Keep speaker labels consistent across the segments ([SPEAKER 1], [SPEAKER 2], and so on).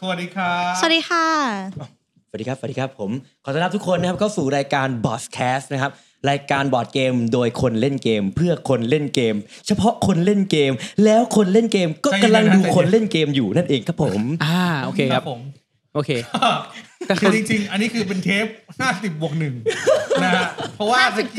[SPEAKER 1] สวัสดีครับ
[SPEAKER 2] สวัสดีค่ะ
[SPEAKER 3] สวัสดีครับ สวัสดีครับ ผม ขอต้อนรับทุกคนนะครับเข้าสู่รายการ Boss Cast นะครับ รายการบอร์ดเกมโดยคนเล่นเกม เพื่อคนเล่นเกม เฉพาะคนเล่นเกม แล้วคนเล่นเกมก็กำลังดูคนเล่นเกมอยู่นั่นเองครับผม
[SPEAKER 4] อ่าโอเคครับ
[SPEAKER 1] ผม
[SPEAKER 4] โอเค
[SPEAKER 1] ก็คือจริง ๆ อันนี้คือเป็นเทป 50บวกหนึ่งนะฮะเพราะว่า
[SPEAKER 2] 50.1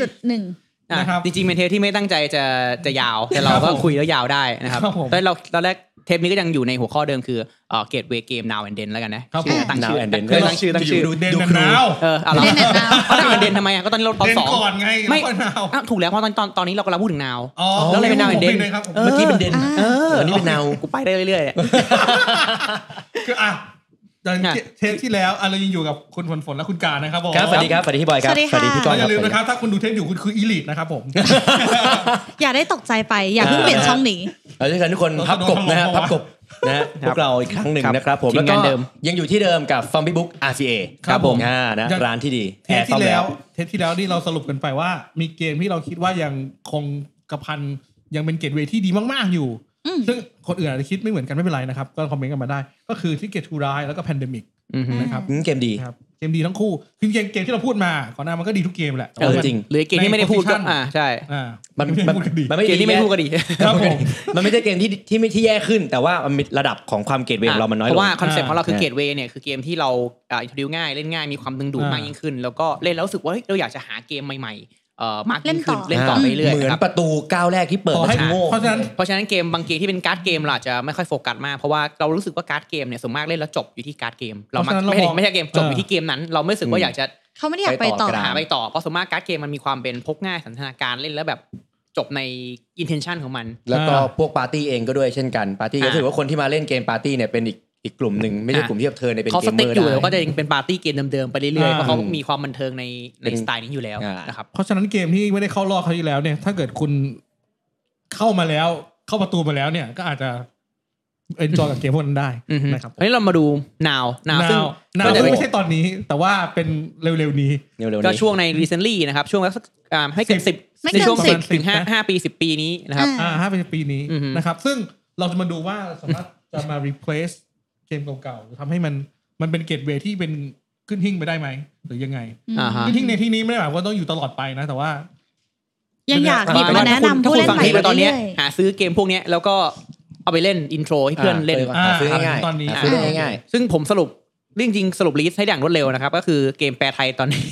[SPEAKER 4] อ่ะ
[SPEAKER 1] นะครับ
[SPEAKER 4] จริงๆเป็นเทปที่ไม่ตั้งใจจะจะยาว แต่เรา
[SPEAKER 1] ครับ
[SPEAKER 4] ก็
[SPEAKER 1] ผม
[SPEAKER 4] คุยแล้วยาวได้นะครับ
[SPEAKER 1] ครับผม
[SPEAKER 4] ตอนเราตอนแรกเทปนี้ก็ยังอยู่ในหัวข้อเดิมคือเอ่อเกตเวเกม now and then แล้วกันนะครับ
[SPEAKER 1] ผม
[SPEAKER 4] ชื่อตั้ง
[SPEAKER 3] Now
[SPEAKER 4] ชื่อ
[SPEAKER 3] and then
[SPEAKER 4] เคยตั้งชื่อตั้งชื่อ
[SPEAKER 1] ดูเดนนาว
[SPEAKER 4] เออเอาเรา
[SPEAKER 2] Then and now
[SPEAKER 4] เอา now and then ทำไมอ่ะก็ตอนนี้เราตอน
[SPEAKER 1] เดน
[SPEAKER 4] สอง
[SPEAKER 1] ก่อนไง
[SPEAKER 4] ไม่
[SPEAKER 1] แล้วก็นาว
[SPEAKER 4] อ่ะถูกแล้วเพราะตอนตอนตอนนี้เรากำลังพูดถึง now
[SPEAKER 1] อ๋อ
[SPEAKER 4] แล้วเลยเป็น now and
[SPEAKER 1] ผม
[SPEAKER 4] then
[SPEAKER 1] ลยครับผม
[SPEAKER 3] เมื่อกี้เป็นเดน
[SPEAKER 4] เออ
[SPEAKER 3] เออนี่เป็นเนา
[SPEAKER 4] กูไปได้เรื่อย
[SPEAKER 1] คืออ่ะเดิน
[SPEAKER 4] อ่ะ
[SPEAKER 1] เทปที่แล้วอ่ะเรายังอยู่กับคุณฝนฝนและคุณการนะครับผม
[SPEAKER 3] ครับ สวัสดีครับ สวัสดีพี่บอยครับ
[SPEAKER 2] สวัสดีค่ะ
[SPEAKER 3] พี่ก้
[SPEAKER 1] ก็
[SPEAKER 3] อง
[SPEAKER 1] อ
[SPEAKER 3] ครั
[SPEAKER 1] ย่า
[SPEAKER 3] บ
[SPEAKER 1] ลืมนะครับ ถ้าคุณดูเทปอยู่คุณคืออีลิทนะครับผม
[SPEAKER 2] อย่าได้ตกใจไป อย่าเพิ่งเปลี่ยนช่องหนี
[SPEAKER 3] เราจะกันทุกคนพับกบนะฮะพับกบนะฮะพวกเราอีกครั้งหนึ่ง
[SPEAKER 4] ครับ
[SPEAKER 3] นะครับผม
[SPEAKER 4] ทีมงานเดิม
[SPEAKER 3] ยังอยู่ที่เดิมกับฟัมบี้บุ๊ก RCA
[SPEAKER 1] ครับผม
[SPEAKER 3] อ่านะร้านที่ดี
[SPEAKER 1] เทปที่
[SPEAKER 3] ม
[SPEAKER 1] แล้วเทปที่แล้วนี่เราสรุปกันไปว่า มีเกมที่เราคิดว่ายังคงกระพันยังเป็นเกตเวย์ที่ดีมากๆอยู่ ซึ่งคนอื่นอาจจะคิดไม่เหมือนกันไม่เป็นไรนะครับ ก็คอมเมนต์กันมาได้ ก็คือที่เกตทูรายแล้วก็แพนเดมิก
[SPEAKER 4] ๆอือฮึ
[SPEAKER 1] นะครับ
[SPEAKER 3] อืมเกมดี
[SPEAKER 1] นะครับเกมดีทั้งคู่คือเกมเกมที่เราพูดมาก่อนหน้ามันก็ดีทุกเกมแหละ
[SPEAKER 3] เออจริง
[SPEAKER 4] หรือเกมที่ไม่ได้พูดก็อ่าใช่
[SPEAKER 1] อ่า
[SPEAKER 3] มั
[SPEAKER 1] มัน นไม่
[SPEAKER 3] มัน
[SPEAKER 1] พูดกันดี
[SPEAKER 3] มัน
[SPEAKER 4] เกมที่ไม่พูดก็ดี
[SPEAKER 1] ครับผม
[SPEAKER 3] มันไม่ใช่เกมที่ที่ไม่ที่แย่ขึ้น แต่ว่ามันมีระดับของความเกรดเวย์ของเรามันน้อยล
[SPEAKER 4] เพ
[SPEAKER 3] ง
[SPEAKER 4] ราะว่าคอนเซ็ปต์ของเราคือ
[SPEAKER 3] อ่า
[SPEAKER 4] เกตเวเนี่ยคือเกมที่เราอ่าอินทรดิวง่ายเล่นง่ายมีความดึงดูด
[SPEAKER 1] อ่าม
[SPEAKER 4] มากยิ่งขึ้น แล้วก็เล่นแล้วรู้สึกว่าเฮ้ยเราอยากจะหาเกมใหม่ๆเอ่อมากยิ่งขึ้น
[SPEAKER 2] ล่
[SPEAKER 4] เล่นต่อไปเรื่อย
[SPEAKER 3] เหมือ
[SPEAKER 4] ๆ
[SPEAKER 3] น
[SPEAKER 4] ครับ
[SPEAKER 3] ประตูก้าวแรกที่เปิด
[SPEAKER 1] ขอให้
[SPEAKER 3] มันโง่
[SPEAKER 1] เพราะฉะนั้น
[SPEAKER 4] เพราะฉะนั้นเกมบางเกมที่เป็นการ์ดเกมเราอาจจะไม่ค่อยโฟกัสมากเพราะว่าเรารู้สึกว่าการ์ดเกมเนี่ยส่วนมากเล่นแล้วจบอยู่ที่การ์ดเกมเรามัก
[SPEAKER 1] เพราะฉะนั้นเรา
[SPEAKER 4] ไม่ใช่
[SPEAKER 1] มอง
[SPEAKER 4] ไม่ใช่เกมจบอ
[SPEAKER 1] เอยู่ อ
[SPEAKER 4] ที่เกมนั้น เราไม่รู้สึกว่าอยากจะ
[SPEAKER 2] เขาไม่ได้อยากไปต่อ
[SPEAKER 4] หาไปต่อเพราะส่วนมากการ์ดเกมมันมีความเป็นพกง่ายสันทนาการเล่นแล้วแบบจบใน intention ของมัน
[SPEAKER 3] แล้วก็
[SPEAKER 1] อ่า
[SPEAKER 3] พวกปาร์ตี้เองก็ด้วยเช่นกันปาร์ตี้ก็
[SPEAKER 4] อ่า
[SPEAKER 3] ถือว่าคนที่มาเล่นเกมปาร์ตี้เนี่ยเป็นอีกอีกกลุ่มหนึ่งไม่ใช่
[SPEAKER 4] อ่า
[SPEAKER 3] กลุ่มที่แบบเธอเนี่ยเป็น
[SPEAKER 4] เขา
[SPEAKER 3] เก
[SPEAKER 4] ส
[SPEAKER 3] มเม
[SPEAKER 4] ติ๊ก
[SPEAKER 3] อร์
[SPEAKER 4] อยู่แล้วก็
[SPEAKER 3] ได้
[SPEAKER 4] จะยังเป็นปาร์ตี้เกมเดิมๆไปเรื่อยๆ
[SPEAKER 1] อ่า
[SPEAKER 4] เพราะเขามีความบันเทิงในในสไตล์นี้อยู่แล้ว
[SPEAKER 3] อ่าน
[SPEAKER 4] นะครับ
[SPEAKER 1] เพราะฉะนั้นเกมที่ไม่ได้เข้ารอบเขาวที่แล้วเนี่ย ถ้าเกิดคุณเข้ามาแล้ว เข้าประตูมาแล้วเนี่ย ก็อาจจะเอนจอยกับเกมพวกนั้นได้
[SPEAKER 4] อือฮึ
[SPEAKER 1] นะครับ
[SPEAKER 4] อันนี้เรามาดู now now ซึ่ง
[SPEAKER 1] นาว
[SPEAKER 4] ก็จะเป็น
[SPEAKER 1] ไม่ใช่ตอนนี้ แต่ว่าเป็นเร็วๆนี้
[SPEAKER 3] เร็วๆ
[SPEAKER 4] ก็
[SPEAKER 3] นี้
[SPEAKER 4] ช่วงใน recently นะครับช่วงสักอ่าให้เกินสิบ
[SPEAKER 2] ไม่เกิน
[SPEAKER 4] ในช่วง
[SPEAKER 2] สิ
[SPEAKER 4] สิ
[SPEAKER 2] บ
[SPEAKER 4] บถึงห้าห้าปีสิบปีนี้นะครับ
[SPEAKER 1] อ่าห้าเป็นปีนี้
[SPEAKER 4] อือฮึ
[SPEAKER 1] นะครับ ซึ่งเราจะมาดูว่าสามารถ จะมา replace เกมเก่าๆหรือทำให้มันมันเป็นเกตเวที่เป็นขึ้นหิ้งไปได้ไหม หรือยังไง
[SPEAKER 2] อ่า
[SPEAKER 4] อ่าฮะ
[SPEAKER 1] ขึ้นหิ้งในที่นี้ไม่ได้หมายความว่าต้องอยู่ตลอดไปนะแต่ว่า
[SPEAKER 2] ยังอยากหยิบ
[SPEAKER 1] อ่ะ
[SPEAKER 2] มาแนะนำผู้เล่นใหม่
[SPEAKER 4] ถ้าคุณฟังที่ไปตอนเนี้ย
[SPEAKER 2] เรื่อยๆ
[SPEAKER 4] หาซื้อเกมพวกเนี้ยแล้วก็เอาไปเล่นอินโทรให้เพื่อนเล่น
[SPEAKER 3] หาซื้อง่ายๆ
[SPEAKER 1] ตอนนี้
[SPEAKER 3] หาซื้อได้ง่าย
[SPEAKER 4] ซึ่งผมสรุปเรื่องจริงๆสรุปลิสต์ให้อย่างรวดเร็วนะครับ ก็คือเกมแปลไทยตอนนี้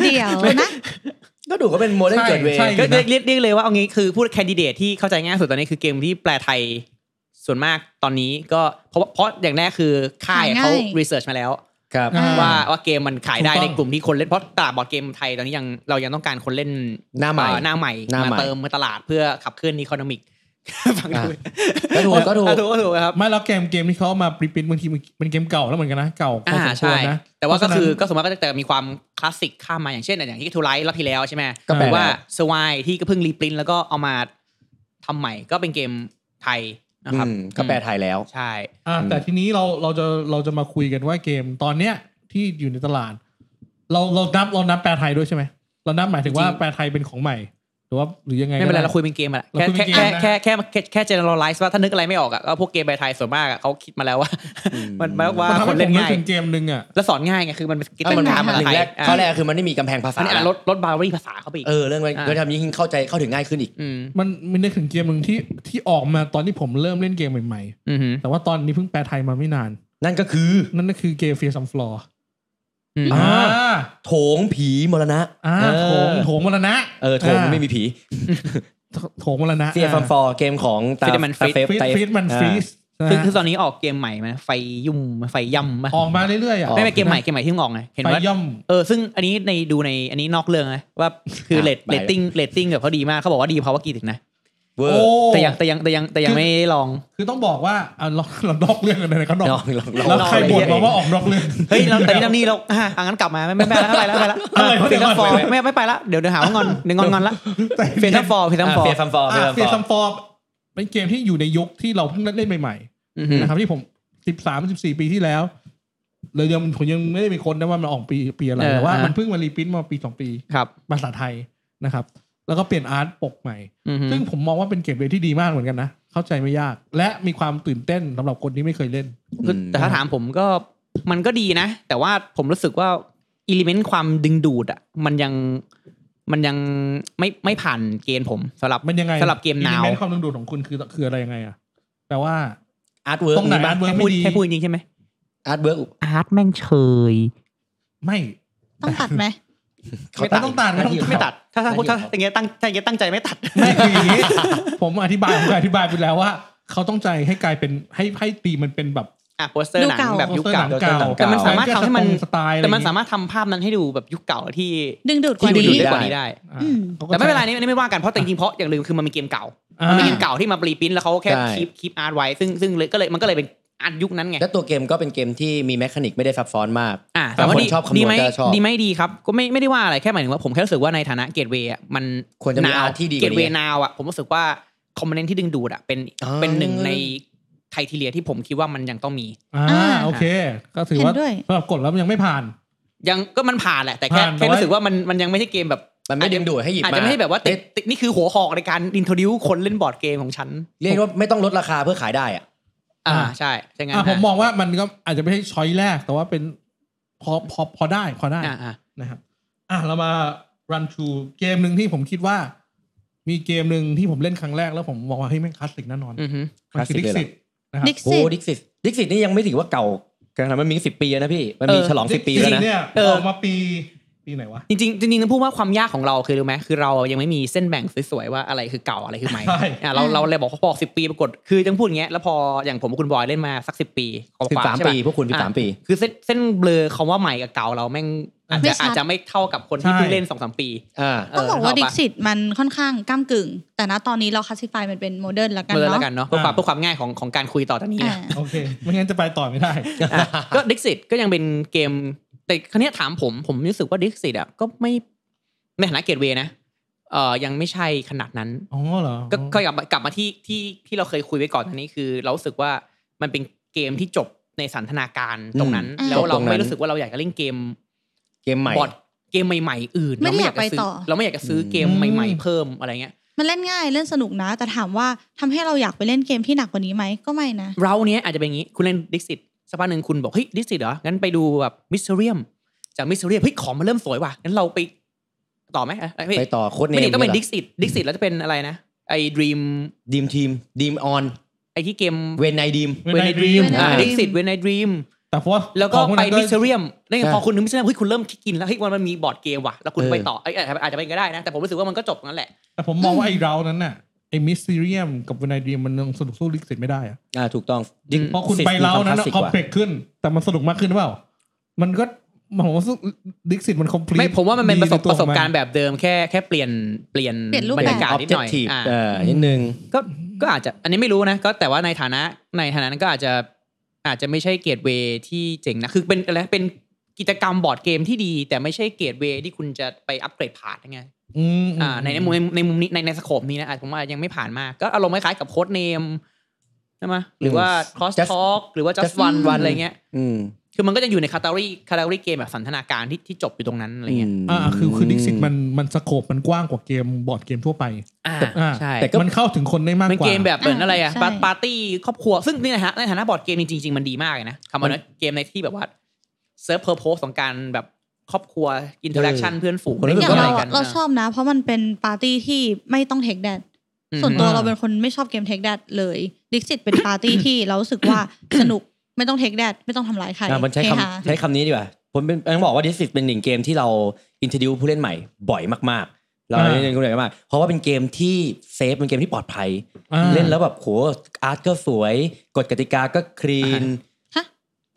[SPEAKER 2] เดี๋ยวนะ
[SPEAKER 3] ก็ดูก็เป็นโมเดิร์น
[SPEAKER 1] ใช่
[SPEAKER 3] เกิดเวย์
[SPEAKER 1] ใช่
[SPEAKER 4] ก็เรียกเรียกเรียกเลยว่าเอางี้คือพูดแคนดิเดตที่เข้าใจง่ายสุดตอนนี้คือเกมที่แปลไทยส่วนมากตอนนี้ก็เพราะว่าเพราะอย่างแรกคือค่าย
[SPEAKER 2] หาง่าย
[SPEAKER 4] เขารีเสิร์ชมาแล้ว
[SPEAKER 3] ครับ
[SPEAKER 1] อ่า
[SPEAKER 4] ว่าว่าเกมมันขายได้
[SPEAKER 1] ถูกต้
[SPEAKER 4] ใน
[SPEAKER 1] อง
[SPEAKER 4] กลุ่มที่คนเล่นเพราะตลาดบอร์ดเกมไทยตอนนี้ยังเรายังต้องการคนเล่น
[SPEAKER 3] หน้าใหม่
[SPEAKER 4] เอ่อหน้าใหม่
[SPEAKER 3] หน้า
[SPEAKER 4] มา
[SPEAKER 3] ใหม่
[SPEAKER 4] เติมมาตลาดเพื่อขับเคลื่อนอีโคโนมิกฟังดู
[SPEAKER 3] ก็ถูกก็ถูก
[SPEAKER 4] อ่ะถูกก็ถูกครับ
[SPEAKER 1] ไม่แล้วเกมเกมที่เขาเอามาปริปรินบางทีมันมันเกมเก่าแล้วเหมือนกันนะ เก่าพอสม
[SPEAKER 4] อ่า
[SPEAKER 1] ค
[SPEAKER 4] ใช่
[SPEAKER 1] วรนะ
[SPEAKER 4] แต่ว่าก็
[SPEAKER 1] เพระ
[SPEAKER 4] คือ
[SPEAKER 1] ฉะนั้น
[SPEAKER 4] ก็สมมติก็จะแต่มีความคลาสสิกข้ามมาอย่างเช่นอย่างที่ทูไลท์รอบที่แล้วใช่ไหม
[SPEAKER 3] ก็แปล
[SPEAKER 4] หรือว่า
[SPEAKER 3] แล้ว
[SPEAKER 4] สวายที่ก็เพิ่งรีปรินท์แล้วก็เอามาทำใหม่ก็เป็นเกมไทยนะครับ
[SPEAKER 3] อืมก็แปลไทยแล้ว
[SPEAKER 4] ใช่
[SPEAKER 1] อ่ะแต่ทีนี้เราเราจะเราจะมาคุยกันว่าเกมตอนเนี้ยที่อยู่ในตลาด เราเรานับเรานับแปลไทยด้วยใช่ไหมเรานับหมายถึงว่าแปลไทยเป็นของใหม่ หรือว่าหรือยังไง
[SPEAKER 4] ไม่เป็นไร
[SPEAKER 1] ก็ด้
[SPEAKER 4] เราคุยเป็นเกมอะ
[SPEAKER 1] เรา
[SPEAKER 4] แค่
[SPEAKER 1] คุยเป็นเกม
[SPEAKER 4] แค่
[SPEAKER 1] นะ
[SPEAKER 4] แค่แค่แค่แค่ generalize ว่าถ้านึกอะไรไม่ออกอะก็พวกเกมไทยส่วนมากอะเขาคิดมาแล้วว่า
[SPEAKER 3] อืม
[SPEAKER 4] มันมันว่า
[SPEAKER 1] มันทำ
[SPEAKER 4] ค
[SPEAKER 1] ให้
[SPEAKER 4] น
[SPEAKER 1] ผ
[SPEAKER 4] เล่
[SPEAKER 1] ม
[SPEAKER 4] น
[SPEAKER 1] นึก
[SPEAKER 4] ง่าย
[SPEAKER 1] ถึงเกมหนึ่งอ่ะ
[SPEAKER 4] แล้วสอนง่ายไงคือมันเป็นกิจ
[SPEAKER 3] ถ้ามัน
[SPEAKER 4] กรรม
[SPEAKER 2] ภ
[SPEAKER 3] ห
[SPEAKER 4] ภาษา
[SPEAKER 3] นึ่
[SPEAKER 4] ไท
[SPEAKER 3] ง
[SPEAKER 4] ย
[SPEAKER 3] แรก
[SPEAKER 4] อ่ะ
[SPEAKER 3] ข้อแรกคือมันไม่มีกำแพงภาษา
[SPEAKER 4] อันนี้อ่ะ
[SPEAKER 3] แล้ว
[SPEAKER 4] ลดลดบารีภาษาเข้าไปอีก
[SPEAKER 3] เออเรื่องมัน
[SPEAKER 4] อ่ะ
[SPEAKER 3] ก็ทำยิ่งเข้าใจเข้าถึงง่ายขึ้นอีก
[SPEAKER 4] อืม
[SPEAKER 1] มันมันนึกถึงเกมหนึ่งที่ที่ออกมาตอนที่ผมเริ่มเล่นเกมใหม่
[SPEAKER 4] อือหือ
[SPEAKER 1] ๆ แต่ว่าตอนนี้เพิ่งแปลไทยมาไม่นาน
[SPEAKER 3] นั่นก็คือ
[SPEAKER 1] นั่นก็คือเกมเฟียซัมฟลอร์
[SPEAKER 4] อืม
[SPEAKER 3] า โถงผีมรณะ
[SPEAKER 1] อ่า
[SPEAKER 3] เออ
[SPEAKER 1] โถงโถงมรณะ
[SPEAKER 3] เออโถงไม่มีผี
[SPEAKER 1] โถงมรณะ
[SPEAKER 3] เซียฟัมฟอร์เกมของตา
[SPEAKER 4] Friedman
[SPEAKER 3] ตาเฟฟ
[SPEAKER 1] ฟีด
[SPEAKER 3] ตาเฟ
[SPEAKER 1] ฟี
[SPEAKER 3] ฟ
[SPEAKER 1] ดมัน
[SPEAKER 3] อ่า
[SPEAKER 1] ฟีส
[SPEAKER 4] คือคือตอนนี้ออกเกมใหม่ไหมไฟยุ่มไหมไฟย่ำไหม
[SPEAKER 1] ออกมาเรื่อยๆอ่ะ
[SPEAKER 4] ไม่ไม่เกมใหม่เกมใหม่ที่เพิ่งออกไงเห็น
[SPEAKER 1] ไฟ
[SPEAKER 4] ว่า
[SPEAKER 1] ย่อม
[SPEAKER 4] เออซึ่งอันนี้ในดูในอันนี้นอกเรื่องนะว่าคือ
[SPEAKER 3] อ่ะ
[SPEAKER 4] เลต
[SPEAKER 3] ไป
[SPEAKER 4] เลตติ้งเลตติ้งแบบเขาดีมากเขาบอกว่าดีเพราะว่ากี่ถึงนะ
[SPEAKER 3] เวอ
[SPEAKER 1] โอ้
[SPEAKER 3] ร์
[SPEAKER 4] แต่ยังแต่ยังแต่ยังแต่ยังไม่ได้ลอง
[SPEAKER 1] คือต้องบอกว่าอ่ะเราเรานอกเรื่องกันเลยเขาน
[SPEAKER 3] ล
[SPEAKER 1] อ
[SPEAKER 3] อกงลองล
[SPEAKER 1] แล้
[SPEAKER 3] อ
[SPEAKER 1] ว
[SPEAKER 3] ง
[SPEAKER 1] ใคร
[SPEAKER 4] เย
[SPEAKER 1] บ่นมาว่าออกนอกเรื่อง
[SPEAKER 4] เฮ้ยเราแต่นี่ทำนี่เราอ่ะอ่ะงั้นกลับมาไม่ไม่ไปแล้วไม่ไปแล้วไม่ไป
[SPEAKER 1] อะไร
[SPEAKER 4] แล้ว
[SPEAKER 1] วะ
[SPEAKER 4] เฟนทัมฟอร์
[SPEAKER 1] เดี๋ยวก่อน
[SPEAKER 4] ไม่ไม่ไปละเดี๋ยวเดี๋ยวหาว่างอนเดี๋ยวงอนงอนละเฟนทัมฟอร์เฟนทัมฟอร์
[SPEAKER 3] เฟียฟัมฟอร์เฟีย
[SPEAKER 1] เฟียซั
[SPEAKER 3] ฟั
[SPEAKER 1] ม
[SPEAKER 3] มฟอร์
[SPEAKER 1] ฟอร์เป็นเกมที่อยู่ในยุคที่เราเพิ่งเล่นใหม่
[SPEAKER 4] อือหือ
[SPEAKER 1] ๆนะครับที่ผมสิบสามสิบสี่ปีที่แล้วเลยยังผมยังไม่ได้ไปค้นนะว่ามันออกปีปีอะไรแต่ว่ามันเพิ่งมารีพิ้นมาปีสองปี
[SPEAKER 4] ครับ
[SPEAKER 1] ภาษาไทยนะครับ แล้วก็เปลี่ยนอาร์ตปกใหม่
[SPEAKER 4] อือหือ
[SPEAKER 1] ซึ่งผมมองว่าเป็นเกมเวย์ที่ดีมากเหมือนกันนะ เข้าใจไม่ยาก และมีความตื่นเต้นสำหรับคนที่ไม่เคยเล่น
[SPEAKER 4] คือแต่ถ้าถามผมก็มันก็ดีนะ แต่ว่าผมรู้สึกว่าอิเลเมนต์ความดึงดูดอ่ะมันยังมันยังไม่ไม่ผ่านเกณฑ์ผมสำหรับ
[SPEAKER 1] มันยังไง
[SPEAKER 4] สำหรับเกมนาว
[SPEAKER 1] อิเลเมนต์ความดึงดูดของคุณคือคืออะไรยังไงอ่ะแต่ว่า
[SPEAKER 3] อาร์ตเวิร์ก
[SPEAKER 1] ตรงไหน
[SPEAKER 3] มีบ้าง
[SPEAKER 1] artwork
[SPEAKER 4] แค่พูด
[SPEAKER 1] ไม่ดี
[SPEAKER 4] แค่พูดจริงๆใช่ไหม
[SPEAKER 3] อาร์ตเวิร์ก
[SPEAKER 4] อาร์ตแม่งเฉย
[SPEAKER 1] ไม่
[SPEAKER 2] ต้องตัดไหม
[SPEAKER 1] ไม่ต้องตัดไม่ต้อง
[SPEAKER 4] ไม่ตัด ถ้าถ้าพูดถ้าอย่างเงี้ยตั้งถ้าอย่างเงี้ยตั้งใจไม่ตัด
[SPEAKER 1] ไม่คืออย่างนี้ ผมอธิบายผมอธิบายไปแล้วว่า เขาต้องใจให้กลายเป็นให้ให้ตีมันเป็นแบบ
[SPEAKER 4] อ่ะโปสเตอร์ห
[SPEAKER 2] ดู
[SPEAKER 4] นั
[SPEAKER 2] เก่า
[SPEAKER 4] งแบบยุคเก่า
[SPEAKER 1] โปสตอร์หนังเก่า
[SPEAKER 4] แต่มันสามารถทำให้มัน
[SPEAKER 1] สไตล์อะไรอ
[SPEAKER 4] แต่
[SPEAKER 1] ย่ง
[SPEAKER 4] มัน
[SPEAKER 1] งี้
[SPEAKER 4] สามารถทำภาพนั้นให้ดูแบบยุคเก่าที่
[SPEAKER 2] ดึงดูดก
[SPEAKER 4] ที่
[SPEAKER 2] ว่า
[SPEAKER 4] ดู
[SPEAKER 2] นี้
[SPEAKER 4] ดีกว่านี้ได้
[SPEAKER 1] อ่ะ
[SPEAKER 2] อืม
[SPEAKER 1] ขาก็
[SPEAKER 4] แต่ไม่เป็นไร
[SPEAKER 1] ใช้
[SPEAKER 4] นี่ไม่ว่ากันเพราะแต่จริงๆเพราะอย่างลืมคือมันเป็นเกมเก่า
[SPEAKER 1] อ่า
[SPEAKER 4] มันเป็นเกมเก่าที่มารีปรินท์แล้วเขาแค่
[SPEAKER 3] ใช่
[SPEAKER 4] คีปคีปอาร์ตไว้ ซึ่งซึ่งเลยก็เลยมันก็เลยเป็นอาร์ตยุคนั้นไง
[SPEAKER 3] และตัวเกมก็เป็นเกมที่มีแมคานิกไม่ได้ซับซ้อนมาก
[SPEAKER 4] อ่ะ
[SPEAKER 3] แต่
[SPEAKER 4] แต่ว่า
[SPEAKER 3] คน
[SPEAKER 4] ดี
[SPEAKER 3] ชอบคำนวณ
[SPEAKER 4] ดีไหม
[SPEAKER 3] ก็ชอบ
[SPEAKER 4] ดีไหมดีครับ ก็ไม่ไม่ได้ว่าอะไรแค่หมายถึงว่าผมแค่รู้สึกว่าในฐานะเกตเวย์มัน
[SPEAKER 3] ควรจะมี
[SPEAKER 4] นว
[SPEAKER 3] art ที่ดีกว่านี้
[SPEAKER 4] Gateway นาวอ่ะผมรู้สึกว่าคอมโพเนนต์ที่ดึงดูดอ่ะเป็น
[SPEAKER 3] อ๋อ
[SPEAKER 4] เป็นหนึ่งในไททีเลียที่ผมคิดว่ามันยังต้องมี
[SPEAKER 1] อ่า
[SPEAKER 2] อ่า
[SPEAKER 1] โอเค ก็ถือว่า
[SPEAKER 2] เห็นด้วย
[SPEAKER 1] สำหรับกดแล้วมันยังไม่ผ่าน
[SPEAKER 4] ยังก็มันผ่านแหละแต่แค่
[SPEAKER 1] ผ่านแต่
[SPEAKER 4] แค่
[SPEAKER 1] ว่า
[SPEAKER 4] รู้สึกว่ามันมันยังไม่ใช่เกมแบบ
[SPEAKER 3] มันไม่ดึงดูดให้หยิบมา
[SPEAKER 4] อาจจะไม่ใช่แบบว่าติด
[SPEAKER 3] เอ๊ะ
[SPEAKER 4] ติดนี่คือหัวหอกในการอินโทรดิวคนเล่นบอร์ดเกมของฉัน
[SPEAKER 3] เรียกว่าไม่ต้องลดราคาเพื่อขายได้อะ
[SPEAKER 4] อ่า
[SPEAKER 1] อ่า
[SPEAKER 4] ใช่ใช่งั้น
[SPEAKER 1] อ่ะผมม
[SPEAKER 4] อ่ะ
[SPEAKER 1] องว่ามันก็อาจจะไม่ใช่ช้อยแรก แต่ว่าเป็นพอพอพอได้พอได้
[SPEAKER 4] อ่าอ่า
[SPEAKER 1] นะครับอ่ะเรามา run through เกมหนึ่งที่ผมคิดว่า มีเกมหนึ่งที่ผมเล่นครั้งแรกแล้วผมมองว่าเฮ้ยแม่งคลาสสิกแน่นอน
[SPEAKER 4] อือฮึ
[SPEAKER 1] มันคือ
[SPEAKER 3] คลาสสิกเลย
[SPEAKER 1] Dixit
[SPEAKER 3] เหรอ
[SPEAKER 1] นะครับ
[SPEAKER 2] ดิก
[SPEAKER 3] โอ้
[SPEAKER 2] ซิต
[SPEAKER 3] ดิกซิสดิกซิสนี่ยังไม่ถือว่าเก่าขนาดนั้นมันมีสิบปีแล้วนะพี่ มันมีฉลองสิบปีแล้วนะ
[SPEAKER 1] Dixit เนี่ยออกมาปีปีไหนวะ
[SPEAKER 4] จริงๆจริงๆต้องพูดว่าความยากของเราคือรู้ไหมคือเรายังไม่มีเส้นแบ่งสวยๆว่าอะไรคือเก่าอะไรคือใหม่
[SPEAKER 1] ใช่
[SPEAKER 4] อ่ะเราเราเลยบอกเขาบอกสิปีปรากฏคือจังพูดอย่างเงี้ยแล้วพออย่างผมกับคุณบอยเล่นมาสักสิบปีก
[SPEAKER 3] สิบ
[SPEAKER 4] ว่า
[SPEAKER 3] สาม
[SPEAKER 4] ๆใช่ปะ
[SPEAKER 3] ปีพวกคุณสิบสามปี
[SPEAKER 4] คือเส้นเส้นเบลอคำว่าใหม่กับเก่าเราแม่งอาจจะอาจจะไม่เท่ากับคนที่เพิ่งเล่นสองสามปี
[SPEAKER 3] อ่า
[SPEAKER 4] เออ
[SPEAKER 2] ต้องบอกว่า
[SPEAKER 4] นึ
[SPEAKER 2] ดิ
[SPEAKER 4] กออก กปะ
[SPEAKER 2] ซิตมันค่อนข้างก้ามกึ่ง แต่ณตอนนี้เราคัสซิฟายมันเป็นโมเดิร์นละกัน
[SPEAKER 4] เบลอแล้ว
[SPEAKER 2] เนาะ
[SPEAKER 4] กันเนาะเพื่อความเพื่อความง่ายของของการคุยต่อจากนี้
[SPEAKER 2] อ่า
[SPEAKER 1] โอเค ไม่งั้นจะไปต่อไม่ได้
[SPEAKER 4] อ่ะก็ดิกซิตก็ยังเป็นเกม แต่ครั้นี้ยถามผมผมรู้สึกว่าดิกซิตอ่ะก็ไม่ในฐานะเกตเวย์นะเอ่อยังไม่ใช่ขนาดนั้น
[SPEAKER 1] อ๋อเหรอ
[SPEAKER 4] ก็ก็กลับมากลับมาที่ที่ที่เราเคยคุยไว้ก่อนอันนี้คือ เรารู้สึกว่ามันเป็นเกมที่จบในสันทนาการตรงนั้น
[SPEAKER 2] อืม
[SPEAKER 4] แล้วเรา
[SPEAKER 3] จบตรงนั้น
[SPEAKER 4] ไม่รู้สึกว่าเราอยากจะเล่นเกม
[SPEAKER 3] เกมใหม่
[SPEAKER 4] บอร์ดเกมใหม่ ๆ อื่น
[SPEAKER 2] ไม่ได้
[SPEAKER 4] เรา
[SPEAKER 2] อยากไป
[SPEAKER 4] จะซื้
[SPEAKER 2] ต่อ
[SPEAKER 4] เราไม่อยากจะซื้อเกมใหม่ ๆ เพิ่มอะไรเงี้ย
[SPEAKER 2] มันเล่นง่ายเล่นสนุกนะ แต่ถามว่าทำให้เราอยากไปเล่นเกมที่หนักกว่านี้ไหมก็ไม่นะ
[SPEAKER 4] เราเนี้ยอาจจะเป็นอย่างนี้ คุณเล่นดิสิตสักพักหนึ่งคุณบอกเฮ้ยดิสิตเหรอ งั้นไปดูแบบมิสเรียมจากมิสเรียมเฮ้ยของมันเริ่มสวยว่ะ งั้นเราไปต่อไหมเยม่
[SPEAKER 3] ไปต่อโค้ดเนม
[SPEAKER 4] ไม่ได้ต้องเป็น
[SPEAKER 3] หร
[SPEAKER 4] ดิสิตดิสิตแล้วจะเป็นอะไรนะ ไอ้ดรีม
[SPEAKER 3] ดีมทีมดีมออน
[SPEAKER 4] ไอ้ที่เกม
[SPEAKER 3] เวนไนดีม
[SPEAKER 1] เว้นในดีม
[SPEAKER 2] Dream
[SPEAKER 4] ดิสิตเวนไอดรีม
[SPEAKER 1] แต่เพราะา
[SPEAKER 4] แล้วก็
[SPEAKER 1] ของพ
[SPEAKER 4] ไป
[SPEAKER 1] นั้น
[SPEAKER 4] มิสเรียมนี่ไง
[SPEAKER 3] ใช่
[SPEAKER 4] พอคุณถึงมิสเรียมเฮ้ยคุณเริ่มคิดกินแล้วเฮ้ยวันมันมีบอร์ดเกมว่ะ แล้วคุณ
[SPEAKER 3] เออ
[SPEAKER 4] ไปต่อไอ้ยอาจจะเป็นก็ได้นะ แต่ผมรู้สึกว่ามันก็จบงั้นแหละ
[SPEAKER 1] แต่ผมมองว่าไอ้เรานั้นน่ะไอ้มิสซิเรียมกับวันไอเดียมันยังสนุกสู้ลิกเสร็จไม่ได้อะ
[SPEAKER 3] อ่าถูกต้อง
[SPEAKER 4] อืม
[SPEAKER 1] เพราะคุณไปเรานั้น
[SPEAKER 3] Dixit
[SPEAKER 1] คอม
[SPEAKER 3] มีวาม
[SPEAKER 1] เพ
[SPEAKER 3] คลาสสิกกว่า
[SPEAKER 1] ล็กขึ้น แต่มันสนุกมากขึ้นหรือเปล่า มันก็ผมว่าดิกซิตมันคอมพลี
[SPEAKER 4] ไม่ผมว่ามันเป็นประสบประสบการณ์แบบเดิมแค่แค่เปลี่ยนเปลี่ยน
[SPEAKER 2] เปลี่ยนรูป
[SPEAKER 4] บร
[SPEAKER 2] แบบ
[SPEAKER 4] รยากาศ
[SPEAKER 3] ออ
[SPEAKER 4] นิด
[SPEAKER 3] เจก
[SPEAKER 4] หน่อย
[SPEAKER 3] ทีฟ
[SPEAKER 4] อ่า
[SPEAKER 3] เออนิดนึง
[SPEAKER 4] ก็ก็อาจจะอันนี้ไม่รู้นะ ก็แต่ว่าในฐานะในฐานะนั้นก็อาจจะอาจจะไม่ใช่เกตเวย์ที่เจ๋งนะคือเป็นอะไรเป็นกิจกรรมบอร์ดเกมที่ดี แต่ไม่ใช่เกตเวย์ที่คุณจะไปอัปเกรดผ่านไง
[SPEAKER 1] อืม
[SPEAKER 4] อ่าในในมุมในมุมนี้ในในสโคปนี้นะอาจผมว่ายังไม่ผ่านมากก็อารมณ์คล้ายๆกับโค้ดเนมใช่ไหมหรือว่า cross
[SPEAKER 3] Just-
[SPEAKER 4] talk หรือว่า just
[SPEAKER 3] Just
[SPEAKER 4] one
[SPEAKER 3] One
[SPEAKER 4] อะไรเงี้ย
[SPEAKER 3] อืม
[SPEAKER 4] คือมันก็ยังอยู่ในคาตาลีคาตาลีเกมแบบสันทนาการที่ที่จบอยู่ตรงนั้นอะไรเงี้ย
[SPEAKER 1] อ่าคือคือดิกซิตมันมันสโคปมันกว้างกว่าเกมบอร์ดเกมทั่วไป
[SPEAKER 4] อ่า
[SPEAKER 1] อ่า
[SPEAKER 4] ใช่
[SPEAKER 1] แต่ก็มันเข้าถึงคนได้มาก
[SPEAKER 4] เป็น
[SPEAKER 1] กว่า
[SPEAKER 4] เกมแบบเหมือนอะไรอ่ะ
[SPEAKER 2] ใช่
[SPEAKER 4] ปาปาร์ตี้ครอบครัวซึ่งนี่นะฮะในฐานะบอร์ดเกมจริงๆจริงๆมันดีมากเลยนะคำว่านะเกมในที่แบบว่าเซิร์ฟเพอร์โพสของการแบบครอบครัวอินเทอร์แอคชั่นเพื่อนฝูง
[SPEAKER 2] อ
[SPEAKER 4] ได้
[SPEAKER 2] ย่างเรา
[SPEAKER 4] ทำอะไรกั
[SPEAKER 2] อะ
[SPEAKER 4] น
[SPEAKER 2] เราชอบนะ เพราะมันเป็นปาร์ตี้ที่ไม่ต้องเทคแดด ส่วนตัวเราเป็นคนไม่ชอบเกมเทคแดดเลยดิกซิตเป็นปาร์ตี้ที่ เรารู้สึกว่าสนุกไม่ต้องเทคแดดไม่ต้องทำร้ายใคร
[SPEAKER 3] อ่ามันใช้
[SPEAKER 2] เฮฮา
[SPEAKER 3] คำใช้คำนี้ดีกว่า ผมเป็นต้องบอกว่าดิสซิตเป็นหนึ่งเกมที่เราอินทิวผู้เล่นใหม่บ่อยมากๆ เราเล่นกันบ่อยมากเพราะว่าเป็นเกมที่เซฟเป็นเกมที่ปลอดภัย
[SPEAKER 1] อ่า
[SPEAKER 3] เล่นแล้วแบบโหอาร์ตก็สวย กฎกติกาก็คลีน
[SPEAKER 2] ฮะ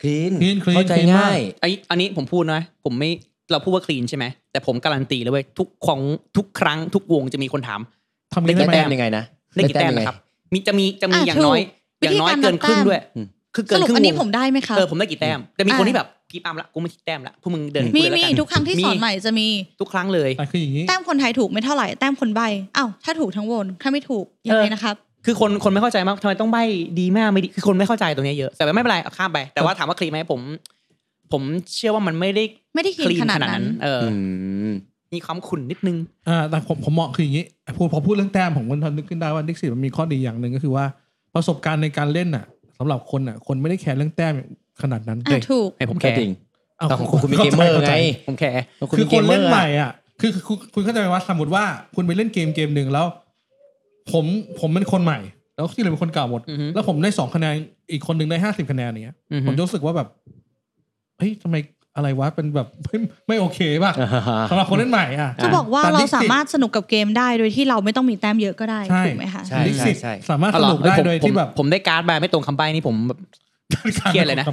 [SPEAKER 3] คลีน
[SPEAKER 1] clean clean
[SPEAKER 3] เข้าใจ
[SPEAKER 1] clean มาก
[SPEAKER 3] ง่าย
[SPEAKER 4] ไออันนี้ผมพูดนะผมไม่เราพูดว่าคลีนใช่ไหมแต่ผมการันตีเลยเว้ยทุกของทุกครั้งทุกวงจะมีคนถาม
[SPEAKER 1] ทำ
[SPEAKER 4] ได้
[SPEAKER 1] ได้
[SPEAKER 4] กี่
[SPEAKER 1] ไหม
[SPEAKER 3] ได้แต้ม
[SPEAKER 1] อะ
[SPEAKER 3] ยังไงนะ
[SPEAKER 4] ได้กี่แต้ม
[SPEAKER 3] ยังง
[SPEAKER 4] นะครับมีจะมีจะมี
[SPEAKER 2] อ่ะ
[SPEAKER 4] อย่างน้อย
[SPEAKER 2] ถูก
[SPEAKER 4] อย่างน้อย
[SPEAKER 2] วิธีการ
[SPEAKER 4] เกินครึ่ง
[SPEAKER 2] นับแต้ม
[SPEAKER 4] ด้วย คือ
[SPEAKER 2] ส
[SPEAKER 4] เกิน
[SPEAKER 2] รุป
[SPEAKER 4] ครึ่ง
[SPEAKER 2] อันนี้
[SPEAKER 4] วง
[SPEAKER 2] ผมได้ไหมคะ
[SPEAKER 4] เออผมได้กี่แต้มแต่มีคนที่แบบกีบอัมละกูไม่คิดแต้มละพวกมึงเดินคุ
[SPEAKER 2] มี
[SPEAKER 4] ยแล้ว
[SPEAKER 2] มี
[SPEAKER 4] กัน
[SPEAKER 2] ทุกครั้งที่สอนใหม่จะมี
[SPEAKER 4] ทุกครั้งเลย
[SPEAKER 1] แต่คืออย่างนี้
[SPEAKER 2] แต้มคนไทยถูกไม่เท่าไหร่แต้มคนใบอ้าวถ้าถูกทั้งวนถ้าไม่ถูกยังไงนะครับ
[SPEAKER 4] คือคนคนไม่เข้าใจมากทำไมต้องใบดีมากไม่ดีคือคนไม่เข้าใจตรงเนี้ยเยอะแต่ไม่เป็นไรเอาข้ามไป แต่ว่าถามว่าคลีนไหมผม ผมเชื่อว่ามันไม่ได้
[SPEAKER 2] ไม่ได้
[SPEAKER 4] คลี
[SPEAKER 2] หิน
[SPEAKER 4] น
[SPEAKER 2] ข
[SPEAKER 4] ข
[SPEAKER 2] นา
[SPEAKER 4] นา
[SPEAKER 2] ด
[SPEAKER 4] ด
[SPEAKER 2] นั้
[SPEAKER 4] นั้น น เอออ
[SPEAKER 3] อืม
[SPEAKER 4] มีความขุ่นนิดนึง
[SPEAKER 1] อ่าแต่ผมผมมองคืออย่างนี้พอพอพูดเรื่องแต้มผมก็นึกขึ้นได้ว่าดิกซิตมันมีข้อดีอย่างหนึ่งก็คือว่า ประสบการณ์ในการเล่นอ่ะสำหรับคนอ่ะ คนไม่ได้แคร์เรื่องแต้มขนาดนั้น
[SPEAKER 2] อ่ะถูก
[SPEAKER 4] ให้ผมแค
[SPEAKER 3] ก็
[SPEAKER 4] ร์
[SPEAKER 3] จริง
[SPEAKER 1] า
[SPEAKER 3] แต่ของคุณเป็นเกมเมอร์
[SPEAKER 1] ข้าใจ
[SPEAKER 3] ไง
[SPEAKER 4] ผมแคร์
[SPEAKER 3] แล้ว
[SPEAKER 1] คือคนเล่น
[SPEAKER 3] ป็ก
[SPEAKER 1] ให
[SPEAKER 3] อ
[SPEAKER 1] ม่
[SPEAKER 3] ร์
[SPEAKER 1] อ่ะคือคือคุณคุณเข้าใจไหมว่าสมมติว่าคุณไปเล่นเกมเกมหนึ่งแล้ว ผมผมเป็นคนใหม่ แล้วที่เหลือเป็นคนเก่าหมด
[SPEAKER 4] อือฮึ
[SPEAKER 1] แล้วผมได้สองคะแนนอีกคนหนึ่งได้ห้าสิบคะแนนอย่างเนี้ย
[SPEAKER 4] อือฮึ
[SPEAKER 1] ผมจะรู้สึกว่าแบบเฮ้ยทำไมอะไรวะเป็นแบบ ไม่ไม่โอเคป่ะ
[SPEAKER 3] อ่าฮะ
[SPEAKER 1] สำหรับคนเล่นใหม่อ่ะ
[SPEAKER 2] จะบอกว่า
[SPEAKER 1] แต่
[SPEAKER 2] เรา
[SPEAKER 1] Dixit
[SPEAKER 2] สามารถสนุกกับเกมได้โดยที่เราไม่ต้องมีแต้มเยอะก็ได้
[SPEAKER 1] ใช่
[SPEAKER 2] ถูกไหมคะ
[SPEAKER 3] ใช่
[SPEAKER 1] ดิกซิต
[SPEAKER 3] ใช่
[SPEAKER 1] สามารถ
[SPEAKER 4] เอา
[SPEAKER 1] ส
[SPEAKER 4] หรอ
[SPEAKER 1] นุกได้
[SPEAKER 4] ผม
[SPEAKER 1] โดย
[SPEAKER 4] ผ
[SPEAKER 1] ที่
[SPEAKER 4] ม
[SPEAKER 1] แบบ
[SPEAKER 4] ผมได้การ์ดมาไม่ตรงคำใบ้นี่ผมแบบ เครียดเลยนะ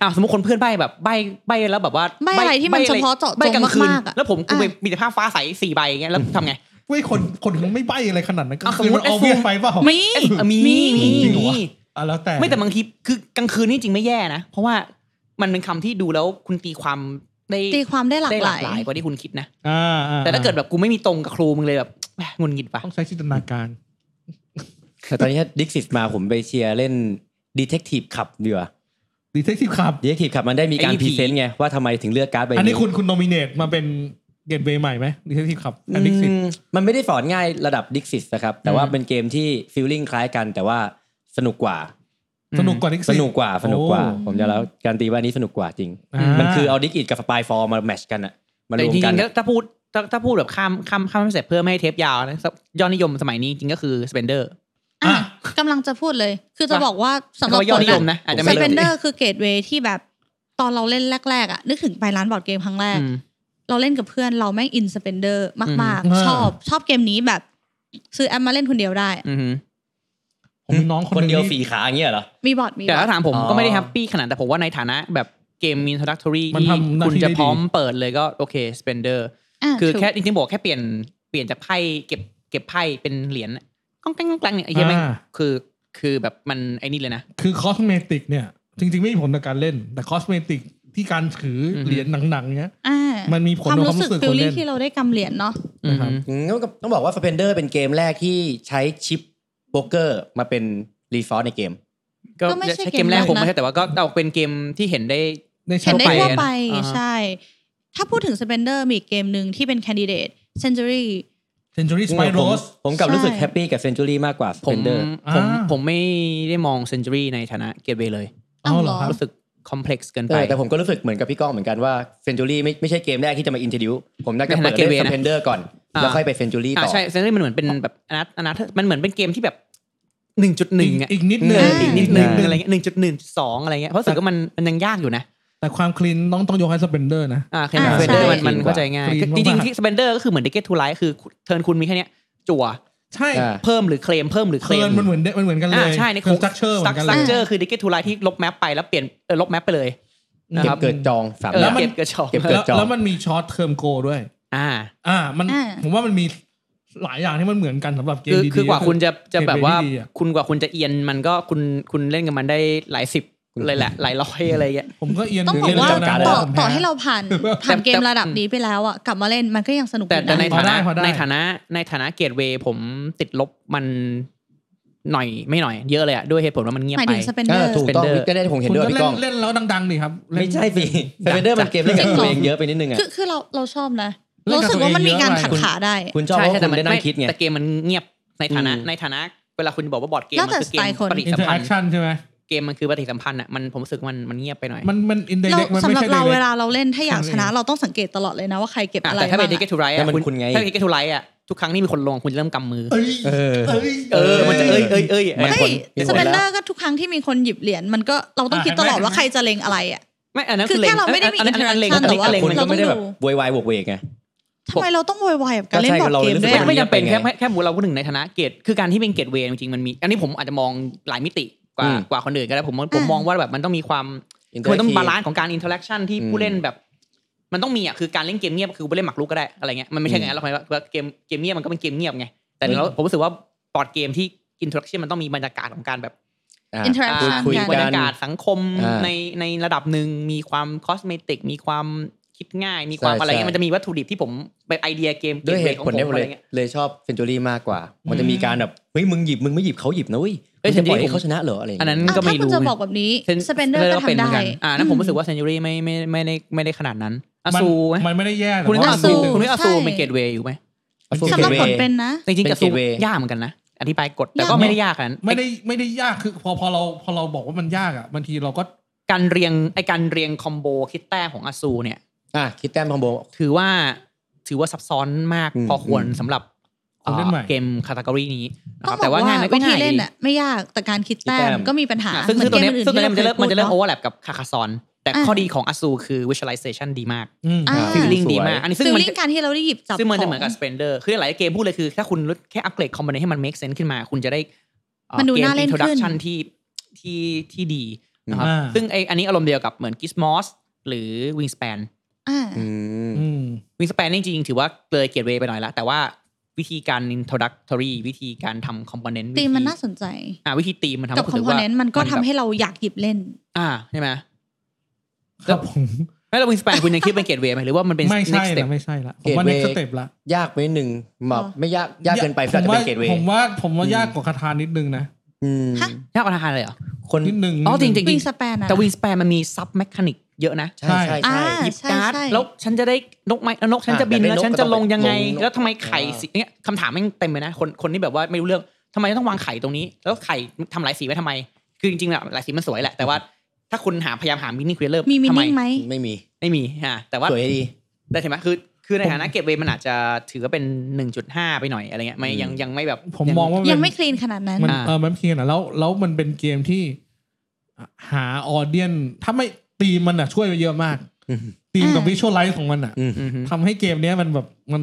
[SPEAKER 4] อ้าวสมมติคนเพื่อนใบ้แบบใบ้ใบ้แล้วแบบว่า
[SPEAKER 2] ใบ้อะไรที่มันเฉพาะเจาะจง
[SPEAKER 4] ใบ้ลคืน
[SPEAKER 2] มากๆอะ
[SPEAKER 4] แล้วผมกู
[SPEAKER 2] อ่ะ
[SPEAKER 4] ไปมีแต่ภาพฟ้าใสสี่ใบอย่างเงี้ยแล้วทำไง
[SPEAKER 1] เว้ยคนคนคงไม่ใบอะไรขนาดนั้นก็
[SPEAKER 4] อ่ะ
[SPEAKER 1] คือมัน
[SPEAKER 4] สมมุติ
[SPEAKER 1] เอาเบีย
[SPEAKER 4] iPhone
[SPEAKER 1] ไปเปล่า
[SPEAKER 2] มี
[SPEAKER 4] เอ๊ะเออมี
[SPEAKER 2] มี
[SPEAKER 4] มี
[SPEAKER 1] จริงเหรอวะ
[SPEAKER 4] มี
[SPEAKER 1] อ่ะแล้วแต่
[SPEAKER 4] ไม่แต่บางทีคือกลางคืนนี่จริงไม่แย่นะ เพราะว่ามันเป็นคำที่ดูแล้วคุณตีความได้
[SPEAKER 2] ตีความได้หลาก
[SPEAKER 4] ได้
[SPEAKER 2] ห
[SPEAKER 4] ห
[SPEAKER 2] ลา
[SPEAKER 4] ลาย กหลายกว่าที่คุณคิดนะ
[SPEAKER 1] อ่าอ่
[SPEAKER 4] แต่ถ้าเกิดแบบกูไม่มีตรงกับครูมึงเลยแบบแหม่งุนงิดปะ
[SPEAKER 1] ต้องใช้จินตนาการ
[SPEAKER 3] แต่ตอนนี้ถ้าดิกซิตมาผมไปเชียร์เล่นดีเทคทีฟขับดีกว่า
[SPEAKER 1] ดีเทคทีฟครับ
[SPEAKER 3] ดีเทคทีฟขับมันได้มีการพรีเซนต์ไงว่าทำไมถึงเลือกการ์ดใบนี้
[SPEAKER 1] อั
[SPEAKER 3] อั
[SPEAKER 1] นนี้คุณคุณโนมิเนตมาเป็นเกตเวย์ใหม่ไหมดีเทคทีฟครับอันดิกซิต
[SPEAKER 3] มันไม่ได้สอนง่ายระดับดิกซิตนะครับ แต่ว่าเป็นเกมที่ฟีลลิ่งคล้ายกัน แต่ว่าสนุกกว่า
[SPEAKER 1] สนุกกว่าดิกซิต
[SPEAKER 3] สนุกกว่าสนุกกว่า
[SPEAKER 1] โอ้
[SPEAKER 3] ผมจะแล้วการนตีว่านี้สนุกกว่าจริง
[SPEAKER 1] อ่ามั
[SPEAKER 3] มันคือเอาดิกอิดกับสปายฟอร์มาแมชกันอะมาร
[SPEAKER 4] แต่
[SPEAKER 3] วม
[SPEAKER 4] จริ
[SPEAKER 3] กัน
[SPEAKER 4] งๆ
[SPEAKER 3] อะ
[SPEAKER 4] ถ้าถ้าพูดถ้าถ้าพูดแบบข้ามข้ามข้ามไม่เสร็จเพื่อไม่ให้เทปยาวนะยอดนิยมสมัยนี้จริงก็คือสเปนเดอร์
[SPEAKER 2] อ่ะ
[SPEAKER 1] อ่ะ
[SPEAKER 2] กำลังจะพูดเลย คือจะ
[SPEAKER 4] ว่ะ
[SPEAKER 2] บอกว่าสำห
[SPEAKER 4] ก็
[SPEAKER 2] รับ
[SPEAKER 4] ยอ
[SPEAKER 2] ค
[SPEAKER 4] ด
[SPEAKER 2] น
[SPEAKER 4] นิยมนะอาจจะ
[SPEAKER 2] เซ
[SPEAKER 4] ไม่
[SPEAKER 2] เวนเดอ
[SPEAKER 4] ได้
[SPEAKER 2] ร์คือเกตเวย์ที่แบบตอนเราเล่นแรกๆอ่ะนึกถึงไปร้านบอร์ดเกมครั้งแรก
[SPEAKER 4] อืม
[SPEAKER 2] เราเล่นกับเพื่อนเราแม่งอินสเปนเดอร์มาก
[SPEAKER 1] อืม
[SPEAKER 2] ๆ ชอบชอบเกมนี้แบบ ซื้อแอปมาเล่นคนเดียวได้
[SPEAKER 4] อือหือ
[SPEAKER 1] ผมมีน้อง
[SPEAKER 3] ค
[SPEAKER 1] คน นห
[SPEAKER 3] เดียว
[SPEAKER 1] ที่
[SPEAKER 3] ฝีขาอย่างเงี้ยเหรอ
[SPEAKER 2] มีบอร์ดมี
[SPEAKER 4] แต่
[SPEAKER 2] บอร์ด
[SPEAKER 4] ถ้าถามผม
[SPEAKER 3] อ๋อ
[SPEAKER 4] ก็ไม่ได้แฮปปี้ขนาดแต่ผมว่าในฐานะแบบเกมมี introductory
[SPEAKER 1] มัน
[SPEAKER 4] ที่
[SPEAKER 1] ทำหน้า
[SPEAKER 4] คุณ
[SPEAKER 1] ที่
[SPEAKER 4] จะ
[SPEAKER 1] ได้ดี
[SPEAKER 4] พร้อมเปิดเลยก็โอเค spender
[SPEAKER 2] ะ
[SPEAKER 4] คือ
[SPEAKER 2] ถูก
[SPEAKER 4] แค่จริงๆบอกแค่เปลี่ยนเปลี่ยนจากไพ่เก็บเก็บไพ่เป็นเหรียญก้องแกล้งก้องแกล้งเนี่ยไอ้เหี้ยแม่ง
[SPEAKER 1] อ่า
[SPEAKER 4] คือคือแบบมันไอ้นี่เลยนะ
[SPEAKER 1] คือคอสเมติกเนี่ย จริง ๆ ไม่มีผลต่อการเล่น แต่คอสเมติกที่การถืออ
[SPEAKER 4] อฮึ
[SPEAKER 1] เหรียญหนังๆเนี้ย
[SPEAKER 2] อ่า
[SPEAKER 1] มันมีผลต่อความรู้สึกค
[SPEAKER 2] ฟิล
[SPEAKER 1] นเล่
[SPEAKER 2] ลิ่
[SPEAKER 1] น
[SPEAKER 2] งที่เราได้กำเหรียญเนาะ
[SPEAKER 1] นะครับ
[SPEAKER 3] อืมต้องต้องบอกว่าสเปนเดอร์เป็นเกมแรกที่ใช้ชิปโป๊กเกอร์มาเป็นรีซอสในเกม
[SPEAKER 4] ก็
[SPEAKER 2] ก็ไม่ใช่
[SPEAKER 4] ใช้
[SPEAKER 2] เกม
[SPEAKER 4] เกมแร
[SPEAKER 2] แร
[SPEAKER 4] ก
[SPEAKER 2] กนะ
[SPEAKER 4] คงไม่ใช่แต่ว่าก็เอาเป็นเกมที่เห็นได้
[SPEAKER 1] ใน
[SPEAKER 2] เห็
[SPEAKER 1] เช้าน
[SPEAKER 2] ได้
[SPEAKER 1] ไป
[SPEAKER 2] ทั่ว
[SPEAKER 1] อะ
[SPEAKER 2] ไป
[SPEAKER 1] นะ
[SPEAKER 4] อ่าฮะ
[SPEAKER 2] ใช่ ถ้าพูดถึงสเปนเดอร์มีอีกเกมหนึ่งที่เป็นแคนดิเดต Century
[SPEAKER 1] Century
[SPEAKER 3] ผม
[SPEAKER 1] Spy Rose
[SPEAKER 3] ผมกลับรู้สึก
[SPEAKER 2] ใช่
[SPEAKER 3] แฮปปี้กับเซนจูรี่มากกว่าส
[SPEAKER 4] ผ
[SPEAKER 3] เป
[SPEAKER 4] ม
[SPEAKER 3] นเดอร์
[SPEAKER 4] ผม
[SPEAKER 1] อ่า
[SPEAKER 4] ผมไม่ได้มอง century ในฐานะเกตเวเลย
[SPEAKER 1] เอาเหรอครับ
[SPEAKER 4] รู้สึก complex เกินไป
[SPEAKER 3] แต่ผมก็รู้สึกเหมือนกับพี่ก้องเหมือนกันว่าเซนจูรี่ไม่ไม่ใช่เกมแรกที่จะมาอิน r o d ดิวผมน่าจะ
[SPEAKER 4] ในฐานะ
[SPEAKER 3] เปิดเล่น
[SPEAKER 4] gateway
[SPEAKER 3] ส
[SPEAKER 4] นะ
[SPEAKER 3] เปนเดอร์ก่อน
[SPEAKER 4] อ่า
[SPEAKER 3] แล้วค่อยไปเซนจูรี่
[SPEAKER 4] อ่า
[SPEAKER 3] ต่อ
[SPEAKER 4] ใช่ century มันเหมือนเป็นแบบอนาอนามันเหมือนเป็นเกมที่แบบหนึ่งจุดหนึ่งอะ
[SPEAKER 1] อีกนิดนึง
[SPEAKER 4] เออ
[SPEAKER 2] เอออี
[SPEAKER 4] อีกนิดนึง
[SPEAKER 3] ได้
[SPEAKER 4] อะไรเงี้ยหนึ่งจุดหนึ่งสองอะไรเงี้ยเพราะรู้สึกว่ามันมันยังยากอยู่นะ
[SPEAKER 1] แต่ความคลีนต้องต้องยกให้สเปนเดอร์นะ
[SPEAKER 4] อ่าเค
[SPEAKER 2] อ่า
[SPEAKER 4] สเปนเดอร์
[SPEAKER 2] ใช่
[SPEAKER 4] มันมันเข้าใจง่าย
[SPEAKER 1] Clean
[SPEAKER 4] จริง
[SPEAKER 1] มาก
[SPEAKER 4] ๆ
[SPEAKER 1] ๆ
[SPEAKER 4] ที่สเปนเดอร์ก็คือเหมือนเดกเกตทูไลท์คือเทิร์นคุณมีแค่เนี้ยจั่ว
[SPEAKER 1] ใช่
[SPEAKER 3] อ่า
[SPEAKER 4] เพิ่มหรือเคลมเพิ่มหรือเคล
[SPEAKER 1] เคิ
[SPEAKER 4] ม
[SPEAKER 1] นมันเหมือนมันเหมือนกันเล
[SPEAKER 4] อ่าย ใช่ใน
[SPEAKER 1] คือ structure เหมือนกัน
[SPEAKER 4] ส
[SPEAKER 1] เล
[SPEAKER 4] ตั๊
[SPEAKER 1] ย
[SPEAKER 4] กเจอร์คือเดกเกตทูไลท์ที่ลบแมปไปแล้วเปลี่ยนเออลบแมปไปเลยนะ
[SPEAKER 3] เก็
[SPEAKER 4] ครับ บ
[SPEAKER 3] เกิดจองสาม
[SPEAKER 4] เอ
[SPEAKER 3] อ
[SPEAKER 4] อย่าง เก็บกระชอก
[SPEAKER 3] เก็บเกิ
[SPEAKER 1] แล้
[SPEAKER 3] ด
[SPEAKER 1] วแล้วมันมีช็อตเทอมโกด้วย
[SPEAKER 4] อ่า
[SPEAKER 1] อ่ามัน
[SPEAKER 2] อ่า
[SPEAKER 1] ผมว่ามันมีหลายอย่างที่มันเหมือนกันสำหรับเกม
[SPEAKER 4] คือ
[SPEAKER 1] ดีๆ
[SPEAKER 4] คือกว่า
[SPEAKER 1] ก็
[SPEAKER 4] คุณจะจะแบบว่า
[SPEAKER 1] เกมเวย์ที่ดีอะ
[SPEAKER 4] คุณกว่าคุณจะเอียนมันก็คุณคุณเล่นกับมันได้หลายสิบเลยแหละหลายร้อยอะไรเงี้ย
[SPEAKER 1] ผมก็เอียน
[SPEAKER 2] ต้องบ
[SPEAKER 1] เรี
[SPEAKER 2] อย กว่า
[SPEAKER 1] เจ้กร
[SPEAKER 2] ต่อ
[SPEAKER 1] ผมแพ้
[SPEAKER 2] ต่อให้เราผ่านผ่าน
[SPEAKER 4] แต่
[SPEAKER 2] เกมระดับนี้ไปแล้วอ่ะกลับมาเล่นมันก็ยังสนุกอ
[SPEAKER 4] แต่
[SPEAKER 2] ยู่
[SPEAKER 4] แต่ใน
[SPEAKER 2] นะ
[SPEAKER 1] พอ
[SPEAKER 4] ฐา
[SPEAKER 1] ได้
[SPEAKER 4] นะ
[SPEAKER 1] พอได้
[SPEAKER 4] ในฐานะในฐานะเกตเวย์ผมติดลบมันหน่อยไม่หน่อยเยอะเลยอะด้วยเหตุผลว่ามันเงียบ
[SPEAKER 2] หมาย
[SPEAKER 4] ไป
[SPEAKER 2] ถึงสเปนเด
[SPEAKER 3] เอ
[SPEAKER 2] อ
[SPEAKER 3] อ
[SPEAKER 2] ร์
[SPEAKER 3] ถูกต้อง
[SPEAKER 4] Spender
[SPEAKER 3] ก็ได้ผมเห็น
[SPEAKER 1] คุณ
[SPEAKER 3] ด้วย
[SPEAKER 1] ก็
[SPEAKER 3] พี่
[SPEAKER 1] เล่
[SPEAKER 3] ก้
[SPEAKER 1] น
[SPEAKER 3] อง
[SPEAKER 1] เล่นแล้วดังๆดีครับเล่น
[SPEAKER 3] ไม่ใช่สิเซนเดอร์มันเกมเล่นกับ
[SPEAKER 2] จริงเหรอ
[SPEAKER 3] ตัวเองเยอะไปนิดนึงอะ
[SPEAKER 2] คือคือเราเราชอบนะ
[SPEAKER 1] เล่นกับ
[SPEAKER 2] รู้สึกว่ามันมีการ
[SPEAKER 1] ตัวเองเยอะ
[SPEAKER 2] ขัดขาได้
[SPEAKER 3] คุณชอบเพราะว่าคุณได้นั่งคิดไง
[SPEAKER 4] แต่เกมมันเงียบในฐานะ
[SPEAKER 3] อืม
[SPEAKER 4] ในฐานะ เวลาคุณบอกว่าบอร์ดเกม
[SPEAKER 2] แล้ว
[SPEAKER 4] มั
[SPEAKER 2] แต่
[SPEAKER 4] คือเก
[SPEAKER 2] สไต
[SPEAKER 4] ม
[SPEAKER 2] ล์คน
[SPEAKER 4] ปฏิ
[SPEAKER 1] อิน
[SPEAKER 4] สั
[SPEAKER 1] เต
[SPEAKER 4] ม
[SPEAKER 1] อร์
[SPEAKER 4] พั
[SPEAKER 1] แอน ค
[SPEAKER 4] ธ์
[SPEAKER 1] ชั่นใช่ไหม
[SPEAKER 4] เกมมันคือปฏิสัมพันธ์อ่ะมันผมรู้สึกว่ามันมันเงียบไปหน่อย
[SPEAKER 1] มันมันอินเด
[SPEAKER 2] เรา
[SPEAKER 1] เล็กมัน
[SPEAKER 2] สำ
[SPEAKER 1] ไม่
[SPEAKER 2] หรับ
[SPEAKER 1] ใช่
[SPEAKER 2] เรา
[SPEAKER 1] direct
[SPEAKER 2] เวลาเราเล่นถ้าอยาก
[SPEAKER 1] ใช่
[SPEAKER 2] ชนะ เราต้องสังเกตตลอดเลยนะว่าใครเก็บ
[SPEAKER 4] อ่ะ
[SPEAKER 2] อะไร
[SPEAKER 4] แต่ถ้าเป็น
[SPEAKER 2] บ้าง
[SPEAKER 4] เดกเก
[SPEAKER 2] อะ
[SPEAKER 4] ทูไร
[SPEAKER 3] แล้ว
[SPEAKER 4] อ่ะ
[SPEAKER 3] มันคุณไง
[SPEAKER 4] ถ้าเดกเกทูไรอ่ะทุกครั้งที่มีคนลงคุณจะเริ่มกำมือ
[SPEAKER 1] เอ้ย
[SPEAKER 3] เออ
[SPEAKER 1] เอ้ย
[SPEAKER 4] เออมันจะเอ้ยเอ้ยเอ้ยเอ้ย
[SPEAKER 3] มัน
[SPEAKER 2] เฮ้
[SPEAKER 3] ผ
[SPEAKER 2] ย
[SPEAKER 3] มีผ
[SPEAKER 2] ส
[SPEAKER 3] ล
[SPEAKER 2] เปนเด
[SPEAKER 3] แล้
[SPEAKER 2] อ
[SPEAKER 3] ว
[SPEAKER 2] ร์ก็ทุกครั้งที่มีคนหยิบเหรียญมันก็เราต้อง
[SPEAKER 1] อ่ะ
[SPEAKER 2] คิดตลอด
[SPEAKER 1] เห็นไหม
[SPEAKER 2] ว่าใครจะเล็งอะไรอ่ะ
[SPEAKER 4] ไม่อันนั้น
[SPEAKER 2] คือ
[SPEAKER 4] เล็ง
[SPEAKER 2] แค่เราไม่ได้มี
[SPEAKER 4] อันนั้นอันนั้นเล็ง
[SPEAKER 2] interaction แต่ว่า
[SPEAKER 4] อันนั้นเล็ง
[SPEAKER 3] คุณ
[SPEAKER 4] มัน
[SPEAKER 3] ก็ไม่ได้
[SPEAKER 2] เรา
[SPEAKER 3] แบ
[SPEAKER 2] ต้
[SPEAKER 3] บ
[SPEAKER 2] องดู
[SPEAKER 3] วอยวายบวกเวกไง
[SPEAKER 2] ทำไมเราต้องโวยวายกับการเล่นบอร์ดเกม
[SPEAKER 3] ก็
[SPEAKER 2] ด้วยอะ
[SPEAKER 3] ใช่ก็เรารู้สึกว่า
[SPEAKER 4] ไม่จำเป็นแค่แค่แค่บูเราพูดถึงในฐานะเกตคือการที่เป็นเกตเวย์จริงๆมันมี อันนี้ผมอาจจะมองหลายมิติกว่า
[SPEAKER 3] อืม
[SPEAKER 4] กว่าคนอื่นก็ได้ผมผมมองว่าแบบมันต้องมีความ คือมันต้องมีบาลานซ์ของการอินเทอร์แอคชั่นที่
[SPEAKER 3] อืม
[SPEAKER 4] ผู้เล่นแบบ มันต้องมีอ่ะคือการเล่นเกมเงียบคือผู้เล่นหมากรุกก็ได้อะไรเงี้ยมันไม่ใช่อย่างนั้นหรอกหมายว่าว่าเกมเกมเงียบมันก็เป็นเกมเงียบไงแต่
[SPEAKER 3] อืม
[SPEAKER 4] เราผมรู้สึกว่าปอดเกมที่อินเทอร์แอคชั่นมันต้องมีบรรยากาศของการแบบ
[SPEAKER 3] อ่ะ
[SPEAKER 2] อินเทอร์แอคชั่น
[SPEAKER 3] คุย
[SPEAKER 4] มี
[SPEAKER 3] กัน
[SPEAKER 4] บร
[SPEAKER 2] กัน
[SPEAKER 4] รยากาศสังคม
[SPEAKER 3] อ่า
[SPEAKER 4] ในในระดับหนึ่งมีความคอสเมติกมีความคิดง่าย มีความ
[SPEAKER 3] ใช่
[SPEAKER 4] อะไรเงี้
[SPEAKER 3] ใช่
[SPEAKER 4] ยมันจะมีวัตถุดิบที่ผมเป็นไอเดียเกม
[SPEAKER 3] ด้วยเหตุ
[SPEAKER 4] กม
[SPEAKER 3] ผล
[SPEAKER 4] ว
[SPEAKER 3] ได้
[SPEAKER 4] ยของผม
[SPEAKER 3] เล
[SPEAKER 4] อะไร
[SPEAKER 3] ย
[SPEAKER 4] เงี้ย
[SPEAKER 3] เลยชอบเซนจูรี่มากกว่า มันจะมีการแบบเฮ้ยมึงหยิบมึงไม่หยิบเขาหยิบนะเว้ย
[SPEAKER 4] เอ้ย
[SPEAKER 3] มึงจะปล่อย
[SPEAKER 4] Century
[SPEAKER 3] ให้เขาชนะเหรออะไรอย่าง
[SPEAKER 4] อัน
[SPEAKER 3] เงี้ย
[SPEAKER 4] นั้น
[SPEAKER 2] อ่ะ
[SPEAKER 4] ก็
[SPEAKER 2] ถ้า
[SPEAKER 4] ไม่
[SPEAKER 2] คุณ
[SPEAKER 4] รู้
[SPEAKER 2] จะบอกแบบนี้สเปนเดอร์ก็ทำ
[SPEAKER 4] ป็หมื
[SPEAKER 2] ได้
[SPEAKER 4] ออ่านั้นผมรู้สึกว่าเซนจูรี่ไม่ไม่ไม่ได้ไม่ได้ขนาดนั้นอาซูไหม
[SPEAKER 1] มันไม่ได้แย่
[SPEAKER 4] คุณนึก
[SPEAKER 1] แต่ว่า
[SPEAKER 4] อา
[SPEAKER 2] อาซู
[SPEAKER 4] ซูคุณนึกอาซู
[SPEAKER 2] ใช่
[SPEAKER 4] เป็นเกตเวย์อยู่ไหม
[SPEAKER 3] เอาสู้
[SPEAKER 2] สำหรับ
[SPEAKER 3] เก
[SPEAKER 2] ผล
[SPEAKER 3] มเวย์
[SPEAKER 2] เป็นนะ
[SPEAKER 4] จริง
[SPEAKER 3] เป็
[SPEAKER 4] ๆ
[SPEAKER 3] น
[SPEAKER 4] จะสู้
[SPEAKER 3] gateway
[SPEAKER 4] ยากเหมือนกันนะ อธิบายกฎแต่ก็ไม่ได้ยากขนาดนั้น
[SPEAKER 1] ไม่ได้ไม่ได้ยากคือพอพอเราพอเราบอกว่ามันยากอ่ะบางทีเราก็
[SPEAKER 4] การเรียงไอการเรียงคอมโบคิดแต้มของอาซูเนี่ย
[SPEAKER 3] อ่ะคิดแต้มคอมโบ
[SPEAKER 4] ถือว่าถือว่าซับซ้อนมาก
[SPEAKER 3] อืม
[SPEAKER 4] พอควร
[SPEAKER 3] อืม
[SPEAKER 4] สำหรับ
[SPEAKER 1] คนเล่นใหม่
[SPEAKER 4] เกมคาตากรีนี้นะ
[SPEAKER 2] ต้อ
[SPEAKER 4] ค
[SPEAKER 2] งบ
[SPEAKER 4] รับ
[SPEAKER 2] อก
[SPEAKER 4] แต่
[SPEAKER 2] ว่าง
[SPEAKER 4] ว่าานนั้นก็
[SPEAKER 2] วิธี
[SPEAKER 4] ง่าย
[SPEAKER 2] เล่น
[SPEAKER 4] ดี
[SPEAKER 2] น่ะไม่ยากแต่การคิดแต้
[SPEAKER 3] คิดแต้
[SPEAKER 2] ม
[SPEAKER 3] ม
[SPEAKER 2] ก็มีปัญหา
[SPEAKER 4] อ่ะซึ่งซึ่งตัวเนี้ยซึ่งตัวเนี้ยมันจะเริ่มมันจะเริ่มโอ
[SPEAKER 2] ที่
[SPEAKER 4] เว
[SPEAKER 2] ราคยพูด
[SPEAKER 4] อร์แลปกับคาคาซอน แต่
[SPEAKER 2] อ่า
[SPEAKER 4] ข้อดีของอาซูคือ visualization ดีมาก
[SPEAKER 1] อืม
[SPEAKER 2] อ่า
[SPEAKER 4] feeling ดีมาก อันนี้
[SPEAKER 2] ซึ่ง
[SPEAKER 4] ซึ่งมัน
[SPEAKER 2] ลิงก์การที่เราได้หยิบจับ
[SPEAKER 4] ซึ่งมันจะ
[SPEAKER 2] ของ
[SPEAKER 4] เหมือนกับ spender คือหลายเกมพูดเลยคือ ถ้าคุณแค่อัปเกรดคอมโบเนให้มัน make sense ขึ้นมา คุณจะได้เอ่อ
[SPEAKER 2] มันดูน่าเล่น
[SPEAKER 4] เกม
[SPEAKER 2] ขึ้น
[SPEAKER 4] introduction ที่ที่ที่ดีนะครับ
[SPEAKER 1] อ่า
[SPEAKER 4] ซึ่งไออันนี้อารมณ์เดียวกับเหมือน Gizmos หรือ Wingspan
[SPEAKER 2] อ่า
[SPEAKER 3] อืม
[SPEAKER 1] อืม
[SPEAKER 4] วิงสเปนจริงๆถือว่าเลยเกียรติเวย์ไปหน่อยละแต่ว่าวิธีการ introductory วิธีการทำ component
[SPEAKER 2] ตีมมันน่า
[SPEAKER 4] วิธี
[SPEAKER 2] สนใจ
[SPEAKER 4] อ่าวิธีตีมมันทำ
[SPEAKER 2] กับ
[SPEAKER 4] ให้
[SPEAKER 2] คอม
[SPEAKER 4] รู้
[SPEAKER 2] โพ
[SPEAKER 4] สึว่า
[SPEAKER 2] เนนต์มันก็ทำ
[SPEAKER 4] แบบ
[SPEAKER 2] ให้เราอยากหยิบเล่น
[SPEAKER 4] อ่าใช่ไหม
[SPEAKER 1] ครับผม
[SPEAKER 4] แล้ววิงสเปนคุณยังคิดเป็นเกียรติเวย์ไหมหรือว่ามันเป็น
[SPEAKER 1] ไม่
[SPEAKER 4] next
[SPEAKER 1] ใช่
[SPEAKER 4] step
[SPEAKER 1] ละไม่ใช่ละผมว่า
[SPEAKER 3] เกรดเว
[SPEAKER 1] next
[SPEAKER 3] ย์
[SPEAKER 1] step ละ
[SPEAKER 3] ยากไปนิดนึงแบบ
[SPEAKER 2] อ๋อ
[SPEAKER 3] ไม่ยากยากเกินไป
[SPEAKER 1] ผ
[SPEAKER 3] สำหรับ
[SPEAKER 1] ม
[SPEAKER 3] จะเป็
[SPEAKER 1] ว่าน
[SPEAKER 3] เกตเว
[SPEAKER 1] ผ
[SPEAKER 3] ย์
[SPEAKER 1] มว่าผมว่ายากกว่าคาทานิดนึงนะ
[SPEAKER 3] อืม
[SPEAKER 2] ฮะ
[SPEAKER 4] ยากกว่าทหารเลยเหรอ
[SPEAKER 3] คน
[SPEAKER 1] นิดนึง
[SPEAKER 4] อ๋อจริง
[SPEAKER 2] วิงสแปนอะ
[SPEAKER 4] แต่วิงสเปนมันมี sub mechanic เยอะนะ
[SPEAKER 3] ใช่ใช่
[SPEAKER 2] อ่า
[SPEAKER 3] ใช่
[SPEAKER 4] หยิบ
[SPEAKER 2] ใช่
[SPEAKER 4] การ์ด
[SPEAKER 2] ใช่
[SPEAKER 4] แล้วฉันจะได้นกไหมแล้วนกฉันจะบิน
[SPEAKER 3] อ่ะ
[SPEAKER 4] แล้
[SPEAKER 3] แต่ได้น
[SPEAKER 4] ว
[SPEAKER 3] ก
[SPEAKER 4] ฉันจะลงยังไง
[SPEAKER 3] ก็ต้องไป
[SPEAKER 4] แล้วทำไมไข่
[SPEAKER 3] ลง
[SPEAKER 4] สีเนี่ยคำถามแม่งเต็มเลยนะคนคนที่แบบว่าไม่รู้เรื่องทำไมต้องวางไข่ตรงนี้ แล้วไข่ทำหลายสีไว้ทำไม คือจริงๆอะหลายสีมันสวยแหละแต่ว่าถ้าคุณหาพยายามหามินิควีเลอร์
[SPEAKER 2] มีมิ
[SPEAKER 4] ทำไม
[SPEAKER 2] นิ่งไหม
[SPEAKER 3] ไม่มี
[SPEAKER 4] ไม่มีฮะแต่ว่า
[SPEAKER 3] สวยดี
[SPEAKER 4] ได้เห็นไหมคือ คือในฐานะเก็บเวย์มันอาจจะถือว่าเป็น 1.5 ไปหน่อยอะไรเงี้ยไม่
[SPEAKER 3] อืม
[SPEAKER 4] ยังยังไม่แบบ
[SPEAKER 1] ผม
[SPEAKER 4] ยั
[SPEAKER 1] มองว่า
[SPEAKER 2] ยั
[SPEAKER 1] ยัง
[SPEAKER 2] ไม่คลีนขนาดนั้น
[SPEAKER 1] มัน
[SPEAKER 4] อ่า
[SPEAKER 1] เออมันเพียงนะแล้วแล้วมันเป็นเกมที่หาออเดียนถ้าไม่ตีมมันอ่ะช่วยไปเยอะมาก
[SPEAKER 3] อืม
[SPEAKER 1] ตีมกับ
[SPEAKER 2] อ่า
[SPEAKER 1] วิชวลไลท์ของมันอ่ะ
[SPEAKER 3] อืม
[SPEAKER 4] อืมฮึ
[SPEAKER 1] ทำให้เกมเนี้ยมันแบบมัน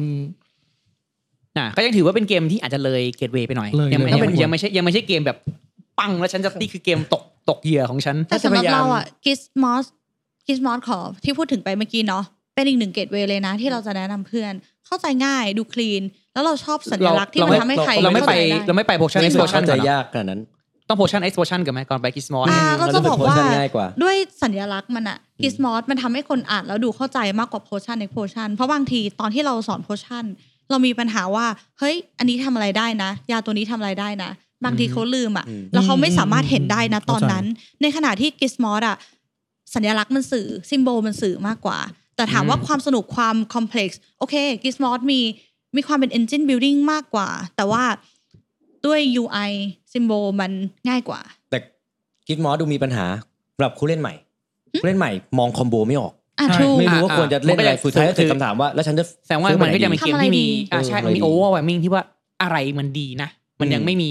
[SPEAKER 4] อ่ะก็ยังถือว่าเป็นเกมที่อาจจะเลยเกตเวย์ไปหน่อย
[SPEAKER 1] เลย
[SPEAKER 4] ยังไม่
[SPEAKER 1] เลย
[SPEAKER 4] ยังไม่
[SPEAKER 3] ก็เป็น
[SPEAKER 4] ยังไม่ใช่ยังไม่ใช่เกมแบบปังแล้วฉันจะนี่คือเกมตกตกเหยื่อของฉัน
[SPEAKER 2] แต่สำหรับ
[SPEAKER 3] ถ้าจะพยายาม
[SPEAKER 2] เราอ่ะกิสมอสกิสมอสขอที่พูดถึงไปเมื่อกี้เนาะเป็นอีกหนึ่งเกตเวย์เลยนะ ที่เราจะแนะนำเพื่อน เข้าใจง่ายดูคลีน แล้วเราชอบสัญลักษณ์ที่
[SPEAKER 4] เรา
[SPEAKER 2] มันทำให้ใคร
[SPEAKER 4] เราไม่ไป
[SPEAKER 2] ข้ใจด้
[SPEAKER 4] เราไม่ไปโพชั่นเอ็กซ์โพ
[SPEAKER 3] เข้า
[SPEAKER 4] ชั่น
[SPEAKER 3] ใจ
[SPEAKER 4] ก่อนเหรอย
[SPEAKER 3] ากขนาดนั้น
[SPEAKER 4] ต้องโพชั่นเอ็กซ์โพชั่นกันไหมก่อนไปคิสมอล
[SPEAKER 2] อ่าก็จะบอกว่า
[SPEAKER 3] เราจะเป็น potion ง่ายกว่า
[SPEAKER 2] ด้วยสัญลักษณ์มันอะกิสมอสมันทำให้คนอ่านแล้วดูเข้าใจมากกว่าโพชั่นในโพชั่นเพราะบางทีตอนที่เราสอนโพชั่น เรามีปัญหาว่าเฮ้ย อันนี้ทำอะไรได้นะ ยาตัวนี้ทำอะไรได้นะ บางทีเขาลืมอ่ะ
[SPEAKER 3] อืม
[SPEAKER 2] แล้วเขาไม่สามารถเห็นได้นะตอน
[SPEAKER 1] เข้าใจ
[SPEAKER 2] นั้น ในขณะที่กิสมอสอ่ะสัญลักษณ์มันสื่อซิมโบลมันสื่อมากกว่า แต่ถามว่าความสนุกความคอมเพล็กซ์โอเคกิสมอสมีมีความเป็น engine building มากกว่า แต่ว่าด้วย UI ซิมโบลมันง่ายกว่า
[SPEAKER 3] แต่คิดมอสดูมีปัญหาสำหรับผู้เล่นใหม่ผู้เล่นใหม่มองคอมโบไม่ออก
[SPEAKER 2] อ่ะ
[SPEAKER 1] ใช่
[SPEAKER 2] ถูก
[SPEAKER 3] ไม่รู้ว่าควรจะเล่นอะไรสุดท้ายก็คือคำถามว่า แล้วฉันจะ
[SPEAKER 4] แสดงว่ามันก็ยังเป็นเกมที่มี
[SPEAKER 2] ทำอะไรดี
[SPEAKER 4] อ่าใช่
[SPEAKER 3] เออ
[SPEAKER 4] มีโอเวอร์ไวมิ่งที่ว่าอะไรมันดีนะ มันยัง
[SPEAKER 3] อืม
[SPEAKER 4] ไม่มี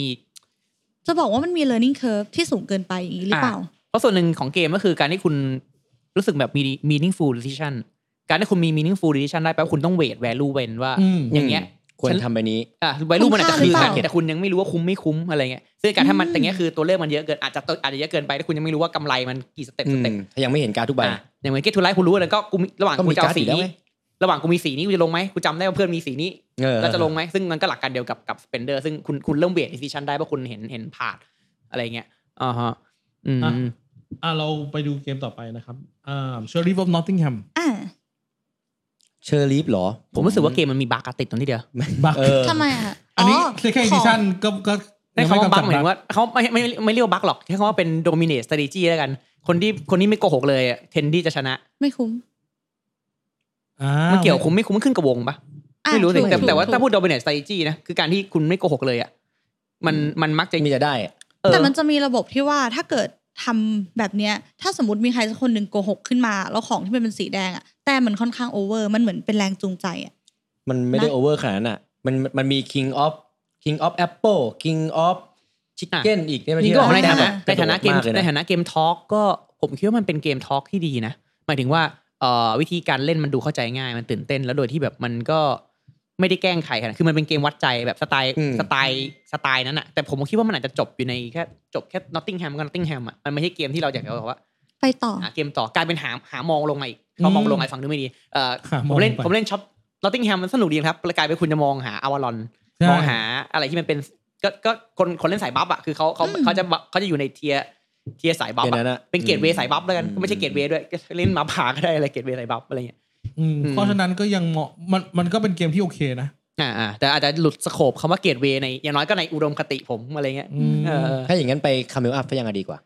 [SPEAKER 2] จะบอกว่ามันมี learning curve ที่สูงเกินไปอย่างนี้หรือเปล่า
[SPEAKER 4] เพราะส่วนหนึ่งของเกมก็คือการที่คุณรู้สึกแบบมี meaningful decision การที่คุณมี meaningful decision ได้แปลว่าคุณต้อง weight value เว้นว่า
[SPEAKER 1] อืม
[SPEAKER 4] อย่างเงี้ย
[SPEAKER 3] ควรทำแบบนี้
[SPEAKER 4] อ่ะ value มันอาจจะ
[SPEAKER 2] คุ้
[SPEAKER 4] คื
[SPEAKER 2] ม
[SPEAKER 4] อ
[SPEAKER 2] ค่าหรือเปล่า
[SPEAKER 4] แต่คุณยังไม่รู้ว่าคุ้มไม่คุ้มอะไรเงี้ยซึ่งการถ้ามัน
[SPEAKER 2] อืม
[SPEAKER 4] อย่างเงี้ยคือตัวเลขมันเยอะเกินอาจจะอาจจะเยอะเกินไปแล้วคุณยังไม่รู้ว่ากำไรมันกี่สเต็ปสเต็ป
[SPEAKER 3] อืมถ้ายังไม่เห็นการดทุกใบ
[SPEAKER 4] อ่ะอย่างเหมือนเกทูไลท์คุณรู้แล้วก็กูมีระหว่าง
[SPEAKER 3] ก็
[SPEAKER 4] กู
[SPEAKER 3] มี
[SPEAKER 4] จะ
[SPEAKER 3] การ์ด
[SPEAKER 4] เอาสี
[SPEAKER 3] อยู่แล้ว
[SPEAKER 4] นี้
[SPEAKER 3] ไง
[SPEAKER 4] ระหว่างกูมีสีนี้กูจะลงไหมกูจำได้ว่าเพื่อนมีสีนี้
[SPEAKER 3] เออ
[SPEAKER 4] แล้วจะลงไหมซึ่งมันก็หลักการเดียวกับกับสเปนเดอร์ซึ่งคุณคุณเริ่มเบียดดิสซิชันได้เพราะคุณเห็นเห็นผ่านอะไรเงี้ยอ่าฮะอืม
[SPEAKER 1] อ่ะ อ่ะเราไปดูเกมต่อไปนะครับอ่าเชอรี่ฟอฟนอตติงแฮม
[SPEAKER 2] อ่ะ
[SPEAKER 3] เชอร์ลีฟเหรอ
[SPEAKER 4] ผมรู้สึกว่าเกมมันมีบั๊กอะติดตรงที่เดียว
[SPEAKER 1] บัก
[SPEAKER 3] เออ
[SPEAKER 2] ทำไมอ่ะ
[SPEAKER 1] อันนี้
[SPEAKER 2] ข
[SPEAKER 1] เซคันด์ดิชั่นก็ก็
[SPEAKER 4] ได้
[SPEAKER 1] ยัง
[SPEAKER 4] คำว่า
[SPEAKER 1] ไม่ำ
[SPEAKER 4] บั๊
[SPEAKER 1] จั
[SPEAKER 4] ก
[SPEAKER 1] ด
[SPEAKER 4] หมายถึงว่าเขาไม่ไม่ไม่ไม่เรียกว่าบั๊กหรอกใช้คำว่าเป็นโดมิเนตสตรีจีแล้วกัน คนที่คนที่ไม่โกหกเลยเทนดี้จะชนะ
[SPEAKER 2] ไม่คุ้ม
[SPEAKER 1] อ่า
[SPEAKER 4] มันเกี่ยวคุ้มไม่คุ้มมันขึ้นกับวงปะ
[SPEAKER 2] อ่ะ
[SPEAKER 4] ไม่รู้สิ
[SPEAKER 2] ถูก
[SPEAKER 4] แต่
[SPEAKER 2] ถูก
[SPEAKER 4] แต่ว่า
[SPEAKER 2] ถูก
[SPEAKER 4] ถ้าพูดโดมิเนตสตรีจีนะคือการที่คุณไม่โกหกเลยอะมันมันมักจะ
[SPEAKER 3] มีจะได้อะ
[SPEAKER 4] เออ
[SPEAKER 2] แต่มันจะมีระบบที่ว่าถ้าเกิดทำแบบเนี้ย ถ้าสมมติมีใครสักคนหนึ่งโกหกขึ้นมา แล้วของที่มันเป็นสีแดงอ่ะ แต่มันค่อนข้างโอเวอร์มันเหมือนเป็นแรงจูงใจอ่ะ
[SPEAKER 3] มันไม่ได้
[SPEAKER 2] นะ
[SPEAKER 3] โอเวอร์ขนาดนั้นอ่ะ มันมันมี king of king of apple king of chicken อีกเนี่ยมัน
[SPEAKER 4] นี่
[SPEAKER 3] ที่
[SPEAKER 4] ก็บอกใน
[SPEAKER 3] ได้
[SPEAKER 4] ฐานะ
[SPEAKER 3] แบบ
[SPEAKER 4] ในฐานะเกม
[SPEAKER 3] โดดลย
[SPEAKER 4] ใน
[SPEAKER 3] นะ
[SPEAKER 4] ฐานะเกมทอล์กก็ผมคิดว่ามันเป็นเกมทอล์กที่ดีนะหมายถึงว่าเอ่อวิธีการเล่นมันดูเข้าใจง่ายมันตื่นเต้น แล้วโดยที่แบบมันก็ไม่ได้แกล้งใครขนาดนั้นคือมันเป็นเกมวัดใจแบบสไตล์สไตล์สไตล์นั้นอะแต่ผมคิดว่ามันอาจจะจบอยู่ในแค่จบแค่นอตติงแฮมกับนอตติงแฮมอะมันไม่ใช่เกมที่เราอยากจะบอกว่า
[SPEAKER 2] ไปต่อ
[SPEAKER 4] หาเกมต่อกลายเป็นหาหามองลงมาอีกพอมองลงไอ้ฝั่งนู้นไม่ดีเอ่อ
[SPEAKER 1] หาม
[SPEAKER 4] ผ
[SPEAKER 1] อง
[SPEAKER 4] มเล่น
[SPEAKER 1] ไป
[SPEAKER 4] ผมเล่นช็อปนอตติงแฮมมันสนุกดีครับแล้วกลายเป็นคุณจะมองหาอวารอน
[SPEAKER 1] ใช่
[SPEAKER 4] มองหาอะไรที่มันเป็นก็ก็คนคนเล่นสายบัฟอ่ะคือเขาเขา
[SPEAKER 2] อืม
[SPEAKER 4] เขาจะเขาจะอยู่ในเทียเทียสายบัฟ
[SPEAKER 3] เกม
[SPEAKER 4] อะ
[SPEAKER 3] นั้นอะ
[SPEAKER 4] เป็นเกตเวย์สายบัฟแล้วกัน
[SPEAKER 3] อืม
[SPEAKER 4] ไม่ใช่เกตเวย์ด้วยก็เล่นหมาผาก็ได้อะไรเกตเวย์สายบัฟอะไรเงี้ย
[SPEAKER 1] อืม
[SPEAKER 4] อืม
[SPEAKER 1] เพราะฉะนั้นก็ยังเหมาะมันมันก็เป็นเกมที่โอเคนะ
[SPEAKER 4] อ่าอ่าแต่อาจจะหลุดสโคปคำว่าเกตเวย์ในอย่างน้อยก็ในอุดมคติผมอะไรเงี้ย
[SPEAKER 1] อืม
[SPEAKER 4] เออ
[SPEAKER 3] ถ้าอย่างนั้นไปคาเมลอัพซะยังไงดีกว่า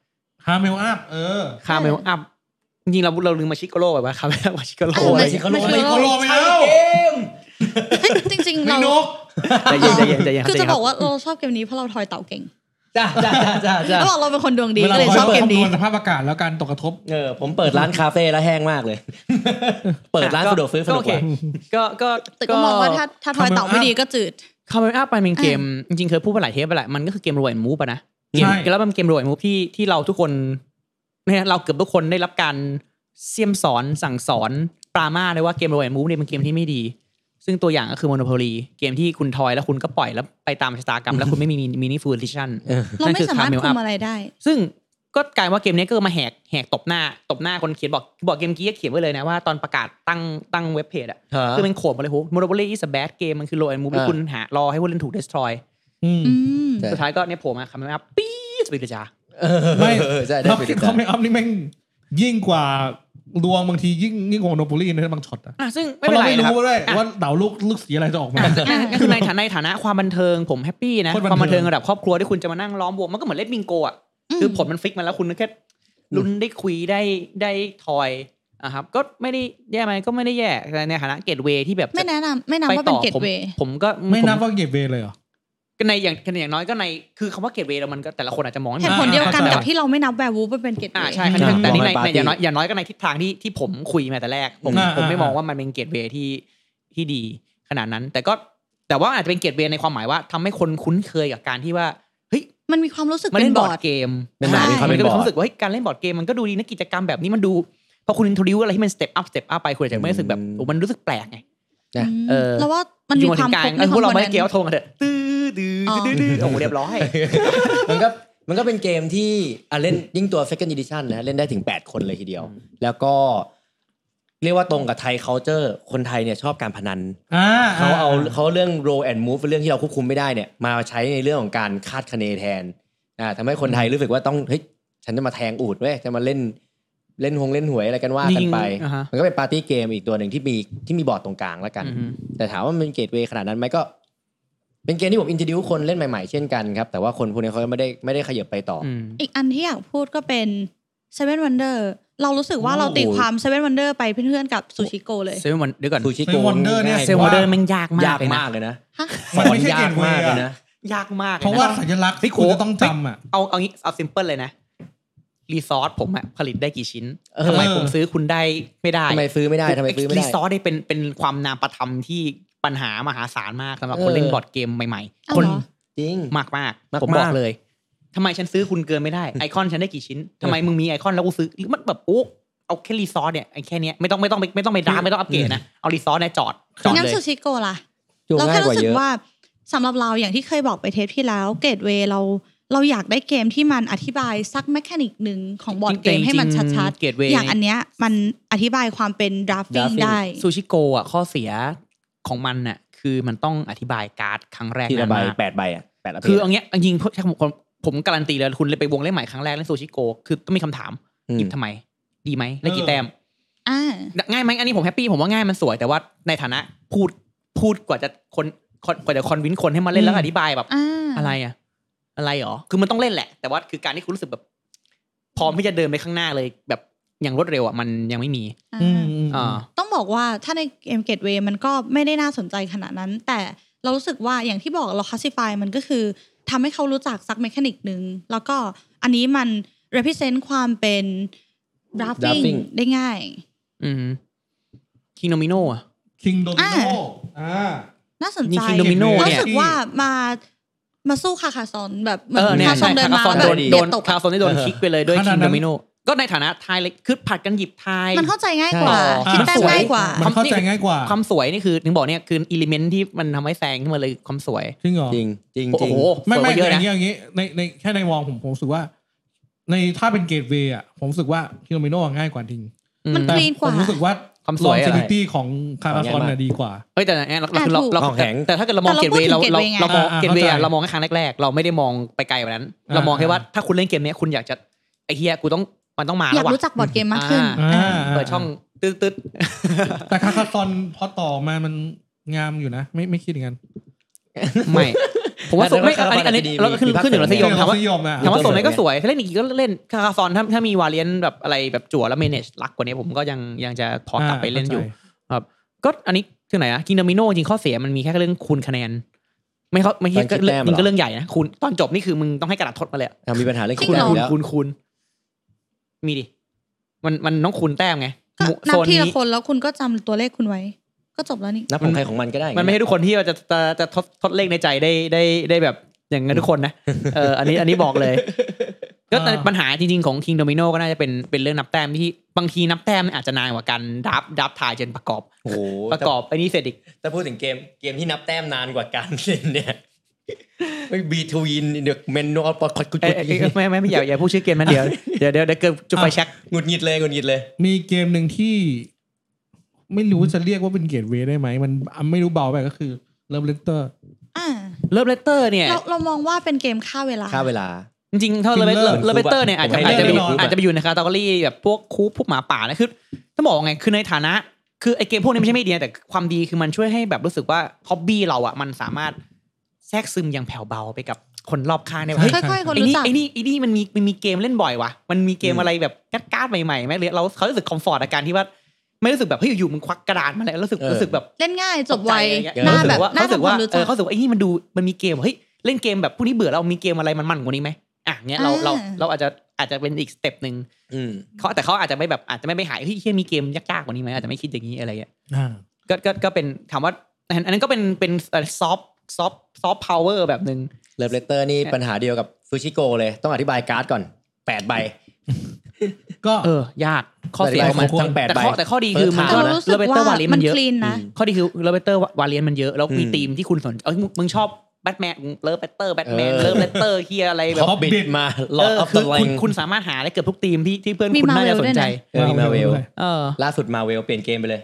[SPEAKER 1] ฮาเมลอัพเออ
[SPEAKER 4] คาเมลอัพจริงๆเราเราลืมมาชิโกโร่ไปปะคาเมลมาชิโกโร่
[SPEAKER 2] เออ
[SPEAKER 4] อะไร
[SPEAKER 2] มาชิ
[SPEAKER 4] เ
[SPEAKER 2] มั
[SPEAKER 4] งี้ย
[SPEAKER 2] นคือ
[SPEAKER 1] โคโลไม่เอา
[SPEAKER 3] เกม
[SPEAKER 2] เฮ้ยจริง ๆ
[SPEAKER 1] ไม่
[SPEAKER 2] เรา
[SPEAKER 1] นก
[SPEAKER 4] ใจเย็นใจเย็นใจเย็น
[SPEAKER 2] คือ
[SPEAKER 4] ใจ
[SPEAKER 2] จะ
[SPEAKER 4] เย็น
[SPEAKER 2] บอกว่าเราชอบเกมนี้เพราะเราทอยเต่าเก่ง
[SPEAKER 3] จ้าจ้าจ้าจ้า
[SPEAKER 2] แล้วบอกเราเป็นคนดวงดี
[SPEAKER 1] วลา
[SPEAKER 2] ก็เลยชอบเกมนี้
[SPEAKER 1] คำนวณสภาพอากาศแล้วการตกกระทบ
[SPEAKER 3] เออผมเปิดร้านคาเฟ่แล้วแห้งมากเลย เปิดร้านสะดวกซื้อสะดวกก
[SPEAKER 4] โเค
[SPEAKER 3] ว่า
[SPEAKER 4] ก็ก็
[SPEAKER 2] แต่ก็มองว่าถ้าถ้าทอยเต่าไม่ดีก็จืด
[SPEAKER 4] คาร์บอนอัพมันเป็นเกม จริงๆเคยพูดไปหลายเทปไปแหละมันก็คือเกมโรยมูฟปะนะเกม
[SPEAKER 1] ใช่
[SPEAKER 4] แล้วมันเป็นเกมโรยมูฟที่ที่เราทุกคนเนี่ยเราเกือบทุกคนได้รับการเสี่ยมสอนสั่งสอนปรามาเลยว่าเกมโรยมูฟเนี่ยเป็นเกมที่ไม่ดี ซึ่งตัวอย่างก็คือ Monopoly เกมที่คุณทอยแล้วคุณก็ปล่อยแล้วไปตามชะตากรรม แล้วคุณไม่มีมินิฟูลดิชั่น
[SPEAKER 3] เออ
[SPEAKER 2] เราไม่สามารถคุมอะไรได้
[SPEAKER 4] ซึ่งก็กลายว่าเกมนี้ก็มาแหกแหกตบหน้าตบหน้าคนเขียนบอกบอกเกมกี้ก็เขียนไว้เลยนะว่าตอนประกาศตั้งตั้งเว็บเพจอะ
[SPEAKER 3] ฮะ
[SPEAKER 4] คือมันโขบมาเลยโหมโนโปลีอีสแบดเกมมันคือโลแอนมูฟ
[SPEAKER 3] อ่า
[SPEAKER 4] คุณหารอให้ผู้เล่นถูกเดสทรอย
[SPEAKER 1] อืม
[SPEAKER 2] อืม
[SPEAKER 3] ใช่
[SPEAKER 4] สุดท้ายก็เนี่ยโผล่มาคำนั้นครับปี๊ดสปิดเลยจ้า
[SPEAKER 3] เออ
[SPEAKER 1] ไม่
[SPEAKER 3] เออใช่ได้
[SPEAKER 1] เรา
[SPEAKER 3] ไป
[SPEAKER 1] คิ
[SPEAKER 3] ติ
[SPEAKER 1] ด
[SPEAKER 3] ด
[SPEAKER 1] คอ
[SPEAKER 3] ตาม ม
[SPEAKER 1] เมนต์อัพนี่แม่งยิ่งกว่าดวงบางทียิ่งยิ่งกว่าโนบุรีในบางช็อตอะ
[SPEAKER 4] อ่ะซึ่ง
[SPEAKER 1] เพ
[SPEAKER 4] ไม่
[SPEAKER 1] ราะ
[SPEAKER 4] เป็น
[SPEAKER 1] เราไม่
[SPEAKER 4] ไรนะครับ
[SPEAKER 1] รู้ด้วย
[SPEAKER 4] อ่ะ
[SPEAKER 1] ว่าเดาลูกลูกสีอะไรจะออกมา
[SPEAKER 4] นั่นคือในฐานะในฐานะความบันเทิงผมแฮปปี้นะ
[SPEAKER 1] โคตรบันเทิง
[SPEAKER 4] ความบันเทิงระดับครอบครัวที่คุณจะมานั่งล้อมวงมันก็เหมือนเล่นบิงโกอ่ะ
[SPEAKER 2] อืม
[SPEAKER 4] คือผลมันฟิกมาแล้วคุณก็แค่ลุ้นได้คุยได้ได้ทอยนะครับก็ไม่ได้แย่ไหมก็ไม่ได้แย่แต่ในฐานะเกตเวที่แบบจะ
[SPEAKER 2] ไม่แนะนำไม่
[SPEAKER 4] ไป
[SPEAKER 2] นำว่าเป็
[SPEAKER 4] ต่
[SPEAKER 2] น
[SPEAKER 4] อ
[SPEAKER 2] เกต
[SPEAKER 4] ผม
[SPEAKER 2] เวย์
[SPEAKER 4] ผมก็
[SPEAKER 1] ไม่นับ
[SPEAKER 4] ผ
[SPEAKER 1] ว่าเก็บเวย์เลยเหรอ
[SPEAKER 4] ก็ในอย่างอย่างน้อยก็ในคือคำว่าเกตเวย์มันก็แต่ละคนอาจจะมองไม่
[SPEAKER 2] เห
[SPEAKER 4] เหมื
[SPEAKER 2] ตุผล
[SPEAKER 4] อนกัน
[SPEAKER 2] เดียวกัน
[SPEAKER 1] อ่า
[SPEAKER 2] กับที่เราไม่นับแวร์วูฟว่าเป็นเกตเว
[SPEAKER 4] อ่า
[SPEAKER 2] ย์
[SPEAKER 4] ใช่ครับแต่นี่ใน
[SPEAKER 3] ปาร์ตี้
[SPEAKER 4] ในอย่างน้อยอย่างน้อยก็ในทิศทางที่ที่ผมคุยมาแต่แรก ผม
[SPEAKER 1] อ่า
[SPEAKER 4] ผมไม่
[SPEAKER 1] อ่ามม
[SPEAKER 4] องว่ามันเป็นเกตเวย์ที่ที่ดีขนาดนั้น แต่ก็แต่ว่าอาจจะเป็นเกตเวย์ในความหมายว่าทำให้คนคุ้นเคยกับการที่ว่าเฮ้ย
[SPEAKER 2] มันมีความรู้สึก
[SPEAKER 4] มา
[SPEAKER 2] เป็
[SPEAKER 4] เล่
[SPEAKER 2] น
[SPEAKER 4] น
[SPEAKER 2] บบ อ
[SPEAKER 4] อ
[SPEAKER 2] ร์
[SPEAKER 4] ร์
[SPEAKER 2] ด
[SPEAKER 4] ดเกม
[SPEAKER 3] มันหมาย
[SPEAKER 2] ใช่
[SPEAKER 3] มีความ
[SPEAKER 4] มั
[SPEAKER 3] เป็น
[SPEAKER 4] นก็
[SPEAKER 3] บ
[SPEAKER 4] มี
[SPEAKER 3] อ
[SPEAKER 4] ความ
[SPEAKER 3] ร์
[SPEAKER 4] รู้
[SPEAKER 3] ด
[SPEAKER 4] สึกว่าเฮ้ยการเล่นบอร์ดเกมมันก็ดูดีนะกิจกรรมแบบนี้มันดูพอคุณอินทริวอะไรที่มันสเต็ปอัพสเต็ปอัพไปคุณอาจจะไม่รู้สึกแบบ
[SPEAKER 3] อืม
[SPEAKER 4] โอ้มันรู้สึกแปลกไง
[SPEAKER 3] นะ
[SPEAKER 2] อืม
[SPEAKER 4] เออ
[SPEAKER 2] แล้วว่ามัน
[SPEAKER 4] อ
[SPEAKER 2] มี
[SPEAKER 4] ยู่
[SPEAKER 2] ความ
[SPEAKER 4] ถึงกลาง
[SPEAKER 2] ครบ
[SPEAKER 4] เออพวกเราไม่ได้
[SPEAKER 2] ใน
[SPEAKER 4] เกี่ยว
[SPEAKER 2] ค
[SPEAKER 4] ว่าโทรมาเถอะตื้อดื้อดื้อดื้อโอ้โหเรียบร้อย
[SPEAKER 3] มันก็มันก็เป็นเกมที่อ่ะเล่นยิ่งตัว second edition นะเล่นได้ถึง 8 คนเลยทีเดียว แล้วก็ เรียกว่าตรงกับไทย culture คนไทยเนี่ยชอบการพนัน
[SPEAKER 1] อ่า
[SPEAKER 3] เขาเอาเขาเรื่อง roll and move เป็นเรื่องที่เราควบคุมไม่ได้เนี่ยมาใช้ในเรื่องของการคาดคะเนแทนอ่าทำให้คนไทยรู้สึกว่าต้องเฮ้ยฉันจะมาแทงอูดเว้ยจะมาเล่นเล่นหงเล่นหวยอะไรกันว่ากันไป
[SPEAKER 4] ยิงอ่าฮะ
[SPEAKER 3] มันก็เป็นปาร์ตี้เกมอีกตัวหนึ่งที่มีที่มีบอร์ดตรงกลางแล้วกัน
[SPEAKER 4] อือฮึ
[SPEAKER 3] แต่ถามว่ามันเป็นเกตเวย์ขนาดนั้นไหมก็ เป็นเกมที่ผมอินทิดิวคนเล่นใหม่ๆเช่นกันครับ แต่ว่าคนพวกนี้เขาก็ไม่ได้ไม่ได้ขยับไปต่ออ
[SPEAKER 4] อืม
[SPEAKER 2] อีกอันที่อยากพูดก็เป็น Seven Wonder เรารู้สึกว่าเรา
[SPEAKER 1] โอ้โห
[SPEAKER 2] ตีความ Seven Wonder ไปเพื่อนๆกับซูชิโกเลย
[SPEAKER 4] เซเว่นวันเดี๋ยวก่อน
[SPEAKER 3] ซูชิ
[SPEAKER 1] เซลล์
[SPEAKER 3] โกะ
[SPEAKER 1] Wonder เนี่ย
[SPEAKER 4] เซเว่นวันเดอร์แมันยากมาย
[SPEAKER 3] าก ก
[SPEAKER 4] เลยนะ
[SPEAKER 3] มากเลยนะ
[SPEAKER 2] ฮะ
[SPEAKER 1] มันไม่ใช่
[SPEAKER 3] สอยาก
[SPEAKER 1] เกมเว
[SPEAKER 3] มาก
[SPEAKER 1] ย์
[SPEAKER 3] เลย
[SPEAKER 1] อะ
[SPEAKER 3] นะ
[SPEAKER 4] ยากมากลยน
[SPEAKER 1] เพราะว่าสัญลักษณ์ที่คุณจะต้องจำอ่ะ
[SPEAKER 4] เอาเอางี้เอาซิมเพิลเลยนะ รีซอสผมอะผลิตได้กี่ชิ้น
[SPEAKER 3] เออ
[SPEAKER 4] ทำไมผมซื้อคุณได้ไม่ได้
[SPEAKER 3] ทำไมซื้อไม่ได้ทำไมซื้อไม่
[SPEAKER 4] รี
[SPEAKER 3] ได้
[SPEAKER 4] ซอสได้เป็นเป็นความนามประธรรมที่ปัญหามหาศาลมากสำหรับคน
[SPEAKER 3] เออ
[SPEAKER 4] เล่นบอร์ดเกมใหม่
[SPEAKER 2] เอา
[SPEAKER 4] ๆ คน
[SPEAKER 2] เหรอ
[SPEAKER 3] จริง
[SPEAKER 4] มากมาก
[SPEAKER 3] มากๆ
[SPEAKER 4] ผมบอกเลยทำไมฉันซื้อคุณเกินไม่ได้ไอคอนฉันได้กี่ชิ้นทำไมมึงมีไอคอนแล้วกูซื้อหรือมันแบบโอ้เอาแค่รีซอสเนี่ยไอแค่เนี้ยไม่ต้องไม่ต้องไปไม่ต้องไปดราฟไม่ต้องอัปเกรดนะเอารีซอสเนี่ยจอดจอด
[SPEAKER 2] งั้น
[SPEAKER 4] เลย
[SPEAKER 2] ซูชิโกล่ะ
[SPEAKER 3] จูง
[SPEAKER 2] เรา
[SPEAKER 3] ง่า
[SPEAKER 2] แค่
[SPEAKER 3] ยกว่า
[SPEAKER 2] รู้สึ
[SPEAKER 3] เย
[SPEAKER 2] ก
[SPEAKER 3] อะ
[SPEAKER 2] ว่าสำหรับเราอย่างที่เคยบอกไปเทปที่แล้วเกตเวเราเราอยากได้เกมที่มันอธิบายซักแมคานิกหนึ่งของบอร์ดเกมให้มันชัด
[SPEAKER 4] เกตเว
[SPEAKER 2] ๆ อย่างอันเนี้ยมันอธิบายความเป็น drafting
[SPEAKER 3] drafting
[SPEAKER 2] ได้
[SPEAKER 4] ซูชิโกอ่ะข้อเสียของมันน่ะคือมันต้องอธิบายการ์ดครั้งแรก
[SPEAKER 3] ทีละใบ
[SPEAKER 4] นานมาก
[SPEAKER 3] แปดใบอ่ะแปดละเพจ
[SPEAKER 4] คือเอาเงี้ยจริงๆผมผมการันตีเลยคุณเลยไปวงเล่นใหม่ครั้งแรกเล่นซูชิโกคือต้องมีคำถาม
[SPEAKER 3] อื
[SPEAKER 4] หยิ
[SPEAKER 3] ม
[SPEAKER 4] บทำไม ดีไหมได้กี่
[SPEAKER 1] เออ
[SPEAKER 4] แต้ม
[SPEAKER 2] อ่า
[SPEAKER 4] ง่ายไหมอันนี้ผมแฮปปี้ผมว่าง่ายมันสวยแต่ว่าในฐานะพูดพูดกว่าจะคนคนกว่าจะคอนวินคนให้มาเล่นแล้วก็อธิบายแบบ
[SPEAKER 2] อ่า
[SPEAKER 4] อะไรอ่ะ อะไรหรอ คือมันต้องเล่นแหละ แต่ว่าคือการที่คุณรู้สึกแบบ พร้อมที่จะเดินไปข้างหน้าเลยแบบอย่างรวดเร็วอ่ะมันยังไม่มี
[SPEAKER 2] อ่า
[SPEAKER 1] อืมอืม
[SPEAKER 4] อ่า
[SPEAKER 2] ต้องบอกว่าถ้าในเกมเกตเวมันก็ไม่ได้น่าสนใจขนาดนั้น แต่เรารู้สึกว่าอย่างที่บอกเราคัสซิฟายมันก็คือทำให้เขารู้จักซักเมคานิกหนึ่งแล้วก็อันนี้มัน represent ความเป็น drafting
[SPEAKER 3] drafting
[SPEAKER 2] ได้ง่าย
[SPEAKER 4] อืมคิงโนมิโนอ่ะ
[SPEAKER 1] คิงโดมิ
[SPEAKER 2] อ่า
[SPEAKER 1] โนอ่า
[SPEAKER 2] น่าสน
[SPEAKER 4] นี่
[SPEAKER 2] ใจ
[SPEAKER 4] คิงโดมิโน
[SPEAKER 2] รู้
[SPEAKER 4] เนี่ย
[SPEAKER 2] สึกว่ามามาสู้คาคาซอนแบบเหมื
[SPEAKER 4] เออ
[SPEAKER 2] อน
[SPEAKER 4] เนี่ย
[SPEAKER 2] คาซอน
[SPEAKER 4] ใช่
[SPEAKER 2] เดิน
[SPEAKER 4] คา
[SPEAKER 2] มา
[SPEAKER 4] ซอน
[SPEAKER 2] แบ
[SPEAKER 4] โด
[SPEAKER 2] บ
[SPEAKER 4] น
[SPEAKER 2] เบี
[SPEAKER 4] โด
[SPEAKER 2] ย
[SPEAKER 4] น
[SPEAKER 2] ดตก
[SPEAKER 4] คา
[SPEAKER 2] อะ
[SPEAKER 4] ซอนได้โดน
[SPEAKER 3] เออ
[SPEAKER 4] คิกไปเลยด้วย
[SPEAKER 1] ข
[SPEAKER 4] คิ
[SPEAKER 1] นาด
[SPEAKER 4] ง
[SPEAKER 1] นั้น
[SPEAKER 4] โดมิโนก็ในฐานะทายเล็กคือผลัดกันหยิบทาย
[SPEAKER 2] มันเข้าใจง่าย
[SPEAKER 3] ใช่
[SPEAKER 2] กว่า
[SPEAKER 4] อ๋อ
[SPEAKER 2] คิดแต้ม
[SPEAKER 4] สวย
[SPEAKER 2] ง่ายกว่า
[SPEAKER 1] มันเข้าใจง่ายกว่า
[SPEAKER 4] ความสวยนี่คือถึงบอกเนี่ยคืออิเลเมนที่มันทำให้แซงขึ้นมาเลยความสวย
[SPEAKER 1] จริงเหรอ
[SPEAKER 3] จริงจริง
[SPEAKER 4] โอ้
[SPEAKER 3] จริง
[SPEAKER 4] โห
[SPEAKER 1] ไม่
[SPEAKER 4] สวยก
[SPEAKER 1] ไม่
[SPEAKER 4] ว่าเยอะ
[SPEAKER 1] อ
[SPEAKER 4] นะ
[SPEAKER 1] ย่างนี้อย่างนี้ในในแค่ในมองผมผมรู้สึกว่า ในถ้าเป็นเกตเวย์อ่ะผมรู้สึกว่าคิโนมิโนง่ายกว่าจริง
[SPEAKER 4] อื
[SPEAKER 2] มัน
[SPEAKER 4] ม
[SPEAKER 1] แต่
[SPEAKER 2] clean ก
[SPEAKER 1] ผ
[SPEAKER 2] ว่า
[SPEAKER 1] มรู้สึกว่า
[SPEAKER 4] ความสวยอะไร
[SPEAKER 1] ซิลิตี้ของคาราซอน
[SPEAKER 3] ของแย่
[SPEAKER 1] น่ะ
[SPEAKER 3] มาก
[SPEAKER 1] ดีกว่า
[SPEAKER 4] เฮ้ยแต่เนี่ยเรา
[SPEAKER 2] อ่ะ
[SPEAKER 4] คือเรา
[SPEAKER 2] ถูก
[SPEAKER 4] เรา
[SPEAKER 3] ของแข็ง
[SPEAKER 4] แต่แต่ถ้าเกิดเรามอง
[SPEAKER 2] แต่
[SPEAKER 4] เกต
[SPEAKER 2] เรา
[SPEAKER 4] เวย์เรา
[SPEAKER 2] พูดถึง gateway ไง
[SPEAKER 4] เราเรามอง
[SPEAKER 1] อ่า
[SPEAKER 4] เกตเวย์
[SPEAKER 1] เข้าใจ
[SPEAKER 4] เรามองแค่ครั้งแรกๆเราไม่ได้มองไปไกลกว่านั้น เรามองแค่ว่าถ้าคุณเล่นเกมเนี้ยคุณอยากจะไอ้เฮียกูต้องมันต้องมา
[SPEAKER 2] อยาก
[SPEAKER 4] แล้วว่ะ
[SPEAKER 2] รู้จักบอร์ดเกมมากขึ้น
[SPEAKER 1] อ่า
[SPEAKER 4] เปิดช่องตึ๊ดตึ๊ด
[SPEAKER 1] แต่คาคาซอนพอต่อมามันงามอยู่นะ ไม่ไม่คิดอย่างนั้น
[SPEAKER 4] ๆไม่ผมว่าสวยไม่อันนี้อันนี้เราขึ้นขึ้นถึงรสนิยมถามว่า
[SPEAKER 1] ยมอ่ะ
[SPEAKER 4] ถามว่าสวยไหม
[SPEAKER 3] เออ
[SPEAKER 4] ก็สวยถ้าเล่นอีกก็เล่นคาคาซอนถ้าถ้ามีวาเลียนแบบอะไรแบบจั่วแล้วเมเนจรักกว่านี้ผมก็ยังยังจะพอกลับไปเล่นอยู่
[SPEAKER 1] าข้าใจ
[SPEAKER 4] ก็อันนี้ ถึงไหนอะกิงด o มิโนจริงข้อเสียมันมีแค่เรื่องคูณคะแนน ไม่เขาไม่ใช่
[SPEAKER 3] ตอนคิดแต้มเหรอ
[SPEAKER 4] มันก็เรื่องใหญ่นะคูณตอนจบนี่คือมึงต้องให้กระดาษทดมาเลยอะ
[SPEAKER 3] อ่ะมีปัญหาเรื่อง
[SPEAKER 2] จริ
[SPEAKER 3] คิ
[SPEAKER 2] ง
[SPEAKER 3] ด
[SPEAKER 2] เหรอ
[SPEAKER 3] แต้มแล้ว
[SPEAKER 4] คูณคูณมีดิมันมันต้องคูณแต้มไง
[SPEAKER 2] ก็
[SPEAKER 4] หมู่
[SPEAKER 2] นับ
[SPEAKER 4] โซน
[SPEAKER 2] ที
[SPEAKER 4] นี้
[SPEAKER 2] ละคนแล้วคุณก็จำตัวเลขคุณไว้ ก็จบแล้วนี่
[SPEAKER 3] นับของใครของมันก็ได้
[SPEAKER 4] มันไม่ให้ทุกคนที่จะจะจะทดทดเลขในใจได้ได้ได้แบบอย่างนั้นทุกคนนะเอออันนี้อันนี้บอกเลย ก็แต่
[SPEAKER 1] อ่า
[SPEAKER 4] ปัญหาจริงๆของ King Domino ก็น่าจะเป็นเป็นเรื่องนับแต้มที่บางทีนับแต้มอาจจะนานกว่าการดับดับทายจนประกอบ
[SPEAKER 3] โอ้โห
[SPEAKER 4] ประกอบไอ้นี่เสร็จอีก
[SPEAKER 3] แต่แต่พูดถึงเกมเกมที่นับแต้มนานกว่าการเล่นเนี่ย ไม่บีทวินเดอะแมนนอลปอดคอดกุด
[SPEAKER 4] เอ้ยเอ้ยเอ้ยไม่ไม่ไม่อย่าอย่าพูดชื่อเกมนั้นเดี๋ยว เดี๋ยวเดี๋ยวเดี๋ยวเกิดจุดไฟแช็ก
[SPEAKER 3] หงุดหงิดเลยหงุดหงิดเลย
[SPEAKER 1] มีเกมหนึ่งที่ ไม่รู้จะเรียกว่าเป็นเกตเวย์ได้ไหมมันไม่รู้เบาไปก็คือเริ่มเลกเตอร์
[SPEAKER 2] อ่า
[SPEAKER 4] เลิฟเลเตอร์เนี่ย
[SPEAKER 2] เราเรามองว่าเป็นเกมฆ่าเวลา
[SPEAKER 3] ค่าเวลา
[SPEAKER 4] จริงๆถ้าเลิฟ
[SPEAKER 1] Thriller
[SPEAKER 4] เลิฟเลเตอร์เนี่ยอาจจะ
[SPEAKER 1] ผมให้
[SPEAKER 4] อาจจะ
[SPEAKER 1] เลิฟแน่
[SPEAKER 4] ไปอยู่
[SPEAKER 1] นอน
[SPEAKER 4] อาจจะไปอยู่ในคาตาลีแบบพวกคูปพวกหมาป่านะคือต้องบอกว่าไงคือในฐานะ คือไอเกมพวกนี้ไม่ใช่ไม่ดีนะแต่ความดีคือมันช่วยให้แบบรู้สึกว่าฮ็อบบี้เราอ่ะมันสามารถแทรกซึมอย่างแผ่วเบาไปกับคนรอบข้างได้ว่าเฮ้ย
[SPEAKER 2] ค่อยๆ คน
[SPEAKER 4] ไอ้
[SPEAKER 2] รู้
[SPEAKER 4] นี่
[SPEAKER 2] จัก
[SPEAKER 4] ไอ้นี่ไอ้นี่มันมีมันมีเกมเล่นบ่อยว่ะ มันมีเกมอะไรแบบกัดการ์ดใหม่ๆไหมหรือเราเขารู้สึกคอมฟอร์ตอาการที่ว่า ไม่รู้สึกแบบเฮ้ยอยู่ๆมึงควักกระดานมาแล้วรู้สึก
[SPEAKER 3] เออ
[SPEAKER 4] รู้สึกแบบ
[SPEAKER 2] เล่นง่ายจบไว
[SPEAKER 4] ตกใจอะไรเงี้ย
[SPEAKER 2] หน้า
[SPEAKER 4] รู้สึก
[SPEAKER 2] แบบ
[SPEAKER 4] ว่
[SPEAKER 2] หน้า
[SPEAKER 4] เขารู้สึก
[SPEAKER 2] ทำคามรู้จั
[SPEAKER 4] ว่าวเออก เขารู้สึกว่าไอ้นี่มันดูมันมีเกมว่ะเฮ้ยเล่นเกมแบบพวกนี้เบื่อเรามีเกมอะไรมันมันๆกว่านี้ไหมอ่ะเงี้ยเราเรา
[SPEAKER 2] อ่า
[SPEAKER 4] เราอาจจะอาจจะเป็นอีกสเต็ปหนึ่ง
[SPEAKER 3] อืม
[SPEAKER 4] เขาแต่เขาอาจจะไม่แบบอาจจะไม่ไปหายเฮ้ยเฮียมีเกมยากๆกว่านี้ไหมอาจจะไม่คิดอย่างนี้อะไรเงี้ย
[SPEAKER 1] อ่า
[SPEAKER 4] ก็ก็ก็เป็นถามว่าอันอันนั้นก็เป็นเป็นซอฟซอฟซอฟพาวเวอร์แบบหนึ่ง
[SPEAKER 3] เลิฟเลเตอร์นี่ปัญหาเดียวกับซูชิโกเลย ต้องอธิบายการ์ดก่อนแปดใบ
[SPEAKER 1] ก็
[SPEAKER 4] เออยากข้อเสียของมัน
[SPEAKER 1] แต่
[SPEAKER 3] แปด
[SPEAKER 4] แต่
[SPEAKER 3] ใบ
[SPEAKER 4] ข้อแต่ข้อดีคือมัน
[SPEAKER 3] เปิ
[SPEAKER 4] ก็
[SPEAKER 2] เรา
[SPEAKER 3] ดทง
[SPEAKER 2] รู้สึก
[SPEAKER 4] เบเตอ
[SPEAKER 2] ว่า
[SPEAKER 4] ร์วาเลียน
[SPEAKER 2] มั
[SPEAKER 4] มัน นเยอะ
[SPEAKER 2] คลีนนะ
[SPEAKER 3] อืม
[SPEAKER 4] ข้อดีคือเลเบเตอร์วาเลียนมันเยอะแล้วมี
[SPEAKER 3] อืม
[SPEAKER 4] ธีมที่คุณสนใจเอ้ยมึงมึงชอบแบทแมนเลิฟเบเตอร์แบทแมน
[SPEAKER 3] เออ
[SPEAKER 4] เลิฟเบเตอร์เฮียอะไรแบ
[SPEAKER 3] ฮ
[SPEAKER 4] บ
[SPEAKER 3] อบบิดมาลอ
[SPEAKER 4] เอ
[SPEAKER 3] ด
[SPEAKER 4] อ
[SPEAKER 3] ออฟ
[SPEAKER 4] คื
[SPEAKER 3] เด
[SPEAKER 4] อ
[SPEAKER 3] อะไล
[SPEAKER 4] คุณ
[SPEAKER 3] น์
[SPEAKER 4] คุณสามารถหาได้เกือบทุกธีมที่ที่เพื่อน
[SPEAKER 2] มี
[SPEAKER 4] คุณน่าจะ
[SPEAKER 2] Marvel
[SPEAKER 4] สนใจ
[SPEAKER 2] ด้วยนะ
[SPEAKER 3] มีมาเวล
[SPEAKER 4] เออ
[SPEAKER 3] ล่าสุดมาเวลเปลี่ยนเกมไปเลย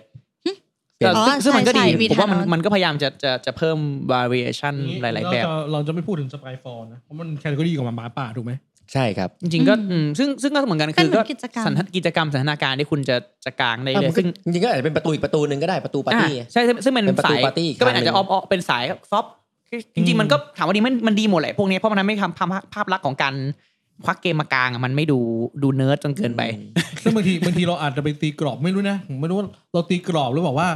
[SPEAKER 4] แต่
[SPEAKER 2] อ๋อ
[SPEAKER 4] ซึ่งซึ่งมันก็ดี
[SPEAKER 2] ใช่ใช่มี
[SPEAKER 4] ผมว่ามัน
[SPEAKER 2] Thanos
[SPEAKER 4] มันก็พยายามจะจะจะเพิ่ม variation หลาย ๆ แบบ
[SPEAKER 1] เรจะเราจะไม่พูดถึงสปายฟอร์นะ เพราะมันแคตตาล็อกของหมาป่าถูกไหม
[SPEAKER 3] ใช่ครับ
[SPEAKER 4] จริงๆก็
[SPEAKER 2] อืม
[SPEAKER 4] อืมซึ่งซึ่งก็เหมือนกัน
[SPEAKER 2] เป็น
[SPEAKER 4] คือ
[SPEAKER 2] เหมื
[SPEAKER 4] ก็
[SPEAKER 2] อนกิจกรรม
[SPEAKER 4] สันทนากิจกรรมสันทนาการที่คุณจะจะกางได้เลยซึ่ง
[SPEAKER 3] จริงๆก็อาจจะเป็นประตูอีกประตูหนึ่งก็ได้ประตูปาร์ตี้
[SPEAKER 4] อ่ะใช่ซึ่งซึ่งเป็น
[SPEAKER 3] เป็นประตู
[SPEAKER 4] สาย
[SPEAKER 3] ปาร์ตี้อีก
[SPEAKER 4] ก็เป็น
[SPEAKER 3] ทาง
[SPEAKER 4] อาจจะ
[SPEAKER 3] ห
[SPEAKER 4] อ
[SPEAKER 3] นึ่
[SPEAKER 4] อง ฟออฟเป็นสายซอฟจริงๆมันก็ถามว่าดีไหมันมันดีหมดแหละพวกนี้เพราะมันทำให้ทำภาพภาพลักษณ์ของการควักเกมมากลางอ่ะมันไม่ดูดูเนิร์ดจนเกินไป
[SPEAKER 1] ซึ่งบางทีบางทีเราอาจจะไปตีกรอบไม่รู้นะผมไม่รู้ว่าเราตีกรอบหรือบอกว่า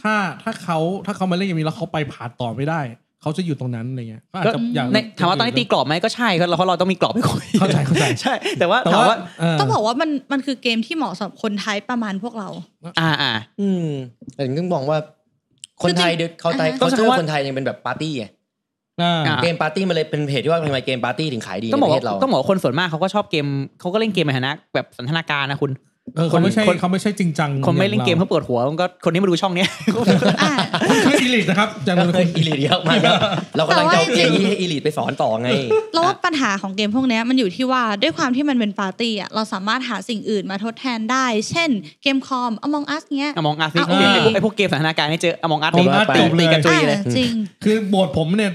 [SPEAKER 1] ถ้าถ้าเขาถ้าเขามาเล่นอย่างนี้แล้วเขาไปผ่านต่อไม่ได้ เขาจะอยู่ตรงนั้นอะไรเงี้ยก็อาจจะอย่าง
[SPEAKER 4] ในถามว่าตอนนี้ตีกรอบไหมก็ใช่ก็เราเพราะเราต้องมีกรอบให้คุย
[SPEAKER 1] เข้าใจเข้าใจ
[SPEAKER 4] ใช่ แต่ว่า
[SPEAKER 1] แต่
[SPEAKER 4] ถาม
[SPEAKER 1] ว่า
[SPEAKER 4] ว่า
[SPEAKER 1] เ
[SPEAKER 2] ต้องบอกว่ามันมันคือเกมที่เหมาะสำหรับคนไทยประมาณพวก เรา
[SPEAKER 4] อ่าอ่า
[SPEAKER 3] อืมแต่ถึงมองว่า คนไท
[SPEAKER 2] คือจ
[SPEAKER 3] ย
[SPEAKER 2] ริง
[SPEAKER 3] เดี๋ยวเขาไทย
[SPEAKER 2] อ่าฮะ
[SPEAKER 3] เขา
[SPEAKER 4] ต้องใช้
[SPEAKER 3] เชื่อ
[SPEAKER 4] คำว่า
[SPEAKER 3] คนไทยยังเป็นแบบปาร์ตี้ไง
[SPEAKER 1] อ่า
[SPEAKER 4] อ่ะ
[SPEAKER 3] เกมปาร์ตี้มันเลยเป็นเหตุที่ว่าทำไมเกมปาร์ตี้ถึงขายดี
[SPEAKER 4] ต้อง
[SPEAKER 3] ใน
[SPEAKER 4] บ
[SPEAKER 3] ป
[SPEAKER 4] อก
[SPEAKER 3] ระเทศ
[SPEAKER 4] ว่า
[SPEAKER 3] เรา
[SPEAKER 4] ต้องบอกว่าคนส่วนมากเขาก็ชอบเกมเขาก็เล่นเกมในฐานะแบบสันทนาการนะคุณ
[SPEAKER 1] เออเขาไม่ใช่
[SPEAKER 4] คน
[SPEAKER 1] เขาไม่ใช่จริงจัง
[SPEAKER 4] คนไม่เล่นเกม
[SPEAKER 1] เขา
[SPEAKER 4] เขาปวดหัวมันก็คนที่มาดูช่องเนี้ย
[SPEAKER 2] อ่า
[SPEAKER 1] คืออีลิทนะครับจากนั้น
[SPEAKER 3] เอ
[SPEAKER 1] คุณ
[SPEAKER 3] ออีลีดเยอะมากครับเรากำลังจะเอา
[SPEAKER 2] แต่ว่าจ
[SPEAKER 3] เก
[SPEAKER 2] ริ
[SPEAKER 3] ม
[SPEAKER 2] ง
[SPEAKER 3] นี้ให้อีลีดไปสอนต่อไง
[SPEAKER 2] เราว่าปัญหาของเกมพวกเนี้ยมันอยู่ที่ว่าด้วยความที่มันเป็นปาร์ตี้อ่ะเราสามารถหาสิ่งอื่นมาทดแทนได้ เช่นเกมคอม Among Us เงี้ย
[SPEAKER 4] อมองอาร์ตนี่
[SPEAKER 2] อ่ะโอเค
[SPEAKER 4] ไอ้พวกไอ้พวกเกมสันทนาการนี่เจออมองอาร์ต
[SPEAKER 1] ผมน่า
[SPEAKER 3] ไป
[SPEAKER 1] ตีเล
[SPEAKER 4] ตี
[SPEAKER 1] ย
[SPEAKER 4] กันจุยเลย
[SPEAKER 2] อ่าจริง
[SPEAKER 1] คือโบทผมเนี่ย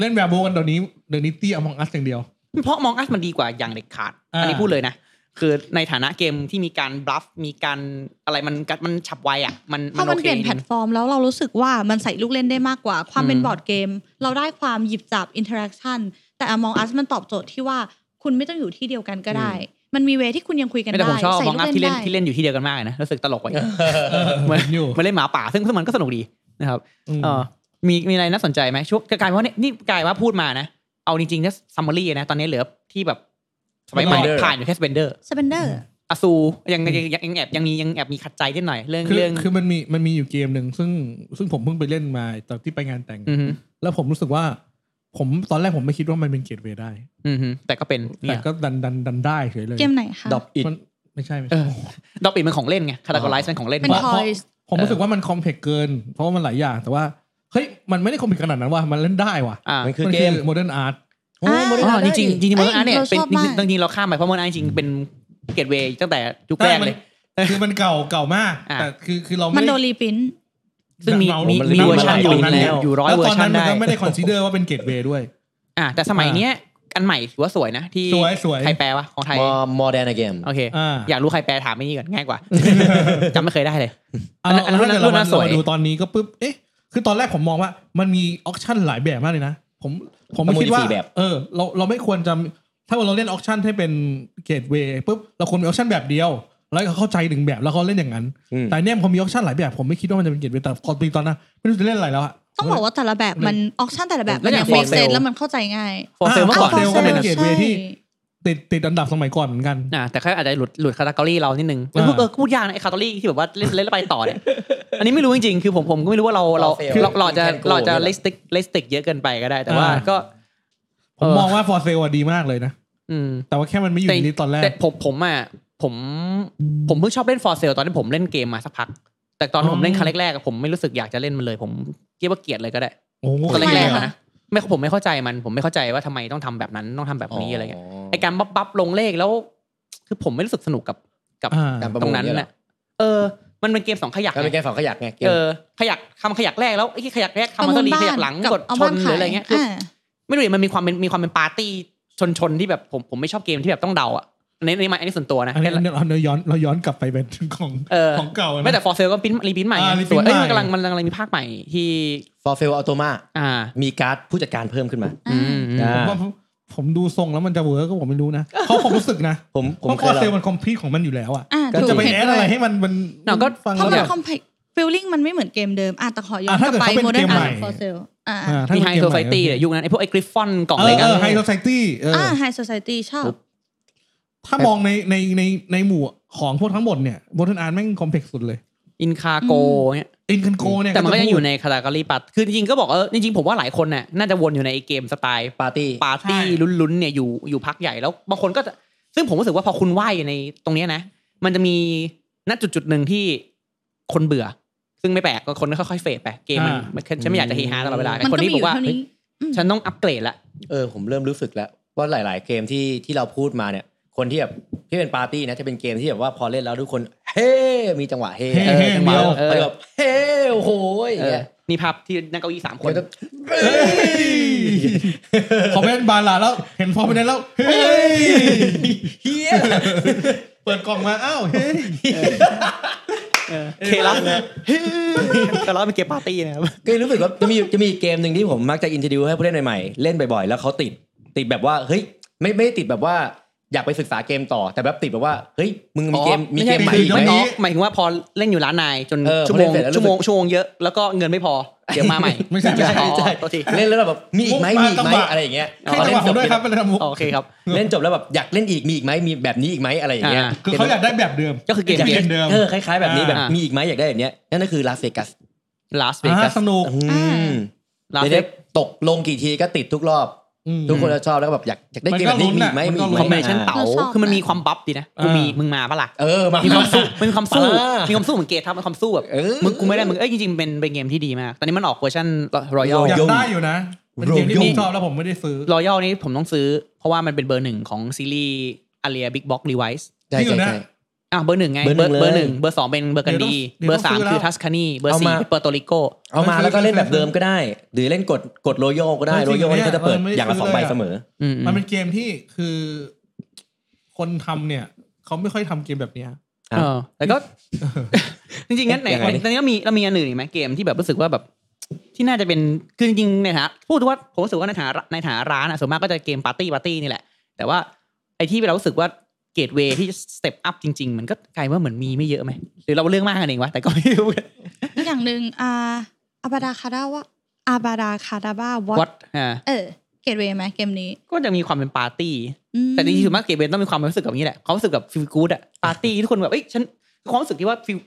[SPEAKER 1] เล่นแบบโบกันเดี๋ยวนี้เดี๋ยวนี้ตี้อมองอัสอย่างเดียว
[SPEAKER 4] เพราะมองอัสมันดีกว่าอย่างเด็ดขาด
[SPEAKER 1] อ่า
[SPEAKER 4] อันนี้พูดเลยนะ คือในฐานะเกมที่มีการบลัฟ มีการอะไรมันกัดมันฉับไวอ่ะ มัน
[SPEAKER 2] พอมัน
[SPEAKER 4] โอค
[SPEAKER 2] เปลี่ยนแพลตฟอร์มแล้วเรารู้สึกว่ามันใส่ลูกเล่นได้มากกว่า ความเป็น
[SPEAKER 4] อืม
[SPEAKER 2] บอร์ดเกม เราได้ความหยิบจับอินเทอร์แอคชั่นแต่ Among Us มันตอบโจทย์ที่ว่าคุณไม่ต้องอยู่ที่เดียวกันก็ได้ มันมีเวที่คุณยังคุยกัน
[SPEAKER 4] ไม่แต่
[SPEAKER 2] ได้
[SPEAKER 4] ผมชอบ
[SPEAKER 2] ใส่
[SPEAKER 4] ม
[SPEAKER 2] ลู
[SPEAKER 4] อง
[SPEAKER 2] ก
[SPEAKER 4] อัส
[SPEAKER 2] เล่น
[SPEAKER 4] ที่
[SPEAKER 2] ได้
[SPEAKER 4] เล่นที่เล่นอยู่ที่เดียวกันมากเลยนะ รู้สึกตลกกว่า
[SPEAKER 1] เออ
[SPEAKER 4] เหมือน
[SPEAKER 1] อยู่
[SPEAKER 4] มันเล่นหมาป่า ซึ่งซึ่งมันก็สนุกดีนะครับ
[SPEAKER 1] ม
[SPEAKER 4] เออมีมีอะไรน่าสนใจไหมช่วงกลายว่าเนี่ยนี่กลายว่าพูดมานะ เอาจริงๆนะซัมมารีนะ ตอนนี้เหลือที่แบบสมัยใหม่
[SPEAKER 3] Spender
[SPEAKER 4] ผ่านอยู่แค่สเปนเดอร์
[SPEAKER 2] Spender
[SPEAKER 4] อซูยังยังยังยังแอบยังมียังแอบมีขัดใจนิดหน่อยเรื่อง
[SPEAKER 1] คือ
[SPEAKER 4] เรื่อง
[SPEAKER 1] คือมันมีมันมีอยู่เกมหนึ่งซึ่งซึ่งผมเพิ่งไปเล่นมาตอนที่ไปงานแต่ง
[SPEAKER 4] อือฮึ
[SPEAKER 1] แล้วผมรู้สึกว่า ผมตอนแรกผมไม่คิดว่ามันเป็นเกตเวย์ได้
[SPEAKER 4] อือฮึแต่ก็เป็นเนี่
[SPEAKER 1] แต่
[SPEAKER 4] ย
[SPEAKER 1] ก็ดันดันดันได้เฉยเลย
[SPEAKER 2] เกมไหนคะ
[SPEAKER 3] ดอปอิด
[SPEAKER 1] มันไม่ใช่ไม่
[SPEAKER 4] เอ
[SPEAKER 1] ใช่
[SPEAKER 4] อดอกปิดมันของเล่นไงคาตา o อไลซ์เป็นของเล่น
[SPEAKER 2] เป็น
[SPEAKER 1] พราะ
[SPEAKER 2] toys
[SPEAKER 1] ผมรู้สึกว่ามันคอมเพล็กเกิน เพราะว่ามันหลายอย่าง แต่ว่า เฮ้ย มันไม่ได้คอมเพล็กขนาดนั้นว่ะมันเล่นได้ว่ะ
[SPEAKER 4] อ่า
[SPEAKER 3] มันคือ
[SPEAKER 1] มัน
[SPEAKER 3] เก
[SPEAKER 1] คือ
[SPEAKER 3] ม
[SPEAKER 1] โมเดิร์นอาร์ต
[SPEAKER 3] โอ้ยโมเดิร์น
[SPEAKER 4] อ๋อ
[SPEAKER 3] อาร์ต
[SPEAKER 4] จ
[SPEAKER 3] ได้
[SPEAKER 4] ริงๆจริงๆ
[SPEAKER 2] เอ้ย
[SPEAKER 4] มันอันเนี่ยเป็
[SPEAKER 2] เรา
[SPEAKER 4] น
[SPEAKER 2] ชอบมาก
[SPEAKER 4] จริงๆเราข้ามไปเพราะมันอันจริงๆเป็นเกตเวย์ตั้งแต่ยุคแรกเลย
[SPEAKER 1] คือมันเก่าเก่ามาก
[SPEAKER 4] อ่ะ
[SPEAKER 1] แต่คือคือเรา
[SPEAKER 2] มั
[SPEAKER 1] ไม่
[SPEAKER 2] นโด
[SPEAKER 1] ได้
[SPEAKER 2] นรีปรินท์
[SPEAKER 4] ซึ่งมี
[SPEAKER 1] เรา
[SPEAKER 4] มีมี
[SPEAKER 1] ไได้
[SPEAKER 4] เวอร์ชันอยู่
[SPEAKER 1] ต
[SPEAKER 3] า
[SPEAKER 4] แล้วอยู่ร้อย
[SPEAKER 1] แล้ว
[SPEAKER 4] เวอ
[SPEAKER 1] ตอน
[SPEAKER 4] ร์ชั
[SPEAKER 1] นั้น นมัน
[SPEAKER 4] ได้
[SPEAKER 1] ก็ไม่ได้คอนซีเดอร์ว่าเป็นเกตเวย์ด้วย
[SPEAKER 4] อ่าแต่สมัยเนี้ยอันใหม่ถือว่าสวยนะ ที่
[SPEAKER 1] สวยสวย
[SPEAKER 4] ใครแปลวะของไทย
[SPEAKER 3] มอมอแดนอะเกม
[SPEAKER 4] โอเค
[SPEAKER 1] อ่า
[SPEAKER 4] อยากรู้ใครแปลถามไม่นี่ก่อนง่ายกว่า จำไม่เคยได้เลย อันนั้น
[SPEAKER 1] เอา
[SPEAKER 4] อันนั้น
[SPEAKER 1] แล้วถ้าเกิด
[SPEAKER 4] รุ่
[SPEAKER 1] เรา
[SPEAKER 4] นนั้นสวย
[SPEAKER 1] มาดูตอนนี้ก็ปุ๊บเอ๊ะคือตอนแรกผมมองว่ามันมีออคชั่นหลายแบบมากเลยนะผมผมไม่คิดว่า เออเราเราไม่ควรจะถ้าเราเล่นออคชั่นให้เป็นเกตเวย์ปุ๊บเราควรมีออคชั่นแบบเดียว แล้วเขาเข้าใจหนึ่งแบบแล้วเขาเล่นอย่างนั้น
[SPEAKER 3] อืม
[SPEAKER 1] แต่เนี่ยพอมีออคชั่นหลายแบบผมไม่คิดว่ามันจะเป็นเกียรติเวทแต่พอตีตอนนั้นไม่รู้จะเล่นอะไรแล้วอะ
[SPEAKER 2] ต้องบอกว่าแต่ละแบบมันออกชั่นแต่ละแบบ
[SPEAKER 4] แล้
[SPEAKER 2] มันยั
[SPEAKER 4] วอย่าง ง
[SPEAKER 2] เมค
[SPEAKER 4] for
[SPEAKER 2] เซน
[SPEAKER 4] sale
[SPEAKER 2] แล้วมันเข้าใจง่าย
[SPEAKER 4] for
[SPEAKER 1] อ่า
[SPEAKER 4] sale เมื่อก่อน
[SPEAKER 1] for sale ก็เป็น
[SPEAKER 2] for
[SPEAKER 1] เกรด
[SPEAKER 2] sale
[SPEAKER 1] เวย์ที่
[SPEAKER 2] ใช่
[SPEAKER 1] ติดติดอันดับสมัยก่อนเหมือนกัน
[SPEAKER 4] อ่าแต่แค่อาจจะหลุดหลุดคาตาล็อเรานิดนึงแล้วพูด
[SPEAKER 1] อ่า
[SPEAKER 4] เออพูดยากนะไอ้คาตาล็อที่แบบว่าเล่นเล่นแล้วไปต่อเนี่ย อันนี้ไม่รู้จริงๆคือผมผมก็ไม่รู้ว่าเราเรา
[SPEAKER 3] Fail
[SPEAKER 4] เราเราจะ
[SPEAKER 3] Can go
[SPEAKER 4] เราจะ
[SPEAKER 3] เนี่ยเหรอ
[SPEAKER 4] เลสติกเลสติกเยอะเกินไปก็ได้ แต่ว่า
[SPEAKER 1] อ่า
[SPEAKER 4] ก็
[SPEAKER 1] ผม
[SPEAKER 4] เออ
[SPEAKER 1] มองว่าฟอร์เซลดีมากเลยนะ
[SPEAKER 4] อืม
[SPEAKER 1] แต่ว่าแค่มันไม่อยู่ในนี้ตอนแรก
[SPEAKER 4] แต่ผมผมอ่ะผมผมเพิ่งชอบเล่นฟอร์เซลตอนที่ผมเล่นเกมมาสักพัก แต่ตอนที่
[SPEAKER 1] อ๋อ
[SPEAKER 4] ผมเล่นครั้งแรกๆอะผมไม่รู้สึกอยากจะเล่นมันเลย ผมคิดว่าเกลียดเลยก็ได้
[SPEAKER 1] โอ้โห
[SPEAKER 4] ตอนแรก
[SPEAKER 2] ทำไม
[SPEAKER 4] ๆ
[SPEAKER 2] อะ
[SPEAKER 4] นะไม่ผมไม่เข้าใจมัน ผมไม่เข้าใจว่าทำไมต้องทำแบบนั้นต้องทำแบบนี้อะไรเงี้ยไอการบับบับลงเลขแล้ว คือผมไม่รู้สึกสนุกกับกับ
[SPEAKER 1] อ่า
[SPEAKER 3] การประ
[SPEAKER 4] ตร
[SPEAKER 3] มูล
[SPEAKER 4] งนั้น
[SPEAKER 3] เยเหรอ
[SPEAKER 4] น่ะเออ มันเป็นเกมสองขยัก
[SPEAKER 3] ก็เป็น
[SPEAKER 4] ไง
[SPEAKER 3] แค่ฝังขยักไงเกม
[SPEAKER 4] เออขยักทำขยักแรกแล้วไอ้ขยักแรกทำมาตอนนี้ขยักหลัง
[SPEAKER 2] กับ
[SPEAKER 4] กด
[SPEAKER 2] เอา
[SPEAKER 4] ช
[SPEAKER 2] บ้าน น
[SPEAKER 4] หรื
[SPEAKER 2] ขา
[SPEAKER 4] อย อะไรเงี้ยคือ
[SPEAKER 2] อ่า
[SPEAKER 4] ไม่รู้ดิมันมีความเป็นมีความเป็นปาร์ตี้ชนชนๆที่แบบผมผมไม่ชอบเกมที่แบบต้องเดาอ่ะอันนี้อันนี้มาอันนี้ส่วนตัวนะ
[SPEAKER 1] อันนี้
[SPEAKER 4] เล่นละ
[SPEAKER 1] เราเราย้อนเราย้อนกลับไปเป็นของ
[SPEAKER 4] เออ
[SPEAKER 1] ของเก่านะ
[SPEAKER 4] ไม่แต่ฟอร์เซลก็ปิ้นรีปิ้นใหม่ไง
[SPEAKER 1] อ่า reprint
[SPEAKER 4] สวยเอ้ยมัน
[SPEAKER 1] ใหม่
[SPEAKER 4] กำลังมันกำลังมีภาคใหม่ที่
[SPEAKER 3] for fail automa
[SPEAKER 4] อ่า
[SPEAKER 3] มีการ์ดผู้จัดการเพิ่มขึ้นมา
[SPEAKER 4] อืมอืม
[SPEAKER 3] อ่า
[SPEAKER 1] ผมว่าผมผมดูทรงแล้วมันจะเวิร์กก็ผมไม่รู้ นะ เพราะผมรู้สึกนะ
[SPEAKER 3] ผมผ
[SPEAKER 1] เพ
[SPEAKER 3] ม
[SPEAKER 1] ราะ
[SPEAKER 3] เค
[SPEAKER 1] ฟอย ร์เซล
[SPEAKER 3] ลอง
[SPEAKER 1] มันคอมพลีทของมันอยู่แล้วอ่ะ
[SPEAKER 2] อ่า
[SPEAKER 3] ก็
[SPEAKER 1] มัน
[SPEAKER 2] ถู
[SPEAKER 1] จะ
[SPEAKER 2] ก
[SPEAKER 1] ไป
[SPEAKER 2] เห็
[SPEAKER 1] แอน ด
[SPEAKER 2] ด้
[SPEAKER 1] อะ
[SPEAKER 2] ว
[SPEAKER 1] ไร
[SPEAKER 2] ย
[SPEAKER 1] ให้มันมัน
[SPEAKER 4] เนาะก็
[SPEAKER 1] ฟัง
[SPEAKER 2] เพราะ
[SPEAKER 1] แล้วแบ
[SPEAKER 2] มัน
[SPEAKER 1] บ
[SPEAKER 2] คอมเพฟิลลิ่งมันไม่เหมือนเกมเดิมอ่ะแต่ขอย้อน
[SPEAKER 1] อ่ะ
[SPEAKER 2] ก
[SPEAKER 1] ถ้า
[SPEAKER 2] ลับ
[SPEAKER 1] เกิด
[SPEAKER 2] ไป
[SPEAKER 1] เขาเป็น
[SPEAKER 2] โมเดิร์น
[SPEAKER 1] เกมใหม่
[SPEAKER 2] อาร์ตฟอร์เซลอ่า
[SPEAKER 1] อ่าถ้า
[SPEAKER 4] มี
[SPEAKER 1] เป็น
[SPEAKER 4] ไฮ
[SPEAKER 1] เกม
[SPEAKER 4] โซ
[SPEAKER 1] ให
[SPEAKER 4] ไซ
[SPEAKER 1] ม่
[SPEAKER 4] ตี้ยุคนั้นไอพวกไอกริฟฟอนกล่อง
[SPEAKER 1] เอ
[SPEAKER 4] อะ
[SPEAKER 1] อ
[SPEAKER 4] ไรกั
[SPEAKER 1] เอน อไฮโซไซตี้เออ
[SPEAKER 2] อ่า
[SPEAKER 1] อ
[SPEAKER 2] ไฮโซไซตี้ชอบ
[SPEAKER 1] ถ้ามองในในในในหมู่ของพวกทั้งหมดเนี่ยโมเดิร์นอาร์แม่งคอมเพล็กซ์สุดเลย
[SPEAKER 4] อินคาโกเนี่ย
[SPEAKER 1] อินคันโกเนี่ย
[SPEAKER 4] แต่มันก็ยัง
[SPEAKER 1] จะพูด
[SPEAKER 4] อยู่ในคาตาล็อปัดคือจริงๆก็บอกเออจริงๆผมว่าหลายคนน่ะน่าจะวนอยู่ในไอ้เกมสไตล์
[SPEAKER 3] ปาร์ตี้
[SPEAKER 4] ปาร์ตี้ลุ้นๆเนี่ยอยู่อยู่พักใหญ่แล้วบางคนก็จะซึ่งผมรู้สึกว่าพอคุณไหวในตรงเนี้ยนะ มันจะมีณจุดจุดๆหนึ่งที่คนเบื่อ ซึ่งไม่แปลกก็คนก็ค่อยๆเฟดไปเกมมันมันฉันไม่อยากจะเฮฮาตลอดเวลาแต่
[SPEAKER 2] มัน
[SPEAKER 4] คน
[SPEAKER 2] ก็
[SPEAKER 4] ที่
[SPEAKER 2] มีอ
[SPEAKER 4] บอยู่กว่า
[SPEAKER 2] เท่านี้อืม
[SPEAKER 4] ฉันต้องอัปเกรดละ
[SPEAKER 3] เออผมเริ่มรู้สึกแล้วว่าหลาย ๆ เกมที่ที่เราพูดมาเนี่ย คนที่แบบที่เป็นปาร์ตี้นะจะเป็นเกมที่แบบว่าพอเล่นแล้วทุกคน เฮ้มีจังหวะเฮ้
[SPEAKER 1] เฮ้
[SPEAKER 3] เออ
[SPEAKER 1] เฮ้
[SPEAKER 3] จังหวะ
[SPEAKER 1] เดียว
[SPEAKER 4] เออ
[SPEAKER 3] แบบเฮ้โอ้โหอย่าง
[SPEAKER 4] เออ
[SPEAKER 3] เงี้ย
[SPEAKER 4] นี่ภาพที่นั่งเก้าอี้สามค
[SPEAKER 3] คน
[SPEAKER 4] น
[SPEAKER 3] จะ
[SPEAKER 1] เฮ้ยขอเป็นบาลาแล้ว เห็นพอเป็นแล้ว เฮ้ย
[SPEAKER 3] เฮีย
[SPEAKER 1] เปิดกล่องมาอ้าวเฮ้ย
[SPEAKER 4] เคลับเคลับเป็นเกมปาร์ตี้นะครับ
[SPEAKER 3] ก็รู้สึกว่าจะมีจะมีอีกเกมหนึ่งที่ผมมักจะอินทิวให้ผู้เล่นใหม่ ๆ เล่นบ่อย ๆ แล้วเขาติดติดแบบว่าเฮ้ยไม่ไม่ได้ติดแบบว่าอยากไปศึกษาเกมต่อแต่แบบติดแบบว่าเฮ้ยมึงมีเกมมีเกมใหม่
[SPEAKER 1] ไใช่
[SPEAKER 3] ไหม
[SPEAKER 1] เดี๋ยวนี้
[SPEAKER 4] อ๋อหมายถึงว่าพอเล่นอยู่ร้านนายจน
[SPEAKER 3] เออ
[SPEAKER 4] ชั่วโมง
[SPEAKER 3] พอเล่นเสร็จแล้วรู้
[SPEAKER 4] ชั่ว
[SPEAKER 3] สึ
[SPEAKER 4] โม
[SPEAKER 3] ก
[SPEAKER 4] งชั่วโมงเยอะแล้วก็เงินไม่พอเดี๋ยวมาใหม่
[SPEAKER 1] ไม่ใช่ไม่ใช่
[SPEAKER 4] อ๋อ
[SPEAKER 3] ใช่
[SPEAKER 4] ตัวที
[SPEAKER 3] เล่นแล้วแบบมีอีกไหมมีอีกไหมอะไรอย่างเงี้ย
[SPEAKER 1] ให้จังหวะผมด้วยครับเป็นทำมุก
[SPEAKER 4] โอเคครับ
[SPEAKER 3] เล่นจบแล้วแบบอยากเล่นอีกมีอีกไหมมีแบบนี้อีกไหมอะไรอย่างเงี้ย
[SPEAKER 4] อ่า
[SPEAKER 1] คือเขาอยากได้แบบเดิม
[SPEAKER 4] ก็คือเกม
[SPEAKER 1] อยาก
[SPEAKER 4] เดี
[SPEAKER 1] เล่
[SPEAKER 4] ย
[SPEAKER 1] น
[SPEAKER 4] ว
[SPEAKER 1] ดิม
[SPEAKER 3] เออคล้ายๆแบบนี้แบบ
[SPEAKER 4] อ่า
[SPEAKER 3] มี
[SPEAKER 4] มี
[SPEAKER 3] อีกไหมอยากได้แบบเนี้ยนั่นก็คือลาสเวกัส
[SPEAKER 4] Las
[SPEAKER 1] อ่า
[SPEAKER 4] Vegas
[SPEAKER 1] สนุก
[SPEAKER 3] อืม
[SPEAKER 4] ลาส
[SPEAKER 3] เดี๋ยว
[SPEAKER 4] เว
[SPEAKER 3] ได้
[SPEAKER 4] กัส
[SPEAKER 3] ตกลงกี่ทีก็ติดทุกรอบ
[SPEAKER 1] อืม
[SPEAKER 3] ทุกคนจะชอบแล้วก็แบบอยากอยากได้เกมแบบนี้มีอีกไหม
[SPEAKER 1] มัน
[SPEAKER 3] มี
[SPEAKER 1] ก็
[SPEAKER 3] อีก
[SPEAKER 1] ลุ้
[SPEAKER 3] ไหม
[SPEAKER 4] คอมบิเนชัน
[SPEAKER 3] อ่า
[SPEAKER 4] เต๋า
[SPEAKER 2] เราชอบ
[SPEAKER 4] คือมันมีความบัฟดีนะกูมี
[SPEAKER 1] อ่ามึ
[SPEAKER 4] มึงมาปะล่ะ
[SPEAKER 3] เออมา
[SPEAKER 4] มีความสู้มันมีความสู้
[SPEAKER 3] อ่ามี
[SPEAKER 4] มีความสู้เหมือนเกมทับมีความสู้แบบ
[SPEAKER 3] เออ
[SPEAKER 4] มึงกูไม่ได้มึงเอ้ยจริงๆเป็นเป็นเกมที่ดีมากตอนนี้มันออกเวอร์ชันรอยัล
[SPEAKER 1] อยา
[SPEAKER 3] โ
[SPEAKER 1] กได้อยู่นะ เป็นเกมที่ผมชอบแล้วผมไม่ได้ซื้อ
[SPEAKER 4] รอยัลนี้ผมต้องซื้อ เพราะว่ามันเป็นเบอร์หนึ่งของซีรีส์อาเลียบิ๊กบ็อกรีไวส์
[SPEAKER 3] ใช่
[SPEAKER 1] ที่อยู่นะ
[SPEAKER 3] ใช่ใช่
[SPEAKER 4] อ่ะเบอร์หนึ่งไง
[SPEAKER 3] เบอร์หนึ่งเลย
[SPEAKER 4] เบอร์หนึ่งเบอร์สองเป็นเบอร์กันดี
[SPEAKER 1] เดี๋ยวต้อง
[SPEAKER 4] เบอร์สาม
[SPEAKER 1] ซื้อแล้ว
[SPEAKER 4] คือทัสคานีเบอร์
[SPEAKER 3] เอา
[SPEAKER 4] สี่
[SPEAKER 3] มา
[SPEAKER 4] คือเปอร์โตริโก
[SPEAKER 3] เอามาแล้วก็เล่นแบบเดิมก็ได้ หรือเล่นกดกดโรโยก็ได้
[SPEAKER 1] เออจ
[SPEAKER 3] โร
[SPEAKER 1] ริง
[SPEAKER 3] โย
[SPEAKER 1] ๆ
[SPEAKER 3] นี่ก็จะเปิด
[SPEAKER 1] เนี่ย
[SPEAKER 3] อย่างละสอง
[SPEAKER 1] เออ
[SPEAKER 3] ใบ
[SPEAKER 1] ไม่ได้ซื้อเลยอะ
[SPEAKER 3] เสมอ
[SPEAKER 1] มันเป็นเกมที่คือ คนทำเนี่ย เขาไม่ค่อยทำเกมแบบเนี้ย
[SPEAKER 3] ครับ
[SPEAKER 4] เออแต่ก็ จริงๆงั้นไหน
[SPEAKER 3] ยังไงดิ
[SPEAKER 4] ตอนนี้ก็มีเรามีอันอื่นอีกไหมเกมที่แบบรู้สึกว่าแบบ ที่น่าจะเป็นคือจริงๆในฐานะพูดว่าผมรู้สึกว่าในฐานะในฐานะร้านอะส่วนมากก็จะเกมปาร์ตี้ปาร์ตี้นี่แหละ แต่ว่าไอ้ที่เรารู้สึกว่าเกตเวย์ที่สเต็ปอัพจริง ๆ มันก็กลายว่าเหมือนมีไม่เยอะไหมหรือเราเรื่องมากกันเองวะแต่ก็ไม่รู้
[SPEAKER 2] อีกอย่างหนึ่งอ่าอาบาดาคาดาวะอาบาดาคาดาบ้าวอ
[SPEAKER 4] วั
[SPEAKER 2] ต
[SPEAKER 4] ดอ่า
[SPEAKER 2] เออเกตเวย์ไหมเกมนี้
[SPEAKER 4] ก็จะมีความเป็นปาร์ตี้
[SPEAKER 2] อืม
[SPEAKER 4] แต่จริงๆส่วนมากเกตเวย์ต้องมีความรู้สึกแบบนี้แหละความรู้สึกแบบฟิลกู๊ดอะปาร์ตี้ทุกคนแบบเอ้ยฉันความรู้สึกที่ว่าฟิล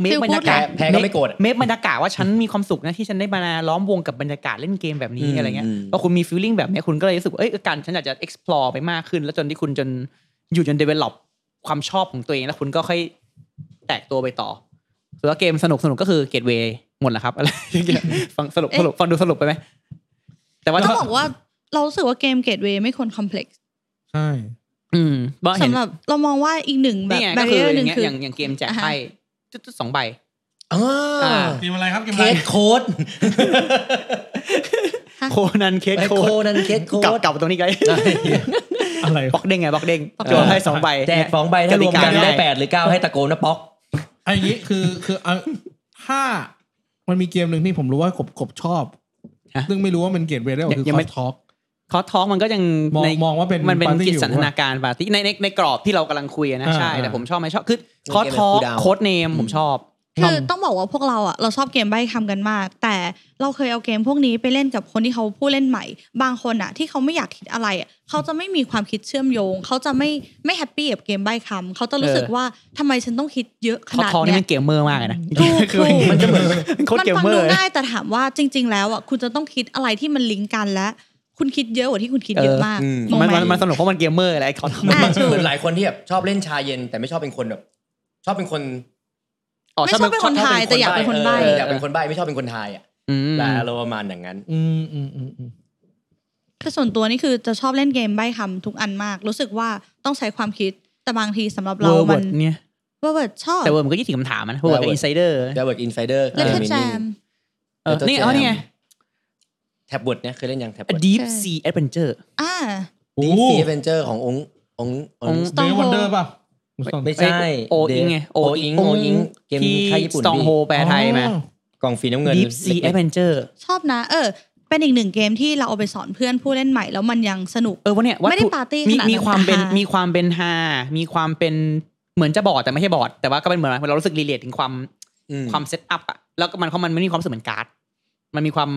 [SPEAKER 4] เมคบรรยากาศ
[SPEAKER 3] แพ้ก็ไม่โกรธ
[SPEAKER 4] เมฟบรรยากาศว่าฉันมีความสุขนะที่ฉันได้มาล้อมวงกับบรรยากาศเล่นเกมแบบนี้
[SPEAKER 3] อืม
[SPEAKER 4] อะไรเงี้ย
[SPEAKER 3] อืม
[SPEAKER 4] พอคุณมี feeling แบบเนี้ยคุณก็เลยรู้สึกว่าเอ้ยการฉันอยากจะ explore ไปมากขึ้น แล้วจนที่คุณจนอยู่จน develop ความชอบของตัวเองแล้วคุณก็ค่อยแตกตัวไปต่อส่วนว่าเกมสนุกสนุกก็คือ gateway หมดแล้วครับอะไรอย่างเงี้ยฟังสรุปสรุปฟังดูสรุปไปไหมแต่ว่า
[SPEAKER 2] ต้องบอกว่าเรารู้สึกว่าเกมเกตเวย์ไม่ควรคอมเพล็กซ์
[SPEAKER 1] ใช่
[SPEAKER 4] อืมว่าเห็น
[SPEAKER 2] สำหรับเรามองว่าอีกหนึ่งแบ
[SPEAKER 4] นี่
[SPEAKER 2] บ
[SPEAKER 4] ไง
[SPEAKER 2] แบ
[SPEAKER 4] ก็
[SPEAKER 2] เรี
[SPEAKER 4] คือย อ
[SPEAKER 2] หนึ่ง
[SPEAKER 4] ย่างเงี้ย
[SPEAKER 2] คือ
[SPEAKER 4] อ
[SPEAKER 2] อ
[SPEAKER 4] ย่างอย่างเกมแจก
[SPEAKER 2] อ่าฮะ
[SPEAKER 4] ไพ่จุดๆสองใบ
[SPEAKER 3] อ่
[SPEAKER 4] อ่า
[SPEAKER 3] า
[SPEAKER 1] เกมอะไรครับเกมอะ
[SPEAKER 3] เค
[SPEAKER 1] ไร
[SPEAKER 3] สโค้ด
[SPEAKER 4] โคนันเคส
[SPEAKER 3] ไอ้
[SPEAKER 4] โค
[SPEAKER 3] โคนันเคสโค้
[SPEAKER 4] กลับ
[SPEAKER 3] ด
[SPEAKER 4] กลับตรงนี้ไง
[SPEAKER 1] อะไร
[SPEAKER 4] บล็อกเด้งไงบล็อกเด้งจั่วให้สองใบ
[SPEAKER 3] แจกสองใบถ้ารวมกันได้แปดหรือเก้าให้ตะโกนนะป๊อก
[SPEAKER 1] ไอ้อย่างนี้คือคือเอาถ้ามันมีเกมหนึ่งที่ผมรู้ว่ากบกบชอบ
[SPEAKER 4] ฮะ
[SPEAKER 1] ซึ่งไม่รู้ว่ามันเกตเวย์ได้หรือ
[SPEAKER 4] ยัง
[SPEAKER 1] ค
[SPEAKER 4] ไม่
[SPEAKER 1] อสทอก
[SPEAKER 4] คอท้องมันก็ยัง
[SPEAKER 1] มอง
[SPEAKER 4] ใน
[SPEAKER 1] มองว่าเป็น
[SPEAKER 4] มันเป็น
[SPEAKER 1] ปาร์ตี้
[SPEAKER 4] กิจ
[SPEAKER 1] อยู่
[SPEAKER 4] สันทนา
[SPEAKER 1] ว่ะ
[SPEAKER 4] การปาร์ตี้ในในในกรอบที่เรากำลังคุยอะนะ
[SPEAKER 1] อ่า
[SPEAKER 4] ใช่
[SPEAKER 1] อ่า
[SPEAKER 4] แต่ผมชอบไหมชอบคือ
[SPEAKER 3] ในเกม
[SPEAKER 4] คอทอ
[SPEAKER 3] แบบ cool down
[SPEAKER 4] โค้ดเนมผมชอบ
[SPEAKER 2] คือต้องบอกว่าพวกเราอะเราชอบเกมใบ้คำกันมาก แต่เราเคยเอาเกมพวกนี้ไปเล่นกับคนที่เขาผู้เล่นใหม่ บางคนอะที่เขาไม่อยากคิดอะไรอะเขาจะไม่มีความคิดเชื่อมโยง เขาจะไม่ไม่แฮปปี้กับเกมใบ้คำเขาจะรู้สึกว่าทำไมฉันต้องคิดเยอะข
[SPEAKER 4] คอ
[SPEAKER 2] นาด
[SPEAKER 4] ทอนี่
[SPEAKER 2] เนี้ย
[SPEAKER 4] มันเกมเมอร์มากเลยนะ
[SPEAKER 2] ถูกถูก
[SPEAKER 4] มันจะเหมือน โค้ด
[SPEAKER 2] มัน
[SPEAKER 4] เกม
[SPEAKER 2] ฟั
[SPEAKER 4] เมอ
[SPEAKER 2] ดู
[SPEAKER 4] ร์
[SPEAKER 2] ง่ายแต่ถามว่าจริง ๆ แล้วอ่ะคุณจะต้องคิดอะไรที่มันลิงก์กันและ คุณคิดเยอะกว่าที่คุณคิดเยอะมาก
[SPEAKER 3] เอออืม
[SPEAKER 2] งง
[SPEAKER 4] มัน
[SPEAKER 2] ไห
[SPEAKER 4] มันมันสนุกเพราะมันเกมเมอร์แหละไอ้คอทอ
[SPEAKER 2] อ่าถู
[SPEAKER 3] เห
[SPEAKER 2] ก
[SPEAKER 3] มือนหลายคนที่แบบชอบเล่นชาเย็น แต่ไม่ชอบเป็นคนแบบชอบเป็นคน
[SPEAKER 2] ไม่ชอบเป็นคน
[SPEAKER 3] ช
[SPEAKER 2] ไท
[SPEAKER 3] บ
[SPEAKER 2] ย แต่อยากเป็นคนใบ้
[SPEAKER 3] เอออยากเป็นคนใบ้ไม่ชอบเป็นคนไทยอ่ะ
[SPEAKER 4] อืม
[SPEAKER 3] แต่อารมณ์ประมาณอย่างนั้น
[SPEAKER 1] อืมอืมอืมอืม
[SPEAKER 2] คือส่วนตัวนี่คือจะชอบเล่นเกมใบ้คำทุกอันมาก รู้สึกว่าต้องใช้ความคิดแต่บางทีสำหรับเรา
[SPEAKER 4] Word
[SPEAKER 2] มัน
[SPEAKER 4] Word เนี่ย
[SPEAKER 2] ว่าเวิร์ดชอบ
[SPEAKER 4] แต่เวิร์ดมันก็ยี่สิบคำถามอะนะเวิร์ด
[SPEAKER 3] Word
[SPEAKER 4] อินไซเดอร์
[SPEAKER 3] แต่เวิร์ดอินไซเดอร์
[SPEAKER 2] แล้วก็แจม
[SPEAKER 3] Little
[SPEAKER 4] นี่อ๋อ
[SPEAKER 3] Jam
[SPEAKER 4] นี่ไง
[SPEAKER 3] แท็บบดเนี่ยเคยเล่นยังแท็บบ
[SPEAKER 4] A
[SPEAKER 3] ด
[SPEAKER 4] Deep Sea Adventure
[SPEAKER 2] อ่า
[SPEAKER 1] โอ้
[SPEAKER 3] ดี
[SPEAKER 1] โห
[SPEAKER 3] ซีเวนเจอร์ขององค์องค์องค์
[SPEAKER 1] เด
[SPEAKER 2] Stronghold
[SPEAKER 1] วันเดอร์ป่ะ
[SPEAKER 3] ไม่ใช่
[SPEAKER 4] โออิงไง
[SPEAKER 3] โออิงโออิงเกม
[SPEAKER 4] ที่
[SPEAKER 3] ค่ายญี่ปุ่น
[SPEAKER 4] สตองโฮแปลไทยมา
[SPEAKER 3] กล่องฟีน้ำเงิน
[SPEAKER 4] Deep Sea Adventure
[SPEAKER 2] ชอบนะ เออ เป็นอีกหนึ่งเกมที่เราเอาไปสอนเพื่อนผู้เล่นใหม่แล้วมันยังสนุก
[SPEAKER 4] เออวันเนี้ยวัต
[SPEAKER 2] ไม่ได้
[SPEAKER 4] ถุ
[SPEAKER 2] ปาร์ตี้
[SPEAKER 4] มี
[SPEAKER 2] ขนาดนั้น
[SPEAKER 4] มีความเป็น
[SPEAKER 2] แต่ฮามี
[SPEAKER 4] มีความเป็นฮามีความเป็นเหมือนจะบอดแต่ไม่ใช่บอดแต่ว่าก็เป็นเหมือนเรารู้สึกรีเลทถึงความ
[SPEAKER 3] อืม
[SPEAKER 4] ความเซตอัพอะแล้วก็มันเขามันไม่มีความรู้สึกเหมือนการ์ดมันมีความ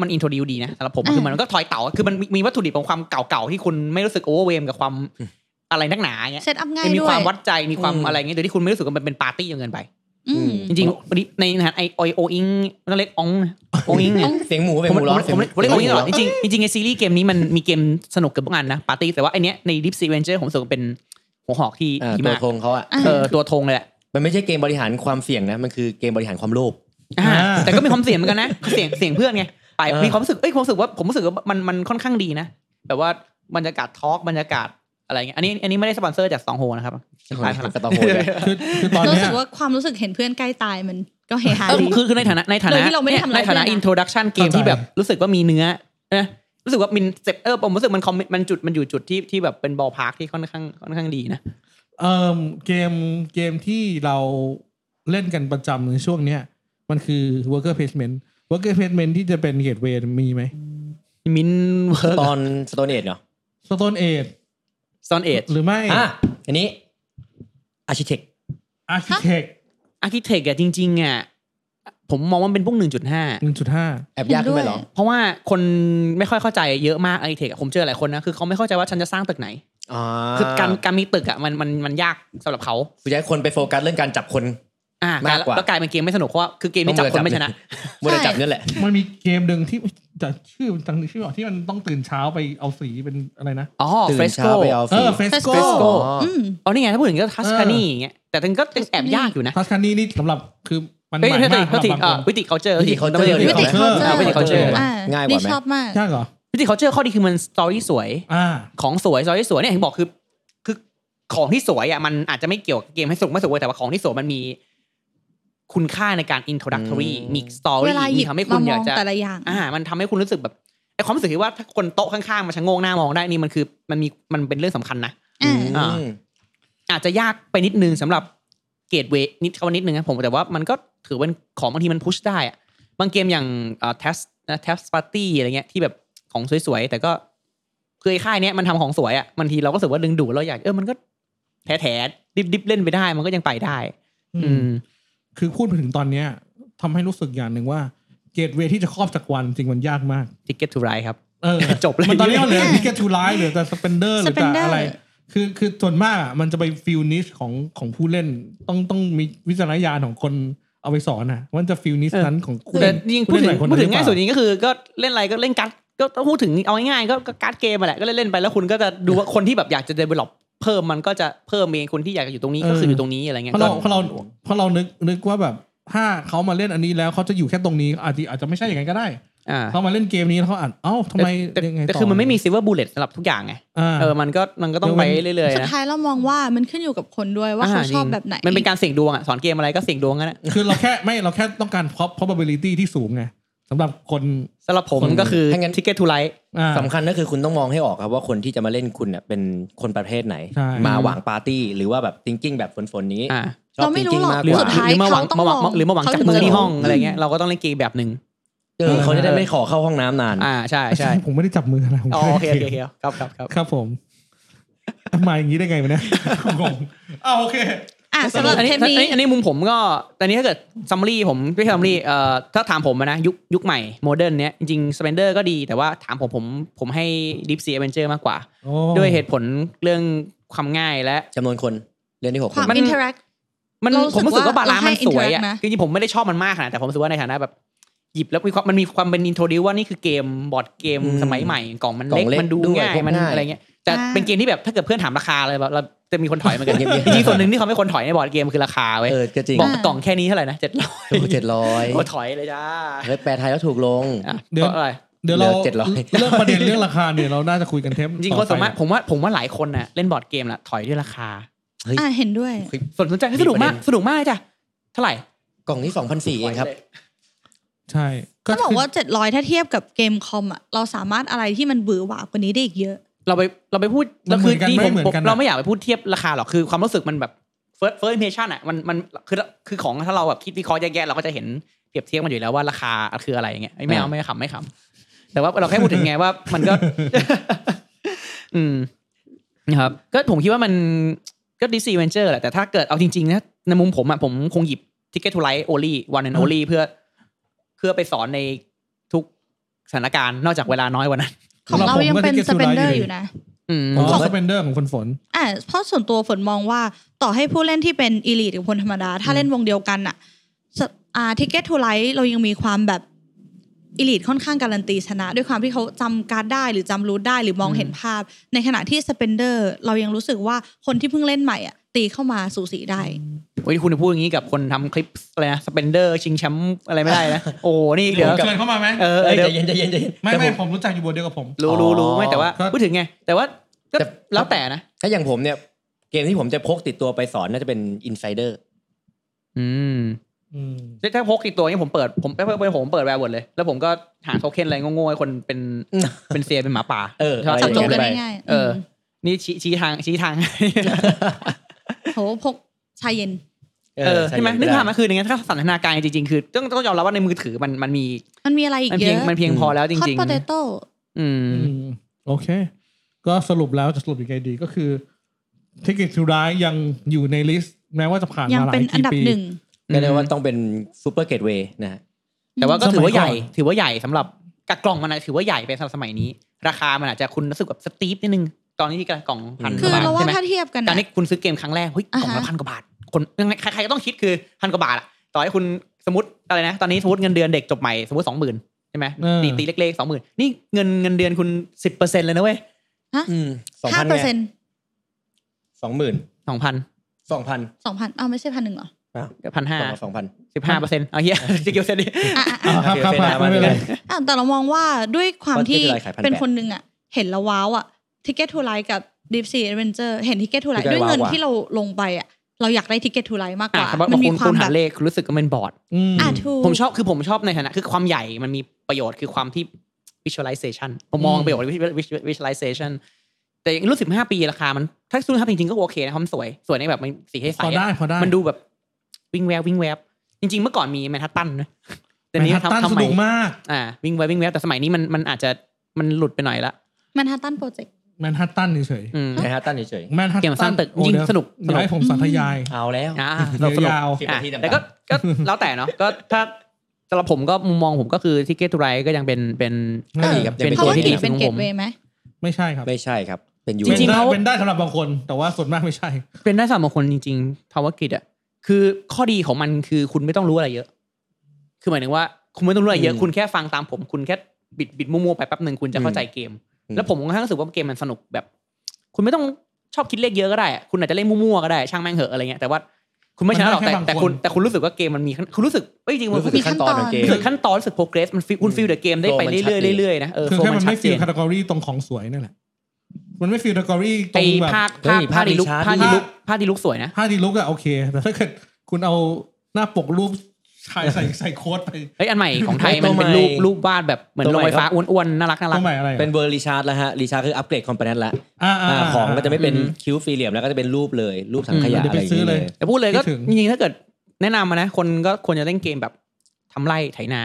[SPEAKER 4] มันอินโทรดิวดีนะสำหรับผม
[SPEAKER 2] อ่า
[SPEAKER 4] คือมันก็ถอยเต่าอะคือมันมีมีวัตถุดิบของความเก่าๆที่คุณไม่รู้สึกโอเวอร์เวมกับความ
[SPEAKER 3] อืม
[SPEAKER 4] อะไรนักหนาอย่างเงี้ย
[SPEAKER 2] เซตอัพง่าย
[SPEAKER 4] มี
[SPEAKER 2] ด้วยว
[SPEAKER 4] คามวัดใจมีความ
[SPEAKER 3] อืม
[SPEAKER 4] อะไรเงี้ยโดยที่คุณไม่รู้สึกว่ามันเป็นปาร์ตี้จนเกินไป
[SPEAKER 2] อืม
[SPEAKER 4] จริงๆวันนี้ในนะฮะไอโออิงต้องเรียกององอิงเนี่ย
[SPEAKER 3] เสียงหมูเป็น
[SPEAKER 4] ผ
[SPEAKER 3] ห
[SPEAKER 4] ม
[SPEAKER 3] มูร้อน
[SPEAKER 4] ผมผมผมเล่นของนี้ตลอด
[SPEAKER 3] สียหมู
[SPEAKER 4] จริงๆจริงๆไอซีรีส์เกมนี้มันมีเกมสนุกเกับพวกอันนะปาร์ตี้แต่ว่าไอเนี้ยในดิฟซีเวนเจอร์ผมรู้สึกว่าเป็นหัวหอกที่
[SPEAKER 3] อ่า
[SPEAKER 4] ดี
[SPEAKER 3] ตัว
[SPEAKER 4] มาก
[SPEAKER 3] ธงเขาอ่ะ
[SPEAKER 2] อ่ะ
[SPEAKER 4] เออตัวธงเลยแหละ
[SPEAKER 3] มันไม่ใช่เกมบริหารความเสี่ยงนะ มันคือเกมบริหารความโลภ
[SPEAKER 4] อ่า
[SPEAKER 1] อ่า
[SPEAKER 4] แต่ก็มีความเสี่ยงเหมือนกันนะ เสี่ยงเสี่ยงเพื่อนไงไป
[SPEAKER 3] เออ
[SPEAKER 4] มีความรู้สึกเอ้ยผมรู้สึกว่าผมรู้สึกว่ามันมันค่อนข้างดีนะ แบบว่าบรรยากาศทอล์กบรรยากาศอะไรเงี้ยอันนี้อันนี้ไม่ได้สปอนเซอร์จากสองโฮนะครับ
[SPEAKER 3] หายสตองโฮเนี่ย
[SPEAKER 1] คือคือตอน
[SPEAKER 2] รู้
[SPEAKER 1] เนี้ย
[SPEAKER 2] สึกว่าความรู้สึกเห็นเพื่อนใกล้ตายมันก็เฮฮา
[SPEAKER 4] เออ
[SPEAKER 2] ดี
[SPEAKER 4] คือคือในฐานะในฐา
[SPEAKER 2] โด
[SPEAKER 4] นะ
[SPEAKER 2] ยที่เราไม่ได้ทำอะไร
[SPEAKER 4] ในฐา
[SPEAKER 2] ด้
[SPEAKER 4] นะ
[SPEAKER 2] วยนะ
[SPEAKER 4] อินโทรดักชันเกมที่
[SPEAKER 1] เข้าใจ
[SPEAKER 4] แบบรู้สึกว่ามีเนื้อนะรู้สึกว่ามินเจ็บเออผมรู้สึกมันคอมมันจุดมันอยู่จุดที่ที่แบบเป็นบอลพาร์คที่ค่อนข้างค่อนข้างดีนะ
[SPEAKER 1] เอมเกมเกมที่เราเล่นกันประจำในช่วงเนี้ยมันคือ worker placement worker placement ที่จะเป็น gateway มีไหม
[SPEAKER 4] มินเวิร์ก
[SPEAKER 3] ตอนสโตนเอทเหรอ
[SPEAKER 1] stone age
[SPEAKER 4] ซอนเอท
[SPEAKER 1] หรือไม่
[SPEAKER 3] อ่ะอันนี้อาร์ชิเทค
[SPEAKER 1] architect
[SPEAKER 4] อาร์คิเทคอะจริงๆอะผมมองว่าเป็นพวก 1.5
[SPEAKER 1] 1.5
[SPEAKER 3] แอบยากขึ้นไปเหรอ
[SPEAKER 4] เพราะว่าคนไม่ค่อยเข้าใจเยอะมากอาร์คิเทคผมเจอหลายคนนะ คือเขาไม่เข้าใจว่าฉันจะสร้างตึกไหน
[SPEAKER 3] อ่า
[SPEAKER 4] คือการการมีตึกอะมันมันมันยากสำหรับเขา
[SPEAKER 3] คือจะให้คนไปโฟกัสเรื่องการจับคน
[SPEAKER 4] อ่า
[SPEAKER 3] ากกว่า
[SPEAKER 4] แล้วกลายเป็นเกมไม่สนุกเพราะว่าคือเกมที่จับคนไม่ชนะ
[SPEAKER 3] มัวแต่จับเนี่ยแหละ
[SPEAKER 1] มันมีเกมหนึ่งที่จะชื่อจังชื่อไม่ออกที่มันต้องตื่นเช้าไปเอาสีเป็นอะไรนะ
[SPEAKER 4] อ๋อ
[SPEAKER 3] ตื่
[SPEAKER 4] เฟร
[SPEAKER 3] น
[SPEAKER 4] สโก
[SPEAKER 3] เช้าไปเอา
[SPEAKER 1] เออ
[SPEAKER 3] ฟิล์ม
[SPEAKER 1] เฟสโก
[SPEAKER 4] Fresco
[SPEAKER 3] อ๋ออื
[SPEAKER 2] อืม
[SPEAKER 4] อ๋อนี่ไงถ้าพูดถึงก็ทัสคานี
[SPEAKER 1] เอออ
[SPEAKER 4] อย่างเงี้ยแต่ถึงก็แอบยากอยู่นะ
[SPEAKER 1] ทัสคานีนี่สำหรับคือมัน
[SPEAKER 4] เอ้ย
[SPEAKER 1] ใหม่
[SPEAKER 4] ถ้าถึ
[SPEAKER 1] มาง ก
[SPEAKER 4] ถ้า
[SPEAKER 1] สำห
[SPEAKER 4] ถึ
[SPEAKER 1] รั
[SPEAKER 4] ง
[SPEAKER 1] บ
[SPEAKER 4] เอ่
[SPEAKER 1] บา
[SPEAKER 4] อง
[SPEAKER 1] คน
[SPEAKER 4] วิติเคาเจอ
[SPEAKER 3] Viticulture
[SPEAKER 2] วิธี
[SPEAKER 1] culture
[SPEAKER 2] เคาน์เตอร์
[SPEAKER 4] วิธี culture
[SPEAKER 2] อ่
[SPEAKER 3] ง่ายกว่าไหม
[SPEAKER 2] นี่ชอบมาก
[SPEAKER 1] ยากเหรอ
[SPEAKER 4] วิติเคาเจอข้อดีคือมันสตอรี่สวย
[SPEAKER 1] อ่า
[SPEAKER 4] ของสวยซอยที่สวยเนี่ยเห็นบอกคือคือของที่สวยอ่ะมันอาจจะไม่เกี่ยวกับเกมให้สนุกไม่สนุกเว้ยแต่ว่าของที่สวยมันมี คุณค่าในการ introductory
[SPEAKER 3] อืม
[SPEAKER 4] มีสตอ
[SPEAKER 2] เว
[SPEAKER 4] รี่
[SPEAKER 2] ลาหยิ
[SPEAKER 4] มี
[SPEAKER 2] บ
[SPEAKER 4] ทำให้คุ
[SPEAKER 2] มา
[SPEAKER 4] ณ
[SPEAKER 2] ม
[SPEAKER 4] อยา
[SPEAKER 2] อก ง
[SPEAKER 4] จะ
[SPEAKER 2] แต่ละอย่าง
[SPEAKER 4] อ่า มันทำให้คุณรู้สึกแบบไอ้ความรู้สึกที่ว่าถ้าคนโต๊ะข้างๆมาชะโงงหน้ามองได้นี่มันคือมันมีมันเป็นเรื่องสำคัญนะ
[SPEAKER 2] อ่า
[SPEAKER 4] อ่า
[SPEAKER 3] อืม
[SPEAKER 4] อาจจะยากไปนิดนึงสำหรับเกตเวนิดเขาว่านิดนึงนะผมแต่ว่ามันก็ถือเป็นของบางทีมันพุชได้อะบางเกมอย่างเทสเทสปาร์ตี้อะไรเงี้ยที่แบบของสวยๆ แต่ก็คือไอ้ค่ายเนี้ยมันทำของสวยอะบางทีเราก็รู้สึกว่าดึงดูดเราอยากเออมันก็แถแถดิบๆเล่นไปได้ มันก็ยังไปได้
[SPEAKER 1] อื
[SPEAKER 4] อื
[SPEAKER 1] ม
[SPEAKER 4] ม
[SPEAKER 1] คือพูดไปถึงตอนเนี้ยทำให้รู้สึกอย่างหนึ่งว่าเกตเวที่จะครอบจักรวาลจริงมันยากมาก
[SPEAKER 4] ticket to ride ครับ
[SPEAKER 1] เออ
[SPEAKER 4] จบเลย
[SPEAKER 1] มันตอนนี้มันเหลือทิกเก็ตทูไลท์เหลือแต่สเปนเดอร์หรือแต่
[SPEAKER 2] Spender
[SPEAKER 1] อะไร คือคือส่วนมากอ่ะมันจะไปฟิลนิชของของผู้เล่น ต้องต้องมีวิจารณญาณของคนเอาไปสอนอ่ะว่ามันจะฟิลนิชนั้นของผู้
[SPEAKER 4] แต่
[SPEAKER 1] เล่น
[SPEAKER 4] จริงๆพู
[SPEAKER 1] ผู้
[SPEAKER 4] ด
[SPEAKER 1] เล่นห
[SPEAKER 4] ถึ
[SPEAKER 1] ล
[SPEAKER 4] ง
[SPEAKER 1] คน
[SPEAKER 4] พูดถึง
[SPEAKER 1] หรือเปล่
[SPEAKER 4] ง่ายสุดนี้ก็คือ ก็เล่นอะไรก็เล่นการ์ดก็ต้องพูดถึงเอาง่ายๆก็ก็การ์ดเกมอะแหละก็เล่นๆไปแล้วคุณก็จะดูว่าคนที่แบบอยากจะ develop เพิ่มมันก็จะเพิ่มเองคนที่อยากจะอยู่ตรงนี้ก็คืออยู่ตรงนี้อะไรเงี้
[SPEAKER 1] เพ
[SPEAKER 4] ย
[SPEAKER 1] ราะเรา
[SPEAKER 4] ก็
[SPEAKER 1] เพราะเราเพราะเรานึกนึกว่าแบบถ้าเขามาเล่นอันนี้แล้วเขาจะอยู่แค่ตรงนี้ อาจจะอาจจะไม่ใช่อย่างนั้นก็ได้
[SPEAKER 4] อ่า
[SPEAKER 1] เขามาเล่นเกมนี้แล้วเขาอ่านเอ้าทำไม
[SPEAKER 4] แต่
[SPEAKER 1] ยังไง
[SPEAKER 4] แต่
[SPEAKER 1] ต่
[SPEAKER 4] คือมันไม่มีซิลเวอร์บูลเลตสำหรับทุกอย่างไง
[SPEAKER 1] อ่า
[SPEAKER 4] เออมันก็มันก็ต้อง
[SPEAKER 1] เดี๋ยว
[SPEAKER 4] ไป
[SPEAKER 1] มัน
[SPEAKER 4] เรื่อยๆ
[SPEAKER 2] สุด
[SPEAKER 4] นะ
[SPEAKER 2] ท้ายเรามองว่ามันขึ้นอยู่กับคนด้วยว่าเขาชอบแบบไหน
[SPEAKER 4] มันเป็นการเสี่ยงดวงอ่ะสอนเกมอะไรก็เสี่ยงดวงกันนะ
[SPEAKER 1] คือเราแค่ไม่เราแค่ต้องการ probability ที่สูงไงสำหรับคน
[SPEAKER 4] สำหรับผมก็คือ
[SPEAKER 3] ถ้างั้น
[SPEAKER 4] ทิกเก็ตทูไลท์
[SPEAKER 1] อ่า
[SPEAKER 3] สำคัญก็คือคุณต้องมองให้ออกครับว่าคนที่จะมาเล่นคุณเนี่ยเป็นคนประเภทไหน
[SPEAKER 1] ใช่
[SPEAKER 3] มาหวังปาร์ตี้หรือว่าแบบ thinking แบบฝนๆนี้
[SPEAKER 4] อ่า
[SPEAKER 3] ชอบ
[SPEAKER 2] เราไม่รู้
[SPEAKER 3] thinking
[SPEAKER 2] หรอก
[SPEAKER 3] มาก
[SPEAKER 4] หรื
[SPEAKER 3] ก
[SPEAKER 4] อ
[SPEAKER 3] ว่า
[SPEAKER 2] สุดท้าย
[SPEAKER 4] หรือมาหวัง
[SPEAKER 2] เขาต้อง
[SPEAKER 4] มาหวัง
[SPEAKER 2] มอง
[SPEAKER 4] หรือมาหวัง
[SPEAKER 2] เขา
[SPEAKER 4] จับ
[SPEAKER 2] ถึง
[SPEAKER 4] มือ
[SPEAKER 2] จะ
[SPEAKER 4] ที่
[SPEAKER 2] ลง
[SPEAKER 4] ห้องอะไรเงี้ยเราก็ต้องเล่นเกมแบบหนึ่ง
[SPEAKER 3] เออเขาจะได้ไม่ขอเข้าห้องน้ำนาน
[SPEAKER 4] อ่าใช่ใช่
[SPEAKER 1] ผมไม่ได้จับมือนะผม
[SPEAKER 4] อ๋อ
[SPEAKER 1] แ
[SPEAKER 4] โอเคโอเคโอเคครับครับครับ
[SPEAKER 1] ครับผมทำไมอย่างนี้ได้ไงวะเนี่ยงงอ้าวโอเค
[SPEAKER 2] อ่ะสำหรับ
[SPEAKER 4] อัน
[SPEAKER 2] เท
[SPEAKER 4] นี้
[SPEAKER 2] ปนี้
[SPEAKER 4] อันนี้อันนี้มุมผมก็แต่นี้ถ้าเกิดซัมมารีผมไม่ใช่ซัมมารีเอ่อถ้าถามผมอะนะยุคยุคใหม่โมเดิร์นเนี้ยจริงสเปนเดอร์ก็ดีแต่ว่าถามผมผมผมให้ดิฟซีเอเวนเจอร์มากกว่า
[SPEAKER 1] โอ้
[SPEAKER 4] ด้วยเหตุผลเรื่องความง่ายและ
[SPEAKER 3] จำนวนคนเรื่องที่หก
[SPEAKER 2] ค
[SPEAKER 3] ค
[SPEAKER 2] วน ม
[SPEAKER 4] มัน
[SPEAKER 2] อินเทอร์แอค
[SPEAKER 4] มัน
[SPEAKER 2] เรารู้สึก
[SPEAKER 4] ผมรู้สึกว่าบา
[SPEAKER 2] ว่า
[SPEAKER 4] ลานซ์มันสวยอะ
[SPEAKER 2] เราให้ interact นะ
[SPEAKER 4] จริงๆผมไม่ได้ชอบมันมากขนาดแต่ผมรู้สึกว่าในฐานะแบบหยิบแล้วมีความมันมีความเป็นอินโทรดิวว่านี่คือเกมบอร์ดเกม
[SPEAKER 3] อืม
[SPEAKER 4] สมัยใหม่กล่องมัน
[SPEAKER 3] กล่อก งเล็
[SPEAKER 4] เล็
[SPEAKER 3] ก
[SPEAKER 4] มันดู
[SPEAKER 3] ด้วย
[SPEAKER 4] ง่าย
[SPEAKER 3] พก
[SPEAKER 4] มัน
[SPEAKER 3] ง่าย
[SPEAKER 4] อะไรเงี้ยแต่
[SPEAKER 2] อ่า
[SPEAKER 4] เป็นเกมที่แบบถ้าเกิดเพื่อนถามราคาเลยแบบเราจะมีคนถอยเหมือนกัน
[SPEAKER 3] เงียบๆ
[SPEAKER 4] จริงๆส่วนหนึ่งที่เขาไม่คนถอยในบอร์ดเกมคือราคาเว้ย
[SPEAKER 3] เออก็จริง
[SPEAKER 4] บอก
[SPEAKER 2] อ่ะ
[SPEAKER 4] กล่องแค่นี้เท่าไหร่นะเจ็ดร้อย
[SPEAKER 3] เจ็ดร้อย
[SPEAKER 4] โอ้ถอยเลยจ้า
[SPEAKER 3] เฮ้ยแปลไทยแล้วถูกลง
[SPEAKER 4] อ่ะ
[SPEAKER 1] เดี๋ยว
[SPEAKER 4] ก็อะไร
[SPEAKER 1] เดี๋ยวเรา
[SPEAKER 3] เหลือ700
[SPEAKER 1] เรื่องประเด็นเรื่องราคาเนี่ยเราน่าจะคุยกันเทป
[SPEAKER 4] จริงๆ
[SPEAKER 1] ต่
[SPEAKER 4] ก็
[SPEAKER 1] อไป
[SPEAKER 4] สามารถผมว่าผมว่าหลายคนน่ะเล่นบอร์ดเกมละถอยด้วยราคา
[SPEAKER 2] อ่ะเห็นด้วย
[SPEAKER 3] เฮ้ย
[SPEAKER 4] สนใจเฮ้ยสนุกมาก
[SPEAKER 3] มีประเด็น
[SPEAKER 4] สนุกมากเลยจ้ะเท่าไหร่
[SPEAKER 3] กล่องที่สองพันสี่เองครับ
[SPEAKER 1] ใช่
[SPEAKER 2] ถ้าบอก
[SPEAKER 1] คื
[SPEAKER 2] ว่า 700 ถ้าเทียบกับเกมคอมอ่ะเราสามารถอะไรที่มันบือหวากว่านี้ได้อีกเยอะ
[SPEAKER 4] เราไปเราไปพูด
[SPEAKER 1] มั
[SPEAKER 4] เรา
[SPEAKER 1] นเหมือน
[SPEAKER 4] คือ
[SPEAKER 1] กัน
[SPEAKER 4] ที่
[SPEAKER 1] ไม่
[SPEAKER 4] ผม
[SPEAKER 1] เหมือนกัน
[SPEAKER 4] เรา
[SPEAKER 1] นะ
[SPEAKER 4] ไม่อยากไปพูดเทียบราคาหรอกคือความรู้สึกมันแบบ first first impression อ่ะมันมันคือคือของถ้าเราแบบคิดวิเคราะห์แยกๆเราก็จะเห็นเปรียบเทียบมันอยู่แล้วว่าราคาคืออะไรอย่างเงี้ยไม่เอาไม่ขำไม่ขำแต่ว่าเราแค่พูดถึงไงว่ามันก็ อืมนะครับก็ผมคิดว่ามันก็ดิสซีเวนเจอร์แหละ แต่ถ้าเกิดเอาจริงๆนะในมุมผมอะผมคงหยิบทิกเก็ตทูไลท์โอลี่วันแอนโอลี่เพื่อเพื่อไปสอนในทุกสถานการณ์นอกจากเวลาน้อยกว่านั้น
[SPEAKER 2] ของเรายังเป็น
[SPEAKER 1] สำหรับ
[SPEAKER 2] ส
[SPEAKER 1] ผมก็ Ticket to Ride
[SPEAKER 2] เปนเดอร์อยู่นะ
[SPEAKER 4] อืม
[SPEAKER 1] ของ
[SPEAKER 3] ผมว่า
[SPEAKER 1] สเปนเดอร์ของฝนฝน
[SPEAKER 2] อ่ะเพราะส่วนตัวฝนมองว่าต่อให้ผู้เล่นที่เป็นอีลิทกับคนธรรมดา ถ้าเล่นวงเดียวกันอ่ะสอ่าทิเก็ตทูไลท์เรายังมีความแบบอีลิทค่อนข้างการันตีชนะ ด้วยความที่เขาจำการดได้หรือจำรูทได้หรือมอง
[SPEAKER 4] อืม
[SPEAKER 2] เห็นภาพ ในขณะที่สเปนเดอร์เรายังรู้สึกว่าคนที่เพิ่งเล่นใหม่อ่ะตีเข้ามาสู่สีได้
[SPEAKER 4] โอ้ยที่คุณพูดอย่างนี้กับคนทำคลิปอะไรนะสเปนเดอร์ชิงแชมป์อะไรไม่ได้นะ โอ้นี่เดี๋ยว
[SPEAKER 1] เชิญเข้ามาไหม
[SPEAKER 4] เออเอ
[SPEAKER 3] เอ้
[SPEAKER 4] อย เดี๋ย
[SPEAKER 3] ใจ
[SPEAKER 4] ว
[SPEAKER 3] เย็นใจเย็นใจเย็น
[SPEAKER 1] ไม่
[SPEAKER 3] แต่ผ
[SPEAKER 1] ไม่ผมรู้จักอยู่บทเดียวกับผม
[SPEAKER 4] รู้รู้รู้ไม่แต่ว่า
[SPEAKER 1] ก็
[SPEAKER 4] พูดถึงไง แต่ว่าก็
[SPEAKER 3] แต่
[SPEAKER 4] แล้วแต่นะ
[SPEAKER 3] ถ้าอย่างผมเนี่ย เกมที่ผมจะพกติดตัวไปสอนน่าจะเป็นอินไซเดอร์
[SPEAKER 4] อืม
[SPEAKER 1] อืม
[SPEAKER 4] ถ้าพกติดตัวนี่ผมเปิดผมไปไปผมเปิดแวร์บดเลย แล้วผมก็หาโทเค็นอะไรโง่ๆให้คนเป็นเป็นเซียเป็นหมาป่า
[SPEAKER 3] เออ
[SPEAKER 4] ใช่
[SPEAKER 2] จับจบ
[SPEAKER 4] ไหม
[SPEAKER 2] กัน
[SPEAKER 3] ไป
[SPEAKER 2] ง่ายๆ
[SPEAKER 4] เอออ
[SPEAKER 2] ม
[SPEAKER 4] นี่ชี้ชี้ทางชี้ทาง
[SPEAKER 2] โหพกชายเย็น
[SPEAKER 4] เออใช่ไหมนึกภาพ
[SPEAKER 3] ม
[SPEAKER 4] มาคืออย่างนั้นถ้าสันทนาการจริงๆคือต้องต้องยอมรับว่าในมือถือมันมันมี
[SPEAKER 2] มันมีอะไรอีก
[SPEAKER 4] มัน
[SPEAKER 2] เย
[SPEAKER 4] เพียง
[SPEAKER 2] อะ
[SPEAKER 4] มันเพียงพอแล้วจ
[SPEAKER 2] คอต
[SPEAKER 4] ริง
[SPEAKER 2] โปเตโต้
[SPEAKER 4] ๆ อืม
[SPEAKER 1] อืมโอเค ก็สรุปแล้วจะสรุปยังไงดีก็คือทิกเก็ตทูร้ายยังอยู่ในลิสต์แม้ว่าจะผ่าน
[SPEAKER 2] ยัง
[SPEAKER 1] มาหลา
[SPEAKER 2] เป็น
[SPEAKER 1] ย
[SPEAKER 2] อัน
[SPEAKER 1] กี่
[SPEAKER 2] ดับ
[SPEAKER 1] ปี
[SPEAKER 2] หนึ่ง
[SPEAKER 3] ก็เรียกว่าต้องเป็นซูเปอร์เกตเวย์นะฮะ
[SPEAKER 4] แต่ว่าก็ถือว่า
[SPEAKER 1] สมัยก่อน
[SPEAKER 4] ใหญ่ถือว่าใหญ่สำหรับกะกล่องมันอะถือว่าใหญ่ไปสำหรับสมัยนี้ ราคามันอาจจะคุณรู้สึกแบบสตีฟนิดนึง ตอนนี้ที่กล่องพันก
[SPEAKER 2] คือบ
[SPEAKER 4] ว่าาท
[SPEAKER 2] เราว่า
[SPEAKER 4] ใช่ไหม
[SPEAKER 2] ถ้าเทียบกัน
[SPEAKER 4] การ
[SPEAKER 2] นะ
[SPEAKER 4] ที่คุณซื้อเกมครั้งแรกเฮ้ยกล่อง
[SPEAKER 2] อ่า
[SPEAKER 4] ละ
[SPEAKER 2] ฮะ
[SPEAKER 4] พันกว่าบาท คนยังไงใครๆก็ต้องคิดคือพันกว่าบาทอะต่อให้คุณสมมติอะไรนะ ตอนนี้สมมติเงินเดือนเด็กจบใหม่สมมติสองหมื่นใช่ไหม
[SPEAKER 1] เออ
[SPEAKER 4] ตีตีเล็กๆสองหมื่นนี่เงินเงินเดือนคุณสิบเปอร์เซ็นต์เลยนะเว้ย
[SPEAKER 3] อืมสอง
[SPEAKER 2] ห้า
[SPEAKER 3] พัน
[SPEAKER 2] เปอร์เซ็นต์
[SPEAKER 3] สองหมื่น
[SPEAKER 4] สองพัน
[SPEAKER 3] สองพัน
[SPEAKER 2] สองพันอ้าวไม่ใช่พันหนึ่งเหรอ
[SPEAKER 4] พันห้า
[SPEAKER 3] สองพัน
[SPEAKER 4] สิบห้าเปอร์เซ็นต์เอาเฮีย จะเกี่ยวเซ็นดิ
[SPEAKER 2] อ่ะอ่ะอ่ะ
[SPEAKER 1] อ่าครับครับครับ
[SPEAKER 3] โอ
[SPEAKER 1] ไม่
[SPEAKER 3] เคโอเค
[SPEAKER 1] เป็นไร
[SPEAKER 2] อ่ะแต่เรามองว่าด้วยความ
[SPEAKER 3] เพราะ
[SPEAKER 2] ที่
[SPEAKER 3] ที่ไรขาย1,800
[SPEAKER 2] เป็นคนหนึ่งอ่ะ เห็นแล้วว้าวอ่ะทิกเก็ตทูไลกับ Deep Sea Adventure เห็นทิกเก็ตทูไล
[SPEAKER 3] ที่ได้
[SPEAKER 2] ด้วยเงิน
[SPEAKER 3] ว้าวกว่า
[SPEAKER 2] ที่เราลงไปอ่ะ เราอยากได้ทิกเก็ตทูไลมากก
[SPEAKER 4] อ่ะ
[SPEAKER 2] ว่า
[SPEAKER 4] ครับบาง
[SPEAKER 2] มั
[SPEAKER 4] คน
[SPEAKER 2] มีควา
[SPEAKER 4] คุ
[SPEAKER 2] ม
[SPEAKER 4] ณ
[SPEAKER 2] แบ
[SPEAKER 4] หา
[SPEAKER 2] บ
[SPEAKER 4] เลขรู้สึกว่ามันบอด
[SPEAKER 1] อืม
[SPEAKER 2] อ่ะถูก
[SPEAKER 4] ผมชอบคือผมชอบในฐานะคือความใหญ่มันมีประโยชน์คือความที่ visualization ผมมอง
[SPEAKER 1] อืม
[SPEAKER 4] ประโยชน์ visual- visualization แต่รุ่นสิบห้าปีราคามัน ถ้าซื้อห้าปีจริงๆก็โอเคนะความนสวย สวยในแบบมันสีให้ใส
[SPEAKER 1] พอได้
[SPEAKER 4] อะ
[SPEAKER 1] พอได้
[SPEAKER 4] มันดูแบบวิ่งแวววิ่งแวบจริง ๆ เมื่อก่อนมีแมนฮัตตันนะแต่นี้
[SPEAKER 1] แมนฮัตตัน
[SPEAKER 4] ทำทำ
[SPEAKER 1] ส
[SPEAKER 4] ใหม่
[SPEAKER 1] นุกมาก
[SPEAKER 4] อ่าวิ่งแวบวิ่งแวบแต่สมัยนี้มันมันอาจจะมันหลุดไปหน่อยละ
[SPEAKER 2] มันฮัตตันโปรเจกต์
[SPEAKER 1] แมนฮัตตันเฉย
[SPEAKER 4] อืม
[SPEAKER 3] นะฮะตั้นเฉย
[SPEAKER 1] ๆแมนฮัต
[SPEAKER 4] เกมส
[SPEAKER 1] ตั
[SPEAKER 4] ร้าน งตึกจริงๆสนุกสนุก
[SPEAKER 1] เดี๋ยวให้ผมสาธยาย
[SPEAKER 3] ๆเอาแล้ว
[SPEAKER 4] อ่า
[SPEAKER 1] เดี๋ยวยาว
[SPEAKER 3] สิบนาทีต่ำๆ
[SPEAKER 4] แต่ก็ก็แล้วแต่เนาะก็ถ้าสำหรับผมก็มุมมองผมก็คือทิกเก็ตไรก็ยังเป็นเป็น
[SPEAKER 1] ไม่
[SPEAKER 2] เออ
[SPEAKER 1] ดีครับ
[SPEAKER 3] ยังเป็น
[SPEAKER 2] เขา
[SPEAKER 3] ตัว
[SPEAKER 2] ว่า
[SPEAKER 3] ที่
[SPEAKER 2] กี
[SPEAKER 3] ดี
[SPEAKER 2] เป็น
[SPEAKER 4] ของ
[SPEAKER 2] เก
[SPEAKER 4] ผ
[SPEAKER 2] ต
[SPEAKER 4] ม
[SPEAKER 2] เวย์ไหม
[SPEAKER 1] ไม่ใช่ครับ
[SPEAKER 3] ไม่ใช่ครับ เป็นยู
[SPEAKER 4] จริงๆ
[SPEAKER 1] เป็นได้เป็นได้
[SPEAKER 4] เขา
[SPEAKER 1] สำหรับบางคน แต่ว่าส่วนมากไม่ใช่
[SPEAKER 4] เป็นได้สำหรับบางคนจริงๆทาวเวอร์กิจอะคือข้อดีของมันคือคุณไม่ต้องรู้อะไรเยอะ คือหมายถึงว่าคุณไม่ต้องรู้อะไรเยอะ คุณแค่ฟังตามผม คุณแค่บิดบิดมั่วๆไปแป๊บหนึ่งคุณจะเข้าใจเกม แล้วผมก็รู้สึกว่าเกมมันสนุกแบบ คุณไม่ต้องชอบคิดเลขเยอะก็ได้อะคุณอาจจะเล่นมั่วๆก็ได้ ช่างแม่งเหอะอะไรเงี้ยแต่ว่าคุณไม่ชนะหรอกแต่
[SPEAKER 1] มันได้แค่บาง
[SPEAKER 4] แต่คุณ
[SPEAKER 1] คน
[SPEAKER 4] แต่คุณรู้สึกว่าเกมมันมีขั้นคุณรู้สึกเอ้ยจริงๆมัน
[SPEAKER 3] รู้สึกถึงขั้นตอนของเกม
[SPEAKER 4] รู้สึกขั้นตอนรู้สึก progress มัน feel- คุณฟีลเดอะเกมได้ไปเรื่อยๆเรื่อยๆนะเออ
[SPEAKER 1] คือ
[SPEAKER 4] โฟ
[SPEAKER 1] แค่
[SPEAKER 4] มั
[SPEAKER 1] มัน น
[SPEAKER 4] ชัด
[SPEAKER 1] ไม่
[SPEAKER 4] เจ
[SPEAKER 1] ฟีล
[SPEAKER 4] น
[SPEAKER 1] คาตกรีตรงของสวยนั่นแหละมันไม่ฟีลคาตกรีตร
[SPEAKER 4] ไอ้
[SPEAKER 1] งแบบ
[SPEAKER 4] ภาค
[SPEAKER 3] เฮ้
[SPEAKER 4] ภาย คภาคดีลุกภา
[SPEAKER 3] ภา
[SPEAKER 4] ค
[SPEAKER 3] คดีลุ
[SPEAKER 4] ดีลุก
[SPEAKER 3] ค
[SPEAKER 4] ภาคดีลุกสวยนะ
[SPEAKER 1] ภาพที่ลุกอะโอเค แต่ถ้าเกิดคุณเอาหน้าปกรูปชายใส่ใส่โค้ดไป
[SPEAKER 4] เฮ้ยอันใหม่ของไทย
[SPEAKER 3] เฮ้ย
[SPEAKER 4] มันเป็น
[SPEAKER 3] ตัวใหม่
[SPEAKER 4] รูปรูปวาดแบบเหมือน
[SPEAKER 3] ตัว
[SPEAKER 4] โร
[SPEAKER 3] ให
[SPEAKER 4] ง
[SPEAKER 3] ม่
[SPEAKER 4] ไฟฟ้า
[SPEAKER 3] ครับ
[SPEAKER 4] อ้วนๆน่ารักน่ารั
[SPEAKER 1] ต้อ
[SPEAKER 4] ก
[SPEAKER 1] งใหม่อะไร
[SPEAKER 3] เป็นเวอร์ริชาร์ดแล้วฮะริชาร์ดคืออัปเกรดคอมโพเนนต์ละ
[SPEAKER 1] อ่าๆๆ
[SPEAKER 3] อ่าของก็จะไม่เป็นคิ้วฟรีเหลี่ยมแล้วก็จะเป็นรูปเลย รูปถังข
[SPEAKER 1] อื
[SPEAKER 3] ยะ
[SPEAKER 1] มเดี๋ยวไป
[SPEAKER 3] อะไรอย่าง
[SPEAKER 1] ซื้อ
[SPEAKER 3] เงี้ย
[SPEAKER 1] เล
[SPEAKER 3] เลย ย
[SPEAKER 4] แต่พูดเลยก็
[SPEAKER 1] คิดถึง
[SPEAKER 4] จริงๆถ้าเกิดแนะนำมานะ คนก็ควรจะเล่นเกมแบบทำไร่ไถนา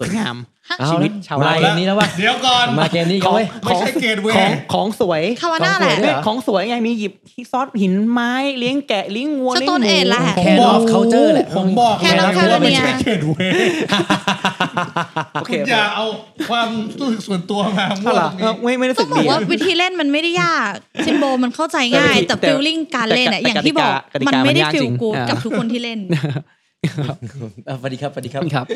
[SPEAKER 4] สวยงาม
[SPEAKER 3] เอา
[SPEAKER 4] ชีวิ
[SPEAKER 3] ละ
[SPEAKER 4] ตชาว
[SPEAKER 3] มา
[SPEAKER 4] ไร่
[SPEAKER 3] เกมนี้แล้วว่า
[SPEAKER 1] เดี๋ยวก่อน
[SPEAKER 3] มาเกมนี้
[SPEAKER 4] ข
[SPEAKER 3] กัน
[SPEAKER 4] อง
[SPEAKER 3] เว้ย
[SPEAKER 1] ไม่ใช่เกตเวย์
[SPEAKER 4] ของของสวย
[SPEAKER 2] คาวาน่า
[SPEAKER 3] ของ
[SPEAKER 2] แห
[SPEAKER 3] สว
[SPEAKER 2] ละ
[SPEAKER 3] ยด้วย
[SPEAKER 4] เนี่ยของสวยไงมีหยิบซอสหินไม้เลี้ยงแกะเลี้ยงวัว
[SPEAKER 2] ส
[SPEAKER 4] เลี้ยง
[SPEAKER 2] โตน
[SPEAKER 4] หมู
[SPEAKER 2] เอจแหละ
[SPEAKER 3] แค Can of culture แหละ
[SPEAKER 1] ผมบอกเลย
[SPEAKER 2] Can
[SPEAKER 1] นะ
[SPEAKER 2] of
[SPEAKER 1] ว่าไม่
[SPEAKER 2] Catalonia
[SPEAKER 1] ใช่เขตเวย์
[SPEAKER 4] โอเค
[SPEAKER 1] คุณอย่าเอาความรู้สึกส่วนตัวมา
[SPEAKER 4] ถ้า
[SPEAKER 1] มั่ว
[SPEAKER 4] ล่ะ
[SPEAKER 1] ตรงนี้
[SPEAKER 4] ไม่ไม่รู้
[SPEAKER 2] ต้
[SPEAKER 4] สึ
[SPEAKER 2] อง
[SPEAKER 4] ก
[SPEAKER 2] บอ
[SPEAKER 4] ดี
[SPEAKER 2] ก
[SPEAKER 4] อะ
[SPEAKER 2] ว่าวิธีเล่นมันไม่ได้ยากซิมโบมันเข้าใจง่าย
[SPEAKER 4] แต่
[SPEAKER 2] แต่
[SPEAKER 4] แต่
[SPEAKER 2] ฟิลลิ่งการเล่นอะ
[SPEAKER 4] แต่
[SPEAKER 2] อย่างที่บอก
[SPEAKER 4] กติกามั
[SPEAKER 2] มันไม่ได้
[SPEAKER 4] ยาก
[SPEAKER 2] ฟิ
[SPEAKER 4] จริ
[SPEAKER 2] ล
[SPEAKER 4] ง
[SPEAKER 2] กูด
[SPEAKER 4] อ่ากั
[SPEAKER 2] กับทุกคนที่ เล่น
[SPEAKER 3] อ่ะสวัสดีครับสวัสดีครับ
[SPEAKER 4] ครับ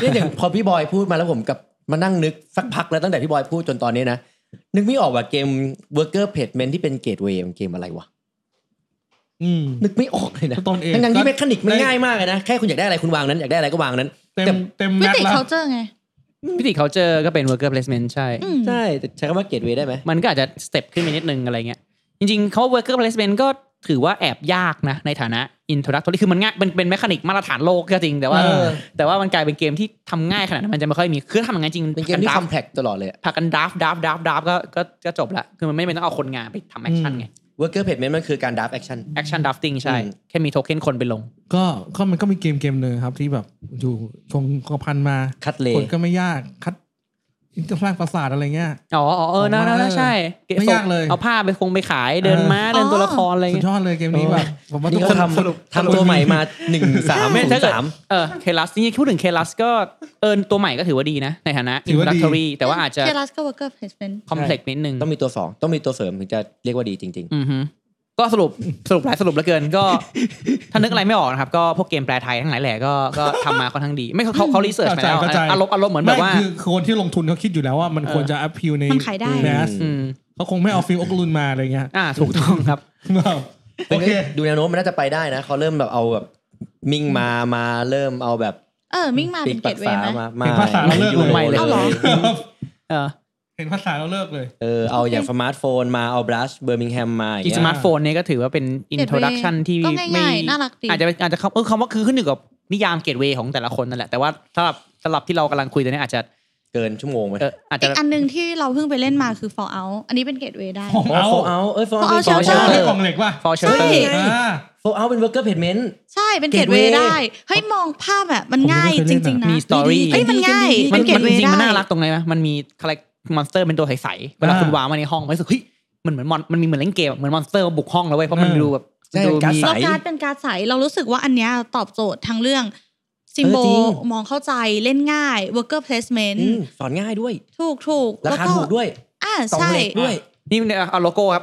[SPEAKER 3] เนี่ยอย่าง พอพี่บอยพูดมาแล้วผมกับมานั่งนึกสักพักแล้วตั้งแต่พี่บอยพูดจนตอนนี้นะ นึกไม่ออกว่าเกม worker placement ที่เป็นเกตเวย์มันเกมอะไรวะ
[SPEAKER 1] อืม
[SPEAKER 3] นึกไม่ออกเลยนะ
[SPEAKER 1] ต้นเอง
[SPEAKER 3] ทั้งๆที่
[SPEAKER 1] ก็
[SPEAKER 3] เมคานิกมัน
[SPEAKER 1] ได้
[SPEAKER 3] ง่ายมากเลยนะ แค่คุณอยากได้อะไรคุณวางนั้น อยากได้อะไรก็วางนั้น
[SPEAKER 1] เต็มเต็ม
[SPEAKER 2] วิ
[SPEAKER 1] แม็ก
[SPEAKER 2] ธี
[SPEAKER 1] แล้ว
[SPEAKER 2] เคาเจอร์ไง
[SPEAKER 4] วิธีเขาเจอก็เป็น worker placement ใช่
[SPEAKER 2] อืม
[SPEAKER 3] ใช่แต่ใช้คำว่าเกตเวย์ได้ไหม
[SPEAKER 4] มันก็อาจจะสเต็ปขึ้นไปนิดนึงอะไรเงี้ย จริงๆเขา worker placement ก็ถือว่าแอบยากนะ ในฐานะ introductory คือมันง่ายมันเป็นแมคานิกมาตรฐานโลกก็จริง แต่ว่า
[SPEAKER 1] เออ
[SPEAKER 4] แต่ว่ามันกลายเป็นเกมที่ทำง่ายขนาดนั้นมันจะไม่ค่อยมี คือทำอย่างนั้นจริง
[SPEAKER 3] เป็นเกมที่คอมแพ x ตลอดเลยอะ
[SPEAKER 4] ผักกันดับดับดับดับก็ก็ก็จบละ คือมันไม่จำเป็นต้องเอาคนงานไปทำแอคชั่นไง
[SPEAKER 3] worker placement มันคือการ draft action
[SPEAKER 4] แอคชั่นดัฟติ้งใช่
[SPEAKER 3] อืม
[SPEAKER 4] แค่มีโทเค็นคนไปลง
[SPEAKER 1] ก็ก็มันก็มีเกมเกมหนึ่งครับที่แบบอยู่ชงกระพันมา
[SPEAKER 3] คัดเล
[SPEAKER 1] คนก็ไม่ยากคัดอินเตอร์พลางประสาทอะไรเงี้ย
[SPEAKER 4] อ๋ออ๋อเออน่าน่าน่าใช่
[SPEAKER 1] ไม่ยากเลย
[SPEAKER 4] เอาผ้าไปคงไปขายเดินม้าเดินตัวละครอะไร
[SPEAKER 1] สุ
[SPEAKER 4] เงี้
[SPEAKER 1] ด
[SPEAKER 4] ย
[SPEAKER 1] ยอดเลยเกมนี้แบบผมว่าทุ
[SPEAKER 3] นี่
[SPEAKER 1] ก
[SPEAKER 3] เขา
[SPEAKER 1] คน
[SPEAKER 3] ทำ
[SPEAKER 1] สรุป
[SPEAKER 3] ทำตัวใหม่มาหนึ่งสาม
[SPEAKER 4] ไม่ถ้าเกิด
[SPEAKER 3] สาม
[SPEAKER 4] เออเคลัสจริงๆพูดถึงเคลัสก็เออตัวใหม่ก็ถือว่าดีนะ ในฐานะ introductory แต่ว่าอาจจะ
[SPEAKER 2] เคลัสก็ worker placement
[SPEAKER 4] คอมเพล็กซ์นิดนึง
[SPEAKER 3] ต้องมีตัวสองต้องมีตัวเสริมถึงจะเรียกว่าดีจริง
[SPEAKER 4] อือฮึก็สรุปสรุปหลายสรุปแล้วเกินก็ ถ้านึกอะไรไม่ออกนะครับ ก็พวกเกมแปลไทยทั้งหลายแหล่ก็ก็ทำมาค่อนข้างดี ไม่เขาเขาเขารีเสิร์ชมาแล้ว
[SPEAKER 1] เข้าใจ
[SPEAKER 4] อารมณ์อารมณ์เหมือนแบบว่า
[SPEAKER 1] ไคือคนที่ลงทุนเขาคิดอยู่แล้วว่ามัน
[SPEAKER 4] เออ
[SPEAKER 1] ควรจะอัพพิวใน
[SPEAKER 2] มันขายได้
[SPEAKER 1] แมส
[SPEAKER 4] อืม
[SPEAKER 1] เขาคงไม่เอาฟิลอกลุนมาอะไรเงี้ย
[SPEAKER 4] อ่าถูกต้องครับ
[SPEAKER 1] แบบ
[SPEAKER 3] ๆ
[SPEAKER 1] โอเค
[SPEAKER 3] ดูแนวโน้มมันน่าจะไปได้นะเขาเริ่มแบบเอาแบบมิงมามาเริ่มเอาแบบ
[SPEAKER 2] เออมิ่งมาเป็นเกตเวย์ไหม
[SPEAKER 1] เห็นภาษาเราเลิกเลย
[SPEAKER 3] ไม่
[SPEAKER 4] เอาเหรอ เออ
[SPEAKER 1] เห็นภาษาเราเลิกเลย
[SPEAKER 3] เออเอาอย่างสมาร์ทโฟนมาเอาบลัชเบอร์มิงแฮมมาอย่ง
[SPEAKER 4] กี
[SPEAKER 3] เงี้ย
[SPEAKER 4] สมาร์ทโฟนเนี่ยก็ถือว่าเป็น
[SPEAKER 2] Gateway
[SPEAKER 4] อินโทรดักชันที่
[SPEAKER 2] ก็
[SPEAKER 4] ไม่
[SPEAKER 2] ง่ายๆน่ารักดี
[SPEAKER 4] อาจจะเป็นอาจจะคำเออคำว่าคือขึ้นอยู่กับนิยามเกตเวย์ของแต่ละคนนั่นแหละแต่ว่าสำหรับสำหรับที่เรากำลังคุยตอนนี้อาจจะ
[SPEAKER 3] เกินชั่วโมงไป
[SPEAKER 4] เอออาจ
[SPEAKER 2] อี
[SPEAKER 4] จะ
[SPEAKER 2] กอันหนึ่งที่เราเพิ่งไปเล่นมาคือ Fallout อันนี้เป็นเกตเวย์ได้
[SPEAKER 1] Fallout
[SPEAKER 3] เอาเอาเอ้ยโฟเอา
[SPEAKER 2] Fallout
[SPEAKER 3] โฟเอา
[SPEAKER 2] Shelter
[SPEAKER 1] เรื่องของเหล็กว่ะ
[SPEAKER 4] for
[SPEAKER 2] ใช่
[SPEAKER 4] shelter
[SPEAKER 3] ใช่
[SPEAKER 1] อ่า
[SPEAKER 3] โฟเอาเป็นเวอร์เกอร์เพจเมนต์
[SPEAKER 2] ใช่เป็นเกตเว
[SPEAKER 3] Gateway
[SPEAKER 2] ย์ได้เฮ้ยมองภาพแบบมันง่าย
[SPEAKER 1] ผม
[SPEAKER 2] จ
[SPEAKER 1] ไม่เคยเล่นอะ
[SPEAKER 2] ริง ๆ นะ
[SPEAKER 4] มี story
[SPEAKER 2] เฮ้ยมันง่ายเป็
[SPEAKER 4] มั
[SPEAKER 2] น นเก
[SPEAKER 4] มั
[SPEAKER 2] ต
[SPEAKER 4] น
[SPEAKER 2] เว
[SPEAKER 4] จ
[SPEAKER 2] ย์
[SPEAKER 4] ริง
[SPEAKER 2] ได้
[SPEAKER 4] ๆมันน่ารักตรงไหนวะมันมีคาแรคมอนสเตอร์เป็นตัวใสๆเวลา
[SPEAKER 1] อ่า
[SPEAKER 4] คุณวางมาในห้องมันรู้สึกเฮ้ยมันเหมือนมอนมันมีเหมือนเล่นเกมอะเหมือนมอนสเตอร์มาบุกห้องแล้วเว้ยเพราะมัน
[SPEAKER 1] อ่า
[SPEAKER 4] ดูแบบ
[SPEAKER 3] ใช่
[SPEAKER 4] ดู
[SPEAKER 3] การ์
[SPEAKER 4] มี
[SPEAKER 3] ด
[SPEAKER 2] เรา
[SPEAKER 3] ใส
[SPEAKER 2] การ์ดเป็นการ์ดใสเรารู้สึกว่าอันเนี้ยตอบโจทย์ทั้งเรื่องซิมโบ
[SPEAKER 3] เออจริง
[SPEAKER 2] มองเข้าใจเล่นง่าย worker placement
[SPEAKER 3] อืมสอนง่ายด้วย
[SPEAKER 2] ถูกถูก
[SPEAKER 3] รา
[SPEAKER 2] แล้ว
[SPEAKER 3] คา
[SPEAKER 2] ก็
[SPEAKER 3] ถูกด้วย
[SPEAKER 2] อ่า
[SPEAKER 3] สอง
[SPEAKER 2] ใช่
[SPEAKER 3] เหล็กด้วย
[SPEAKER 4] นี่เนี่ยเอาโลโก้ครับ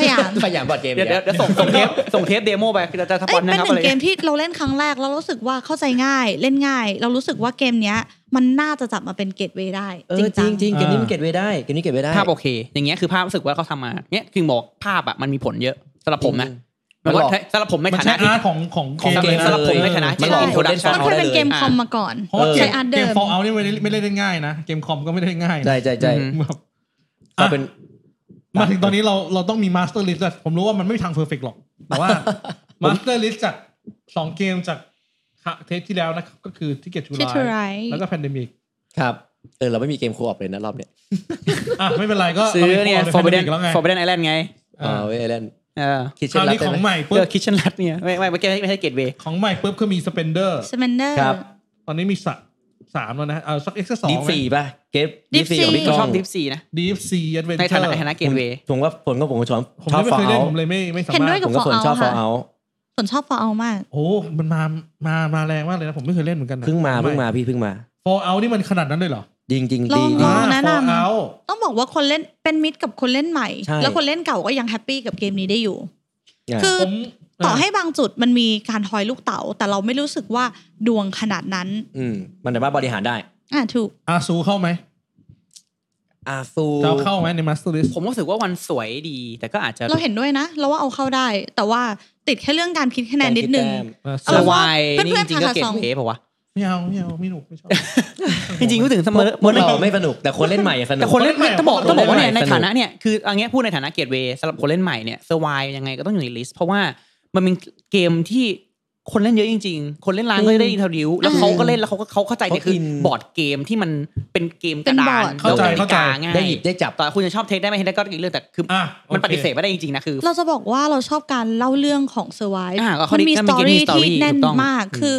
[SPEAKER 2] สยาม
[SPEAKER 3] พยายามบอร์ดเกม
[SPEAKER 4] เดี๋ยว
[SPEAKER 3] นี่
[SPEAKER 4] เดี๋ยวเดี๋ยวส่งส่งเทปส่งเทปเดโมไปจะจะสป
[SPEAKER 2] เอ้
[SPEAKER 4] อย น
[SPEAKER 2] เป็น
[SPEAKER 4] นะ
[SPEAKER 2] ห
[SPEAKER 4] ครับ
[SPEAKER 2] นึ่
[SPEAKER 4] อะไร
[SPEAKER 2] งเกมที่เราเล่นครั้งแรกแล้วรู้สึกว่าเข้าใจง่ายเล่นง่าย เรารู้สึกว่าเกมเนี้ย มันน่าจะจับมาเป็นเกตเวย์ได้
[SPEAKER 3] เออ
[SPEAKER 2] จริง
[SPEAKER 3] จ
[SPEAKER 2] จั
[SPEAKER 3] ริ
[SPEAKER 2] ง
[SPEAKER 3] งจริงเกมนี้มันเกตเวได้เกมนี้เกตเวได้
[SPEAKER 4] ภาพโอเค อย่างเงี้ยคือภาพรู้สึกว่าเขาทำมาเนี่ยคือบอกภาพอ่ะมันมีผลเยอะสำหรับผมนะ
[SPEAKER 3] อืม
[SPEAKER 4] หมาย
[SPEAKER 3] มัน
[SPEAKER 4] ว่า
[SPEAKER 3] หลอก
[SPEAKER 4] สำหรับผมใน
[SPEAKER 1] มัน
[SPEAKER 4] ฐา
[SPEAKER 1] ใช้
[SPEAKER 4] นะที่
[SPEAKER 1] อาร์ตของของ
[SPEAKER 4] ของ
[SPEAKER 1] เก
[SPEAKER 4] เก
[SPEAKER 1] ม
[SPEAKER 4] มสำหรับผมในฐานะ
[SPEAKER 3] มัน
[SPEAKER 4] ที่
[SPEAKER 3] หลอก
[SPEAKER 4] เป็น
[SPEAKER 3] คนเล่น
[SPEAKER 4] production
[SPEAKER 2] มันเคยเป็นเกมคอมมาก่อน
[SPEAKER 1] เพราะว่าเก
[SPEAKER 2] ใช้
[SPEAKER 1] ม
[SPEAKER 2] อาร์ตเดิ
[SPEAKER 1] เก
[SPEAKER 2] ม
[SPEAKER 1] ม Fallout นี่ไม่ได้ไม่ได้เล่นง่ายนะ เกมคอมก็ไม่ได้เล่นง่ายนะ
[SPEAKER 3] ใช่ใช่ใช่
[SPEAKER 4] อืม
[SPEAKER 1] แบบ
[SPEAKER 3] ก็เป็น
[SPEAKER 1] มาถึงตอนนี้เราเราต้องมี Master List แล้วผมรู้ว่ามันไม่มีทางเพอร์เฟกหรอก แต่ว่า Master List จากสองเกมจากเทปที่แล้วนะครับก็คือ Ticket to
[SPEAKER 2] ที่ทูไร
[SPEAKER 1] Ride แล้วก็ Pandemic
[SPEAKER 3] ครับ เออเราไม่มีเกมคูออฟเลยนะรอบเนี้ย
[SPEAKER 1] อ่ะไม่เป็นไรก็
[SPEAKER 4] ซื้อเนี่ย
[SPEAKER 1] ฟอร์เบ
[SPEAKER 4] forbidden
[SPEAKER 1] แล้วไง
[SPEAKER 4] forbidden island ไง
[SPEAKER 1] อ่า
[SPEAKER 3] อ่าเว้ยไอเลน
[SPEAKER 4] เออ
[SPEAKER 3] คิดเช่
[SPEAKER 1] คราวน
[SPEAKER 3] รั
[SPEAKER 1] นี้
[SPEAKER 3] บได้
[SPEAKER 1] ของ
[SPEAKER 3] ไห
[SPEAKER 1] ให
[SPEAKER 3] ม
[SPEAKER 1] ม่
[SPEAKER 4] เอ
[SPEAKER 1] ปุ๊
[SPEAKER 4] อบ คิชเช่นรัดเนี่ยไม่ไม่ไม่ใช่ไม่ใช่เกตเว
[SPEAKER 1] ของใหม่ปุ๊บคือมี Spender
[SPEAKER 2] สเปนเดอร์
[SPEAKER 3] ครับ
[SPEAKER 1] ตอนนี้มีสะสามแล้วนะเอาสักเอ็กซ์สอ
[SPEAKER 3] ดี
[SPEAKER 1] ง
[SPEAKER 3] สี่ป่ะเกม
[SPEAKER 2] Deep
[SPEAKER 3] สี่ของพี่ก
[SPEAKER 4] ก็
[SPEAKER 3] ล้
[SPEAKER 4] ช
[SPEAKER 3] อ
[SPEAKER 4] อง บดิฟซีนะ
[SPEAKER 1] ดีฟซีแอดเวน
[SPEAKER 4] ใน
[SPEAKER 1] เจอ
[SPEAKER 4] ฐา
[SPEAKER 1] ร์
[SPEAKER 4] นะในฐานะเกตเวย์
[SPEAKER 3] ผมว่าผลก็ผมก็ชอบ
[SPEAKER 1] ผม
[SPEAKER 3] ชอบ
[SPEAKER 1] ไม่
[SPEAKER 3] ฟอ
[SPEAKER 1] เคยเล่น
[SPEAKER 3] เอา
[SPEAKER 1] ผมเลยไม่ไม่สา
[SPEAKER 2] เห็น
[SPEAKER 1] มา
[SPEAKER 2] ด้
[SPEAKER 1] รถ
[SPEAKER 2] วยกั
[SPEAKER 3] ผ
[SPEAKER 2] บ
[SPEAKER 3] ม
[SPEAKER 2] ฟอ
[SPEAKER 3] ก็ส่วน
[SPEAKER 2] เอา
[SPEAKER 3] ชอบฟอ
[SPEAKER 2] ค่ะ
[SPEAKER 3] เอา
[SPEAKER 2] ส่วนชอบฟอเอามาก
[SPEAKER 1] โอ้มันมามามาแรงมากเลยนะ ผมไม่เคยเล่นเหมือนกันนะ
[SPEAKER 3] เพิ่งมาเพิ่งมาพี่เพิ่งมา
[SPEAKER 1] ฟอร์เอานี่มันขนาดนั้นเลยเหรอ
[SPEAKER 3] จริงจริง
[SPEAKER 2] ล
[SPEAKER 3] ดี
[SPEAKER 2] อง
[SPEAKER 3] ดี
[SPEAKER 2] ลอง แนะนำ
[SPEAKER 1] ฟอร์เอา
[SPEAKER 2] ต้องบอกว่าคนเล่นเป็นมิตรกับคนเล่นใหม่
[SPEAKER 3] ใช่
[SPEAKER 2] แล้วคนเล่นเก่าก็ยังแฮปปี้กับเกมนี้ได้อยู่
[SPEAKER 3] อ่ะ
[SPEAKER 2] คือ
[SPEAKER 1] ผม
[SPEAKER 2] ต่อให้บางจุดมันมีการทอยลูกเต๋าแต่เราไม่รู้สึกว่าดวงขนาดนั้น
[SPEAKER 3] อืมมันสามารถบริหารได้
[SPEAKER 2] อ่าถูก
[SPEAKER 1] อาซูเข้าไหม
[SPEAKER 3] อาซู
[SPEAKER 1] จะเอาเข้าไหมในมาสเตอร์ลิส
[SPEAKER 4] ผมรู้สึกว่าวันสวยดี แต่ก็อาจจะ
[SPEAKER 2] เราเห็นด้วยนะ เราว่าเอาเข้าได้ แต่ว่าติดแค่เรื่องการคิดคะแนนนิดนึง
[SPEAKER 3] แต้ม
[SPEAKER 4] ส
[SPEAKER 2] เอา
[SPEAKER 4] วาย
[SPEAKER 2] เพื่อน
[SPEAKER 4] นี่จริงๆก็
[SPEAKER 2] พาหา
[SPEAKER 4] เก
[SPEAKER 2] ส
[SPEAKER 4] ต
[SPEAKER 2] อง
[SPEAKER 4] เวย์ป่าวะ
[SPEAKER 1] ไม่เอาไม่เอาไม่หนุกไม่ชอบ
[SPEAKER 4] จริงๆก็ถึงเสมอ
[SPEAKER 3] พวกเราไม่สนุกแต่คนเล่นใหม่สนุก
[SPEAKER 4] แต่คน
[SPEAKER 1] คนเล่
[SPEAKER 4] เล่น
[SPEAKER 1] นใหม่
[SPEAKER 4] ต้องบอกต้องบอกว่าเนี่ย
[SPEAKER 3] ส
[SPEAKER 4] ใน
[SPEAKER 3] นุก
[SPEAKER 4] ฐานะเนี่ยคืออันเนี้ยพูดในฐานะเกตเวย์สำหรับคนเล่นใหม่เนี่ยสวายยังไงก็ต้องอยู่ในลิสต์เพราะว่ามันเป็นเกมที่คนเล่นเยอะจริง ๆ คนเล่นร้านก็ได้อินเทอร์วิวแล้วเขาก็เล่นแล้วเขาก็เขาเข้าใจเนี่ยคือ
[SPEAKER 3] เขาอิน
[SPEAKER 4] บอร์ดเกมที่มันเป็นเกมกระดาน
[SPEAKER 2] เป็นบอร์ด
[SPEAKER 4] แล้วกติ
[SPEAKER 1] เข้าใจ
[SPEAKER 4] กาง่าย
[SPEAKER 3] ได้หยิบได้จับ
[SPEAKER 4] ต่อให้คุณจะชอบเทคได้ไม่เทคได้ก็อีกเรื่องแต่คืออ
[SPEAKER 1] อ่ะ
[SPEAKER 4] มัน
[SPEAKER 1] โอค
[SPEAKER 4] ปฏิเสธไม่ได้จริงๆนะคือ
[SPEAKER 2] เราจะบอกว่าเราชอบการเล่าเรื่องของเซอร์ไว
[SPEAKER 4] อ่าก็ข้อ
[SPEAKER 2] มั
[SPEAKER 4] ดี
[SPEAKER 2] มี
[SPEAKER 4] ก็
[SPEAKER 2] สตอ
[SPEAKER 4] มี
[SPEAKER 2] รี่
[SPEAKER 4] story
[SPEAKER 2] ที่แน่น
[SPEAKER 4] ถูกต้อง
[SPEAKER 2] มากคือ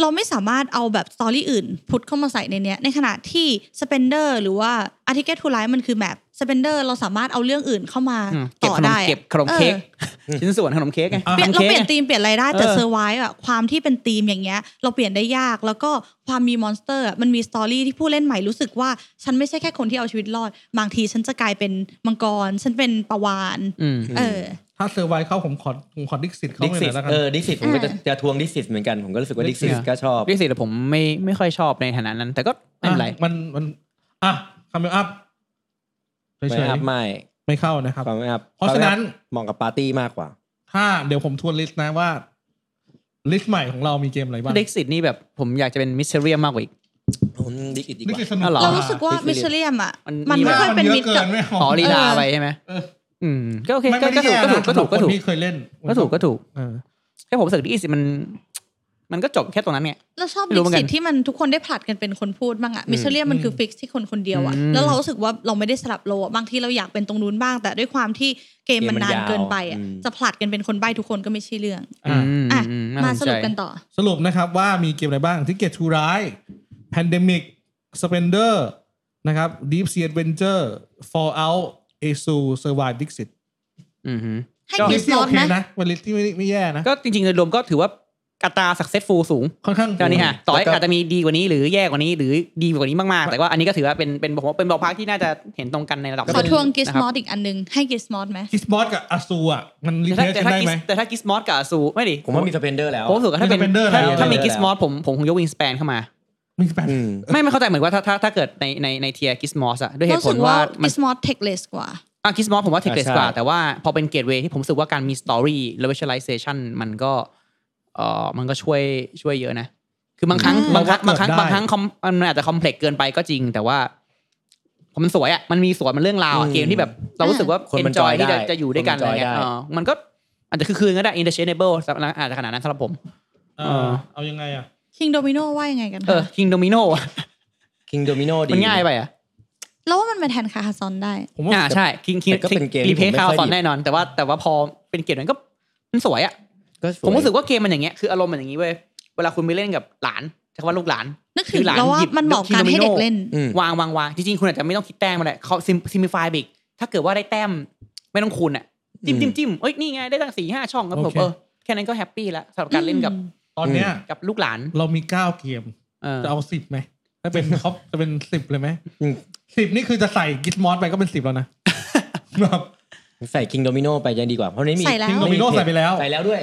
[SPEAKER 2] เราไม่สามารถเอาแบบสตอรี่อื่นพุทเข้ามาใส่ในเนี้ยในขณะที่ Spender หรือว่า a r t i c a t e to Life มันคือแมป Spender เราสามารถเอาเรื่องอื่นเข้ามา
[SPEAKER 4] อืมเก็บ
[SPEAKER 2] ต่อ
[SPEAKER 4] ขนม
[SPEAKER 2] ได้
[SPEAKER 4] เก็บขนมเค้กชิ้นส่วนขนมเค้กไง
[SPEAKER 1] อ่ะ
[SPEAKER 2] เปลี่ยน
[SPEAKER 4] ทำ
[SPEAKER 2] เรา
[SPEAKER 4] ค้ก
[SPEAKER 2] เปลี่ยน
[SPEAKER 4] ไง
[SPEAKER 2] ธีมเปลี่ยนอะไรได้แต่
[SPEAKER 4] เออ
[SPEAKER 2] เซอร์ไวอะความที่เป็นธีมอย่างเงี้ย เราเปลี่ยนได้ยากแล้วก็ความมีมอนสเตอร์มันมีสตอรี่ที่ผู้เล่นใหม่รู้สึกว่า ฉันไม่ใช่แค่คนที่เอาชีวิตรอด บางทีฉันจะกลายเป็นมังกร ฉันเป็นปลาวาน
[SPEAKER 4] อืม
[SPEAKER 2] เออ
[SPEAKER 1] ถ้าเซอร์ไวเข้าผมขอผมขอดิกซิตเข้า
[SPEAKER 3] ดิ
[SPEAKER 1] ไปห
[SPEAKER 3] สิ
[SPEAKER 1] น่
[SPEAKER 3] ต
[SPEAKER 1] อยแล้วกัน
[SPEAKER 3] เออดิสิตผมก็
[SPEAKER 2] อ่า
[SPEAKER 3] จะจะทวงดิสิตเหมือนกันผมก็รู้สึกว่าดิสิต
[SPEAKER 4] Dixit
[SPEAKER 3] ก็ชอบ
[SPEAKER 4] เรียกสิแต่ผมไม่ไม่ค่อยชอบในฐานะนั้น แต่ก็ไม่เป็นไร
[SPEAKER 1] อ่ะมันมัน อ่ะคำอัพเฉ
[SPEAKER 3] ไม่
[SPEAKER 1] ย
[SPEAKER 3] อัพไม่
[SPEAKER 1] ๆไม่เข้านะครับ
[SPEAKER 3] ความไม่อัพ
[SPEAKER 1] เพราะฉะนั้น
[SPEAKER 3] เหมาะกับปาร์ตี้มากกว่า
[SPEAKER 1] ถ้าเดี๋ยวผมทวนลิสต์นะว่า ลิสต์ใหม่ของเรามีเกมอะไรบ้าง
[SPEAKER 4] เด็กสิทธิ์นี่แบบผมอยากจะเป็นมิสเ e เรียมมากกว่าอีก
[SPEAKER 3] ผมดิสิตดีก
[SPEAKER 1] ลิสต์ส
[SPEAKER 3] ว่า
[SPEAKER 1] นุก
[SPEAKER 4] อ๋อหอ
[SPEAKER 2] เรารู้สึกว่า
[SPEAKER 3] อ่า
[SPEAKER 2] มิชเลียมอะ
[SPEAKER 4] มัน
[SPEAKER 2] มัน
[SPEAKER 4] มี
[SPEAKER 2] ไม่
[SPEAKER 1] หา
[SPEAKER 2] ค่อยเป็นมิตร
[SPEAKER 1] กิ
[SPEAKER 2] กับ
[SPEAKER 1] ไม่
[SPEAKER 4] ขอลีลา
[SPEAKER 2] เออ
[SPEAKER 4] ไปใช่ไหม
[SPEAKER 1] เออ
[SPEAKER 4] อืมก็โอเค
[SPEAKER 1] มัน
[SPEAKER 4] ก็
[SPEAKER 1] ไม่
[SPEAKER 4] ก็
[SPEAKER 1] ได้
[SPEAKER 4] ถูก
[SPEAKER 1] แย่
[SPEAKER 4] ก็ถู
[SPEAKER 1] นะ
[SPEAKER 4] กก็ถูก
[SPEAKER 1] สำหรับ
[SPEAKER 4] ก็
[SPEAKER 1] คน
[SPEAKER 4] ถูก
[SPEAKER 1] ที่เคยเล่น
[SPEAKER 4] ก็ถูกก็ถูก
[SPEAKER 1] เออ
[SPEAKER 4] แค่ผมรู้สึกที่อีสิมัน มันก็จบแค่ตรงนั้นไง
[SPEAKER 2] เราชอบ
[SPEAKER 4] ไม่
[SPEAKER 2] ลิ
[SPEAKER 4] รู้เหมือนกั
[SPEAKER 2] สิ
[SPEAKER 4] น
[SPEAKER 2] ตที่มันทุกคนได้ผลัดกันเป็นคนพูดบ้างอะมิชเลียมมันคือฟิกที่คนคนเดียวอะ
[SPEAKER 4] อืม
[SPEAKER 2] แล้วเรารู้สึกว่าเราไม่ได้สลับโลอะบางทีเราอยากเป็นตรงนู้นบ้าง แต่ด้วยความที่เกมมันนานเกินไปอะ
[SPEAKER 3] เกมมันยาว
[SPEAKER 2] จะผลัดกันเป็นคนใบ้ทุกคนก็ไม่ใช่เรื่อง
[SPEAKER 1] อ่ะ
[SPEAKER 4] อืม
[SPEAKER 2] อ่ะ
[SPEAKER 4] อื
[SPEAKER 2] มา
[SPEAKER 4] ส
[SPEAKER 2] ส
[SPEAKER 4] ใจ
[SPEAKER 2] รุปกันต่อ
[SPEAKER 1] สรุปนะครับว่ามีเกมอะไรบ้างที่เกตทูร้ายแพนเดมิกสเปนเดอร์นะครับ Deep Sea Adventure Fallout a s u Survive Dixit
[SPEAKER 4] อืมฮึ
[SPEAKER 2] ให้
[SPEAKER 4] ก็
[SPEAKER 2] กิ
[SPEAKER 1] ลิส
[SPEAKER 2] ส
[SPEAKER 1] ต์ที่
[SPEAKER 2] น
[SPEAKER 1] โอ
[SPEAKER 2] อต
[SPEAKER 1] เค
[SPEAKER 2] ไหม
[SPEAKER 1] นะเป็นลิสต์ที่ไม่ไม่แย่นะ
[SPEAKER 4] ก็จริงๆโดยรวมก็ถือว่าอัตราสักเซสฟูสูง
[SPEAKER 1] ค่อนข้าง
[SPEAKER 4] ตอนนี้อ่ะต่อให้
[SPEAKER 3] แล้วก็
[SPEAKER 4] อาจจะมีดีกว่านี้หรือแย่กว่านี้หรือดีกว่านี้มากๆ แต่ว่าอันนี้ก็ถือว่าเป็นเป็นผมว่าเป็นบอกพักที่น่าจะเห็นตรงกันในระดับ
[SPEAKER 2] ขอทวงกิส
[SPEAKER 4] ะครับ
[SPEAKER 2] นอตอีกอันนึงให้กิสนอตไหม
[SPEAKER 1] กิสบอสกับอาซูอ่ะมันรี
[SPEAKER 4] แต่
[SPEAKER 1] เพ
[SPEAKER 4] ถ้า
[SPEAKER 1] ลซกันได้ไหม
[SPEAKER 4] แต่ถ้ากิสแต่ถ้ากิสมอสกับอาซูไม่ดิ
[SPEAKER 3] ผมว่ามีสเปนเดอร์แล้ว
[SPEAKER 4] ผมรู้สึกว่าถ้าเป็น
[SPEAKER 1] มี Defender
[SPEAKER 4] ถ้า
[SPEAKER 1] แล้ว
[SPEAKER 4] ถ้ามีกิสมอ
[SPEAKER 3] Defender
[SPEAKER 4] สผมผมคงยกวิงสเปนเข้ามา
[SPEAKER 1] มีแปด
[SPEAKER 3] อืม
[SPEAKER 4] ไม่ไม่เข้าใจเหมือนว่าถ้าถ้าถ้าเกิดในในในเทียกิสมอสอะด้วยเหตุผลว่ามัน
[SPEAKER 2] กิสมอสเทคเลสกว่า
[SPEAKER 4] อ่ะกิสมอสผมว่าเทคเลส
[SPEAKER 3] อ่ะใช่
[SPEAKER 4] กว่า แต่ว่าพอเป็นเกตเวย์ที่ผมรู้สึกว่าการมีสตอรี่และวิชวลไลเซชันมันก็เอ่อมันก็ช่วยช่วยเยอะนะ คือบางครั้ง
[SPEAKER 2] อืม
[SPEAKER 4] บางครั้งบางครั้ง
[SPEAKER 1] เราว่าเกิดได้
[SPEAKER 4] บางครั้ง com- มันอาจจะคอมเพล็กเกินไปก็จริง แต่ว่าพอมันสวยอะมันมีสวยมันเรื่องราวอะเกมที่แบบเรารู้สึกว่า
[SPEAKER 3] คน
[SPEAKER 4] เอน
[SPEAKER 3] มัน
[SPEAKER 4] จอย
[SPEAKER 3] enjoy
[SPEAKER 4] ที่จะ
[SPEAKER 3] ได้
[SPEAKER 4] จะอยู่ด้วยกัน
[SPEAKER 3] คน
[SPEAKER 4] อะไร
[SPEAKER 3] มัน
[SPEAKER 4] เงี้ย
[SPEAKER 3] enjoy ได้
[SPEAKER 4] เออมันก็อาจจะคืนๆก็ได้ interchangeable สำหรับอาจจะขนาดนั้นสำหรับผม
[SPEAKER 1] เออเอายังไงอ่ะ
[SPEAKER 2] คิงโดมิโนว่ายังไงกัน
[SPEAKER 4] เออ
[SPEAKER 2] คะ
[SPEAKER 4] king domino อะ
[SPEAKER 3] คิงโดมิโนดี
[SPEAKER 4] มันง่ายไปอะ
[SPEAKER 2] แล้วว่ามันมาแทนคาคาซอนได้
[SPEAKER 1] ผมว่า
[SPEAKER 4] อ่าใช่คิงคิง
[SPEAKER 3] แต่ก็เป็นเกมที่
[SPEAKER 4] รีเพ
[SPEAKER 3] ผม
[SPEAKER 4] ย์
[SPEAKER 3] ไม่
[SPEAKER 4] คาว
[SPEAKER 3] ค่อย
[SPEAKER 4] สอน
[SPEAKER 3] ดี
[SPEAKER 4] แน่นอน แต่ว่าแต่ว่าพอเป็นเกมนั้นก็มันสวยอ่ะ
[SPEAKER 3] ส
[SPEAKER 4] ผมรู้สึกว่าเกมมันอย่างเงี้ยคืออารมณ์มันอย่างงี้เว้ยเวลาคุณไปเล่นกับหลานใช้คำว่าลูกหลาน
[SPEAKER 2] นึกถึ
[SPEAKER 4] คื
[SPEAKER 2] ง
[SPEAKER 4] อหลาน
[SPEAKER 2] แล้วว่า
[SPEAKER 4] หยิบ
[SPEAKER 2] มันเหมาะการให้เด็กเล่น
[SPEAKER 3] อืม
[SPEAKER 4] วางวางวางจริงๆคุณอาจจะไม่ต้องคิดแต้มมาแหละเขาซิมซิมิฟายบิกถ้าเกิดว่าได้แต้มไม่ต้องคูณอ่ะจิ้มจิ้มจิ้มเอ้ยนี่ไงได้ตั้งสี่ห้าช่องครับผ
[SPEAKER 1] โอ
[SPEAKER 4] ม
[SPEAKER 1] เค
[SPEAKER 4] เออแค่นั้นก็แฮปปี้แล้วสำหรับการเล่นกับ
[SPEAKER 1] ตอนเนี้ย
[SPEAKER 4] กับลูกหลาน
[SPEAKER 1] เรามีเก้าเกม
[SPEAKER 4] เออ
[SPEAKER 1] จะเอาสิบไหมถ้าเป็น ท็อ ปจะเป็นสิบเลยไหม
[SPEAKER 3] อืม
[SPEAKER 1] สิบนี่คือจะใส่กิสมอสไปก็เป็นสิบ แล้วนะ ครับ
[SPEAKER 3] ใส่คิงโดมิโนไปยังดีกว่า เพราะนี่มี
[SPEAKER 2] ใส่แล้ว
[SPEAKER 3] ม่
[SPEAKER 1] King Domino ใส่ไปแล้ว
[SPEAKER 3] ใส่แล้วด้วย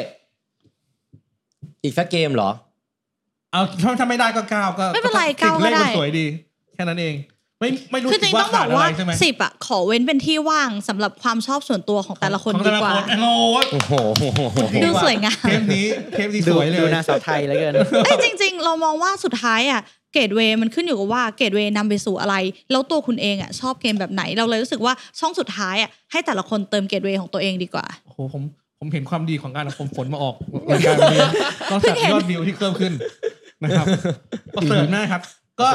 [SPEAKER 3] อีกสักเกมเหรอ
[SPEAKER 1] เอาถ้าไม่ได้ก็เก้าก็
[SPEAKER 2] ไม่เป็นไร
[SPEAKER 1] สิบ
[SPEAKER 2] เก้าก็
[SPEAKER 1] เลขมัน
[SPEAKER 2] ได้
[SPEAKER 1] สวยดี แค่นั้นเอง ไม่ไม่รู้
[SPEAKER 2] คือจ
[SPEAKER 1] สึ
[SPEAKER 2] ริ
[SPEAKER 1] ก
[SPEAKER 2] งๆ
[SPEAKER 1] ว่า
[SPEAKER 2] ต้องบ
[SPEAKER 1] ขา
[SPEAKER 2] อ
[SPEAKER 1] ดอะ
[SPEAKER 2] ก
[SPEAKER 1] ไร
[SPEAKER 2] ว่า
[SPEAKER 1] ใช่ไหม
[SPEAKER 2] สิบอะขอเว้นเป็นที่ว่างสำหรับความชอบส่วนตัวของแต่ละคน
[SPEAKER 1] ของ
[SPEAKER 2] ดี
[SPEAKER 1] แต่ละ
[SPEAKER 2] กว่า
[SPEAKER 1] คนโอ้โห
[SPEAKER 3] โอ้โห
[SPEAKER 2] ดูสวยงาม
[SPEAKER 1] เทปนี้เทปนี้สวยเล
[SPEAKER 4] ดู
[SPEAKER 1] ย
[SPEAKER 4] หนาสาวไทยแล้วเกิน
[SPEAKER 2] เอ้ยจริง ๆ เรามองว่าสุดท้ายอะเกรดเวย์มันขึ้นอยู่กับว่าเกรดเวย์นำไปสู่อะไร แล้วตัวคุณเองอะชอบเกมแบบไหนเราเลยรู้สึกว่าช่องสุดท้ายอะให้แต่ละคนเติมเกรดเวย์ของตัวเองดีกว่า
[SPEAKER 1] โอ้โหผมผมเห็นความดีของการเอาผมฝนมาอ อกรายการวันนี้นอกจากยอดวิวที่เพิ่มขึ้น นะครับก็เสริมหน้าครับ ก็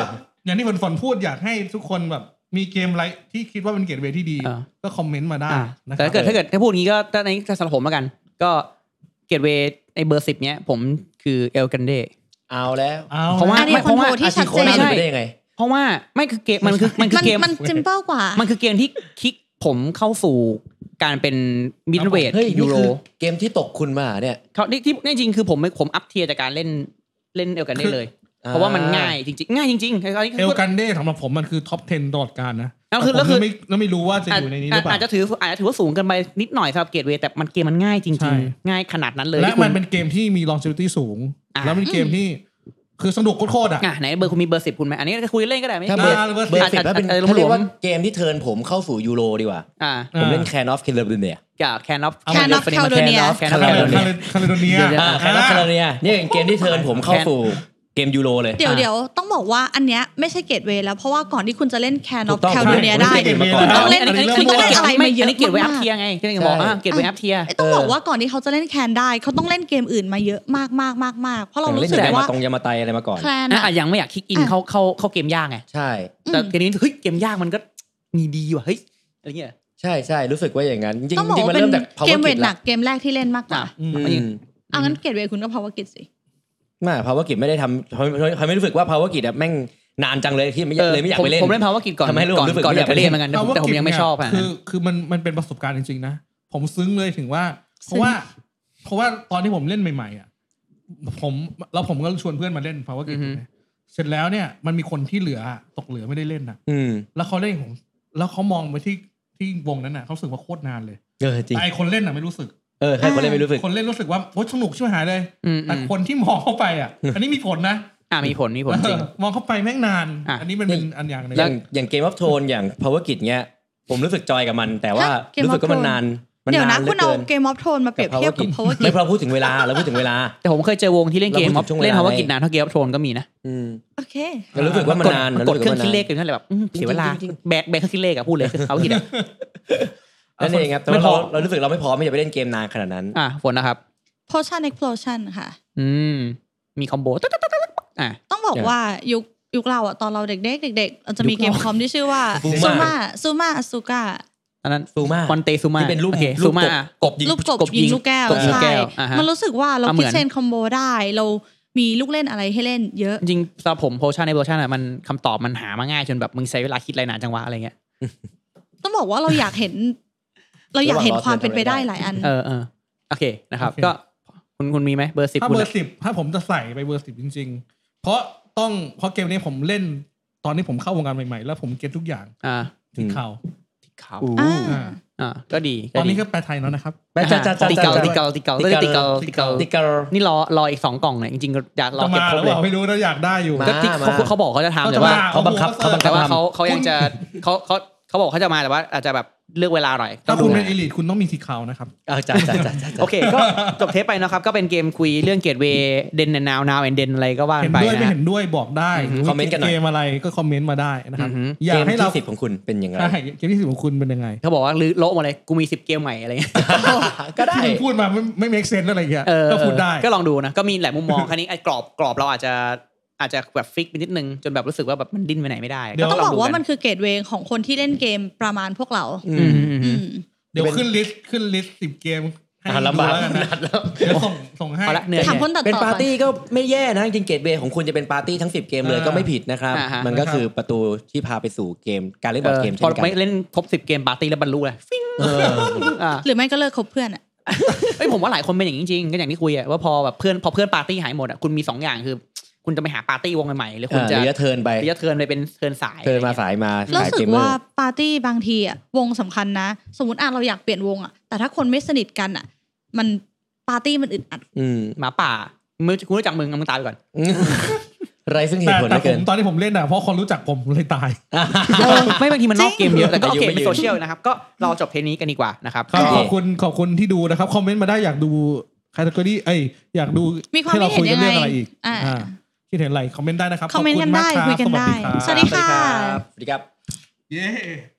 [SPEAKER 1] อย่างที่ฝนฝนพูดอยากให้ทุกคนแบบ มีเกมอะไรที่คิดว่าเป็นเกมเวย์ที่ดี
[SPEAKER 4] เออ
[SPEAKER 1] ก็คอมเมนต์มาได้
[SPEAKER 4] อ่ะ
[SPEAKER 1] นะค
[SPEAKER 4] แต่
[SPEAKER 1] รับ
[SPEAKER 4] ถ้าเกิดถ้าเกิดถ้าพูดงี้ก็ถ้าในสำหรับผมแล้วกัน ก็เกตเวย์ในเบอร์สิบเนี้ย ผมคือเอลกันเด
[SPEAKER 3] เอาแล้ว
[SPEAKER 1] เอา
[SPEAKER 4] เพราะว่า
[SPEAKER 2] อันนี้
[SPEAKER 4] ไม่เพราะว่า
[SPEAKER 2] control ที่
[SPEAKER 3] อาชีพโคน
[SPEAKER 2] ชัดเจน
[SPEAKER 3] เอาไปได้ยังไง
[SPEAKER 4] เพราะว่าไม่คือเกมมันคือมันคือ
[SPEAKER 2] มัน
[SPEAKER 4] เกม
[SPEAKER 2] มันจิมเปิลกว่า
[SPEAKER 4] มันคือเกมที่คิกผมเข้าสู่การเป็นมิดเวท
[SPEAKER 3] เฮ้ย
[SPEAKER 4] ยู
[SPEAKER 3] นี่
[SPEAKER 4] โร
[SPEAKER 3] คือเกมที่ตกคุณมาเนี่ย
[SPEAKER 4] เขาที่ที่จริงๆคือผมผมอัพเทียจากการเล่นเล่นเอลกันเด
[SPEAKER 1] คือ
[SPEAKER 4] เลย
[SPEAKER 3] อ่า
[SPEAKER 4] เพราะว่ามันง่ายจริงๆ ง่ายจริงๆตอนนี้
[SPEAKER 1] เอ
[SPEAKER 4] คื
[SPEAKER 1] ล
[SPEAKER 4] อ
[SPEAKER 1] กันเด้สำหรับผมมันคือท็อป 10ตลอดการนะ
[SPEAKER 4] แล้วคือ
[SPEAKER 1] ต่ผม
[SPEAKER 4] แล้วคือ
[SPEAKER 1] ไม่แล้วไม่รู้ว่าจะ
[SPEAKER 4] อา
[SPEAKER 1] อยู่ในนี้หรือเปล่า
[SPEAKER 4] จจะถืออาจจะถือว่าสูงเกินไปนิดหน่อยสำหรับเกตเวย์แต่มันเกมมันง่ายจ
[SPEAKER 1] ใช่
[SPEAKER 4] ริงๆ ง่ายขนาดนั้นเลย
[SPEAKER 1] และ
[SPEAKER 4] ที่คุณ
[SPEAKER 1] มันเป็นเกมที่มี longevity สูง
[SPEAKER 4] อ่ะ
[SPEAKER 1] แล้วเป็นเกมที่คือสนุกโคตรๆอ่ะ
[SPEAKER 4] อ่ะไหนเบอร์คุณมีเบอร์สิบคุณไหมอันนี้ก็คุยเล่นก็ได้ไม่
[SPEAKER 3] ถ้า
[SPEAKER 1] ได้
[SPEAKER 3] เบอร์
[SPEAKER 1] อ่าเบอร์สิบ
[SPEAKER 3] เบอร์สิบ
[SPEAKER 4] อ่ะ
[SPEAKER 3] ถ้าเป็น
[SPEAKER 4] อ่ะอ่ะ
[SPEAKER 3] ถ้าเรียกว่า
[SPEAKER 4] ผม
[SPEAKER 3] เกมที่เทิร์นผมเข้าสู่ยูโรดีกว่า
[SPEAKER 4] อ่า
[SPEAKER 3] ผมเล่นแคนออฟคินเลอร์ดินเนี่ย
[SPEAKER 4] จาก Can of
[SPEAKER 1] เอา
[SPEAKER 2] Can of Caledonia
[SPEAKER 4] Caledonia Can of
[SPEAKER 1] คาเลคา
[SPEAKER 4] Caledonia
[SPEAKER 1] เลโดเนีย
[SPEAKER 4] เดี๋ยวๆ
[SPEAKER 1] อ่ะ
[SPEAKER 3] แคนออฟคินเลอร์ดินเนี่ยเป็นเกมที่เทิร์นผมเข้าสู่เกมยูโรเลย
[SPEAKER 2] เดี๋ยว
[SPEAKER 4] อ่ะ
[SPEAKER 2] เดี๋ยวต้องบอกว่าอันเนี้ยไม่ใช่เกตเวย์แล้วเพราะว่าก่อนที่คุณจะเล่นแคนอ
[SPEAKER 3] ถู
[SPEAKER 2] อฟ
[SPEAKER 3] กต้อง
[SPEAKER 2] แคลเดเนีย
[SPEAKER 3] ใช่
[SPEAKER 2] ได้
[SPEAKER 3] ผมเล่นเกม
[SPEAKER 2] คุณต้องเล่น
[SPEAKER 4] อันนี้
[SPEAKER 2] คุณต้องเล่นอะไรมาเยอะ
[SPEAKER 4] นนี้เกรดเวอั
[SPEAKER 2] มาก
[SPEAKER 4] พเทียไงที่ยังบอกว่าเกรดเวอัพเทีย
[SPEAKER 2] เอ้ยต้องบอกว่าก่อนที่เขาจะเล่นแคนได้เขาต้องเล่นเกมอื่นมาเยอะมากมากมากมากเพราะเรา
[SPEAKER 3] ผม
[SPEAKER 2] รู้
[SPEAKER 3] เล่น
[SPEAKER 2] สึ
[SPEAKER 3] อกย่างไรมา
[SPEAKER 2] ว่า
[SPEAKER 3] ตรงยามาไตอะไรมาก่อน
[SPEAKER 2] แคลน
[SPEAKER 4] อ่ะ
[SPEAKER 2] อะ
[SPEAKER 4] อ่ะยังไม่อยากคลิกอิน
[SPEAKER 2] อ่ะ
[SPEAKER 4] เข้าเข้าเข้าเกมยากไง
[SPEAKER 3] ใช่
[SPEAKER 4] แต่เกมนี้เฮ้ยเกมยากมันก็มีดีว่ะเฮ้ยอะไรเงี้ย
[SPEAKER 3] ใช่ใช่รู้สึกว่าอย่างนั้น จริงๆจ
[SPEAKER 2] ต้องบอก
[SPEAKER 3] ริงๆ
[SPEAKER 2] ว่าเป็
[SPEAKER 3] มันเริ่
[SPEAKER 2] น
[SPEAKER 3] มจาก
[SPEAKER 2] เก
[SPEAKER 3] power
[SPEAKER 2] มเว
[SPEAKER 3] kit
[SPEAKER 2] ทหนั
[SPEAKER 3] ละ
[SPEAKER 2] กเกมแรกที่เล่นมากกว่า
[SPEAKER 4] อ่ะ
[SPEAKER 1] อืม
[SPEAKER 3] อื
[SPEAKER 4] มันยัง
[SPEAKER 3] ม
[SPEAKER 2] เอางั้นเกตเวย์คุณก็พาวเวอร์กิจสิ
[SPEAKER 3] ไม่ power grid ไม่ได้ทำเขาเขาไม่รู้สึกว่า power grid อะแม่งนานจังเลยที่ไม่อยากเลยไม่อยากไปเล่น
[SPEAKER 4] ผมเล่น power grid ก่อน
[SPEAKER 3] ทำให้
[SPEAKER 4] ก่อน
[SPEAKER 3] รู้สึก
[SPEAKER 4] ก่อน
[SPEAKER 3] ไม่อยาก ก
[SPEAKER 4] อายไป
[SPEAKER 3] ไปเล่
[SPEAKER 4] เล่
[SPEAKER 3] น
[SPEAKER 4] นเหมือนกัน
[SPEAKER 1] เอาว่า
[SPEAKER 4] แต่ผมยังไม่ชอบ
[SPEAKER 1] เก็
[SPEAKER 4] อ่ะ
[SPEAKER 1] เนี่ยคือคือมันมันเป็นประสบการณ์จริงๆนะ ผมซึ้งเลยถึงว่า เพ
[SPEAKER 2] ซึ้ง
[SPEAKER 1] ราะว่า เพราะว่าตอนที่ผมเล่นใหม่ๆอ่ะผมแล้วผมก็ชวนเพื่อนมาเล่น power
[SPEAKER 4] อื
[SPEAKER 1] grid
[SPEAKER 4] อฮึ
[SPEAKER 1] เสร็จแล้วเนี่ยมันมีคนที่เหลืออะตกเหลือไม่ได้เล่นนะ
[SPEAKER 3] อืม
[SPEAKER 1] แล้วเขาเล่นของแล้วเขามองไปที่ที่วงนั้นน่ะเขารู้สึกว่าโคตรนานเลย
[SPEAKER 3] เออจริง
[SPEAKER 1] แต่ไอคนเล่นน่ะไม่รู้สึก
[SPEAKER 3] เออใครคนเล่นไม่รู้สึก
[SPEAKER 1] คนเล่นรู้สึกว่าโคตรสนุกชิบหายเลย
[SPEAKER 4] อืม
[SPEAKER 1] แต่คนที่มองเข้าไปอ่ะ อันนี้มีผลนะ
[SPEAKER 4] อ่ามีผลมีผลจริง
[SPEAKER 1] เออ มองเข้าไปแม่งนาน
[SPEAKER 4] อ่ะ
[SPEAKER 1] อันนี้มันเป็นอันอย่างหนึง
[SPEAKER 3] อย่างอย่างเกมออฟโทนอย่าง power grid เนี้ยผมรู้สึกจอยกับมัน แต่ว่า
[SPEAKER 2] ฮะ Game
[SPEAKER 3] รู้สึก
[SPEAKER 2] of
[SPEAKER 3] ก็มัน
[SPEAKER 2] Thrones
[SPEAKER 3] นานมั
[SPEAKER 2] เดี๋ยวนะ
[SPEAKER 3] หลื
[SPEAKER 2] คุณเอา
[SPEAKER 3] กิน
[SPEAKER 2] เกมออฟโทนมาเปรียบเทียบกับ
[SPEAKER 3] กับ
[SPEAKER 2] power
[SPEAKER 3] ไม่
[SPEAKER 2] grid
[SPEAKER 3] เราพูดถึงเวลาเราพูดถึงเวลา
[SPEAKER 4] แต่ผมเคยเจอวงที่เล่นเกม
[SPEAKER 3] เราพูดถึงช่วงเวลา
[SPEAKER 4] เล่น power grid
[SPEAKER 3] ไง
[SPEAKER 4] นานเท่าเกมโทนก็มีนะ
[SPEAKER 3] อืม
[SPEAKER 2] โอเค
[SPEAKER 3] ก็รู้สึกว่ามัน
[SPEAKER 4] กด
[SPEAKER 3] นาน
[SPEAKER 4] กดเครื่องคิดเลข
[SPEAKER 3] น
[SPEAKER 4] อยู่นั่นแหละแบบอืมเสียเวลา
[SPEAKER 3] จริง
[SPEAKER 4] แบกแบกเครื่องคิดเลขอะพูดเลยคือเขาผิดอะ
[SPEAKER 3] นั่นเองครับแต่
[SPEAKER 4] ไม่
[SPEAKER 3] ว่าเรา
[SPEAKER 4] พอ
[SPEAKER 3] เรารู้สึกเราไม่พร้อมที่จะไปเล่นเกมนานขนาดนั้น
[SPEAKER 4] อ่ะฝนนะครับ
[SPEAKER 2] potion explosion ค่ะ
[SPEAKER 4] อืมมีคอมโบตึ๊ดตึ๊ดตึ๊ดตึ๊ดอ่ะ
[SPEAKER 2] ต้องบอก
[SPEAKER 3] ใช่
[SPEAKER 2] ว่ายุคยุคเราอะตอนเราเด็กๆเด็กๆเราจะมี
[SPEAKER 4] ยุค
[SPEAKER 2] เกม
[SPEAKER 4] เรา
[SPEAKER 2] คอมที่ชื่อว่า
[SPEAKER 3] Zuma
[SPEAKER 2] ซูมาซูมาอซูกา
[SPEAKER 4] อันนั้น
[SPEAKER 3] ซูมา
[SPEAKER 4] คอนเตซูมา
[SPEAKER 3] ที่เป็นรูป
[SPEAKER 4] โอเค
[SPEAKER 3] รู
[SPEAKER 4] ซู
[SPEAKER 3] ป
[SPEAKER 4] มา
[SPEAKER 3] กบกบยิง
[SPEAKER 2] ลูกกบ
[SPEAKER 4] กบยิ
[SPEAKER 2] ยิ
[SPEAKER 4] ง
[SPEAKER 2] งลูกแก้ว
[SPEAKER 4] กบยิงลูกแก้
[SPEAKER 2] ใช่
[SPEAKER 4] วอ่าฮะ
[SPEAKER 2] มันรู้สึกว่าเรา
[SPEAKER 4] อ่ะเหมื
[SPEAKER 2] คิด
[SPEAKER 4] อน
[SPEAKER 2] เชนคอมโบได้ เรามีลูกเล่นอะไรให้เล่นเยอะ
[SPEAKER 4] จริงๆสำหรับผมโพชั่นในโพชั่นอะมันคำตอบมันหามาง่ายจนแบบมึงใช้เวลาคิดอะไรนานจังวะอะไรเงี้ย
[SPEAKER 2] ต้องบอกว่าเราอยากเห็น เราอยากเห็นความเป็นไปได้หลายอัน
[SPEAKER 4] เออเออโอเคนะครับ
[SPEAKER 1] โอเค
[SPEAKER 4] ก็คุณคุณมีไหมเบอร์สิบ
[SPEAKER 1] ถ้า
[SPEAKER 4] คุณ
[SPEAKER 1] เบอ
[SPEAKER 4] อะ
[SPEAKER 1] ร์สิบถ้าผมจะใส่ไปเบอร์สิบจริง ๆ เพราะต้องเพราะเกมนี้ผมเล่นตอนที่ผมเข้าวงการใหม่ๆ แล้วผมเก็ตทุกอย่าง
[SPEAKER 4] อ่า
[SPEAKER 1] ติดเข่า
[SPEAKER 4] ติดเขา
[SPEAKER 2] อ่า
[SPEAKER 1] อ่า
[SPEAKER 4] อ่าก็ดี
[SPEAKER 1] ตอนนี้ก็
[SPEAKER 4] ดี
[SPEAKER 1] แปลไทยแล้วนะครับ
[SPEAKER 3] แม่จ้าจ้าจ้า
[SPEAKER 4] ติดเกาติดเกาติดเกาติดเกาติดเกาติดเกา
[SPEAKER 3] ติดเกา
[SPEAKER 4] นี่รอรออีกสองกล่องเนี่ยจริงๆอยากรอ
[SPEAKER 1] จะ
[SPEAKER 4] เก็บ
[SPEAKER 1] มา
[SPEAKER 4] ครบ
[SPEAKER 1] แล้ว
[SPEAKER 4] เล
[SPEAKER 1] เป
[SPEAKER 4] ย
[SPEAKER 1] ล่าไม่รู้นะอยากได้อยู่
[SPEAKER 4] ก็ที่เขา
[SPEAKER 3] มา
[SPEAKER 4] เขาบอกเขาจะทำแต่ว่า
[SPEAKER 1] เขา
[SPEAKER 3] เขา
[SPEAKER 1] บั
[SPEAKER 3] บั
[SPEAKER 1] ง
[SPEAKER 3] ง
[SPEAKER 1] คั
[SPEAKER 3] คั
[SPEAKER 1] บบ เขา
[SPEAKER 3] เขา
[SPEAKER 1] บังคับ
[SPEAKER 3] บังคับทำ
[SPEAKER 4] แต่ว่าเขาเขายังจะเขาเขาเขาบอกเขาจะมาแต่ว่าอาจจะแบบเลือกเวลาหน่อย
[SPEAKER 1] ถ้าคุณเป็น
[SPEAKER 4] ต้
[SPEAKER 1] อี
[SPEAKER 4] องดู
[SPEAKER 1] ลิทคุณต้องมีสีขาวนะครับ
[SPEAKER 3] เออจ้าจ้าจ้าจ้า
[SPEAKER 4] โอเค ก็จบเทปไปนะครับ ก็เป็นเกมคุยเรื่องเกตเวเดนนาว นาวแอนเดนอะไรก็ว่ากั
[SPEAKER 1] เห็
[SPEAKER 4] น
[SPEAKER 1] น
[SPEAKER 4] ไป
[SPEAKER 1] ด้วยไม่
[SPEAKER 4] นะ
[SPEAKER 1] เห็นด้วยบอกได้
[SPEAKER 4] อือฮึ
[SPEAKER 1] หรื
[SPEAKER 3] คอมเมนต์กันหน่อย
[SPEAKER 1] เกมอะไรก็คอมเมนต์มาได้นะครับ
[SPEAKER 4] อือฮึ
[SPEAKER 1] อยากให้เรา
[SPEAKER 3] สิบของคุณเป็นยังไง
[SPEAKER 1] ใช่เกมที่สิบของคุณเป็นยังไง
[SPEAKER 4] เขาบอกว่าลือโละหมดเลยกูมีสิบเกมใหม่อะไรเงี้ย
[SPEAKER 3] ก็ได้
[SPEAKER 1] ที่คุณพูดมาไม่ไม่ make sense อะไรอย่างเงี้ย
[SPEAKER 4] เออ
[SPEAKER 1] ก็พูดได้
[SPEAKER 4] ก็ลองดูนะ ก็มีหลายมุมมองคันนี้ไอ้กรอบกรอบเราอาจจะอาจจะแบบฟิกไปนิดนึงจนแบบรู้สึกว่าแบบมันดิ้นไปไหนไม่ได้
[SPEAKER 1] เดี๋ยว
[SPEAKER 2] ต้อง
[SPEAKER 4] ล
[SPEAKER 2] บอก
[SPEAKER 4] ดู
[SPEAKER 2] ว่ามันคือเกตเวย์ของคนที่เล่นเกมประมาณพวกเรา
[SPEAKER 4] อืมอืมอื
[SPEAKER 2] อื
[SPEAKER 4] ม
[SPEAKER 2] ม
[SPEAKER 1] เดี๋ยวขึ้นลิสต์ขึ้นลิสต์สิบเกมให้
[SPEAKER 3] อ่ะลำบาก
[SPEAKER 1] ดูแล้วกันนะเดี๋ยวส่งส่งให้
[SPEAKER 4] เอาละเหนื่อย
[SPEAKER 2] ถามคนตัดต่อ
[SPEAKER 3] เป็นปาร์
[SPEAKER 2] ก่อน
[SPEAKER 3] ตี้ก็ไม่แย่นะจริงๆเกตเวย์ของคุณจะเป็นปาร์ตี้ทั้ง 10 เกมเลย
[SPEAKER 1] อ่า
[SPEAKER 3] ก็ไม่ผิดนะครับ
[SPEAKER 4] อ่าฮะ
[SPEAKER 3] มันก็คือประตูที่พาไปสู่เกมการเล่นบอ
[SPEAKER 4] เอ
[SPEAKER 3] ร์ด
[SPEAKER 4] อ
[SPEAKER 3] เกม
[SPEAKER 4] พ
[SPEAKER 3] เช่
[SPEAKER 4] อน
[SPEAKER 3] กัน
[SPEAKER 4] ไม่เล่นครบสิบเกมปาร์ตี้แล้วบรรลุเลยฟิ้ง
[SPEAKER 3] เออ
[SPEAKER 4] อ่า
[SPEAKER 2] หรือไม่ก็เลิกคบเพื่อนอะ
[SPEAKER 4] เอ้ยผมว่าหลายคนเป็นอย่างนี้จริงๆก็อย่างที่คุยอะว่าพอแบบเพื่อนพอเพื่อนปาร์ตี้หายหมดอะคุณมีสองอย่างคือ คุณจะไปหาปาร์ตี้วงใหม่ๆหรือคุณ
[SPEAKER 3] อ่า
[SPEAKER 4] จะ
[SPEAKER 3] ระยะเทิร์นไป
[SPEAKER 4] ระยะเทิร์นไปเป็นเทิร์นสาย
[SPEAKER 3] เทิร์นมา
[SPEAKER 4] อะไรเงี้ย
[SPEAKER 3] สายมา
[SPEAKER 2] รู้
[SPEAKER 3] สาย
[SPEAKER 2] สึ
[SPEAKER 3] เก
[SPEAKER 2] ก
[SPEAKER 3] มเมอ
[SPEAKER 2] ว่า
[SPEAKER 3] ร์
[SPEAKER 2] ปาร์ตี้บางทีอะวงสำคัญนะ สมมติอ่ะเราอยากเปลี่ยนวงอะแต่ถ้าคนไม่สนิทกันอะมันปาร์ตี้มันอึดอัด
[SPEAKER 3] อืม
[SPEAKER 4] หมาป่ามึงคุณรู้จักมึงเอามึงตายไปก่อน
[SPEAKER 3] ไรซึ่งเห
[SPEAKER 1] แต่
[SPEAKER 3] ตุผลเห
[SPEAKER 1] แต่ผ
[SPEAKER 3] ลือเกิน
[SPEAKER 1] มตอนที่ผมเล่นอ่ะเพราะคนรู้จักผมเลยตาย
[SPEAKER 4] ไม่บางทีมันนอกเกมเยอะแต่ก็โอเค
[SPEAKER 3] ไม่ยืน
[SPEAKER 4] เป็นโซเชียลนะครับก็เราจบเทปนี้กันดีกว่านะครับ
[SPEAKER 1] ครับ
[SPEAKER 4] ก็
[SPEAKER 1] ขอบคุณขอบคุณที่ดูนะครับ คอมเมนต์มาได้อยากดูคาตกรีไอยอยากดู
[SPEAKER 2] มีความ
[SPEAKER 1] ให้เราคุยกัน
[SPEAKER 2] คิดเห็น
[SPEAKER 1] เรื่อง
[SPEAKER 2] ยังไง
[SPEAKER 1] อะไรอีก
[SPEAKER 2] อ่า
[SPEAKER 1] อ่าคิดเห็นอะไรคอมเมนต์ได้นะครับ
[SPEAKER 2] คอมเมนต์กันได้
[SPEAKER 1] ขอบ
[SPEAKER 2] คุ
[SPEAKER 1] ณ
[SPEAKER 2] ยกัน
[SPEAKER 1] มา
[SPEAKER 2] ได้
[SPEAKER 1] รับ
[SPEAKER 2] สวัสดีค่ะ
[SPEAKER 3] สวัสดีครับ
[SPEAKER 1] เย้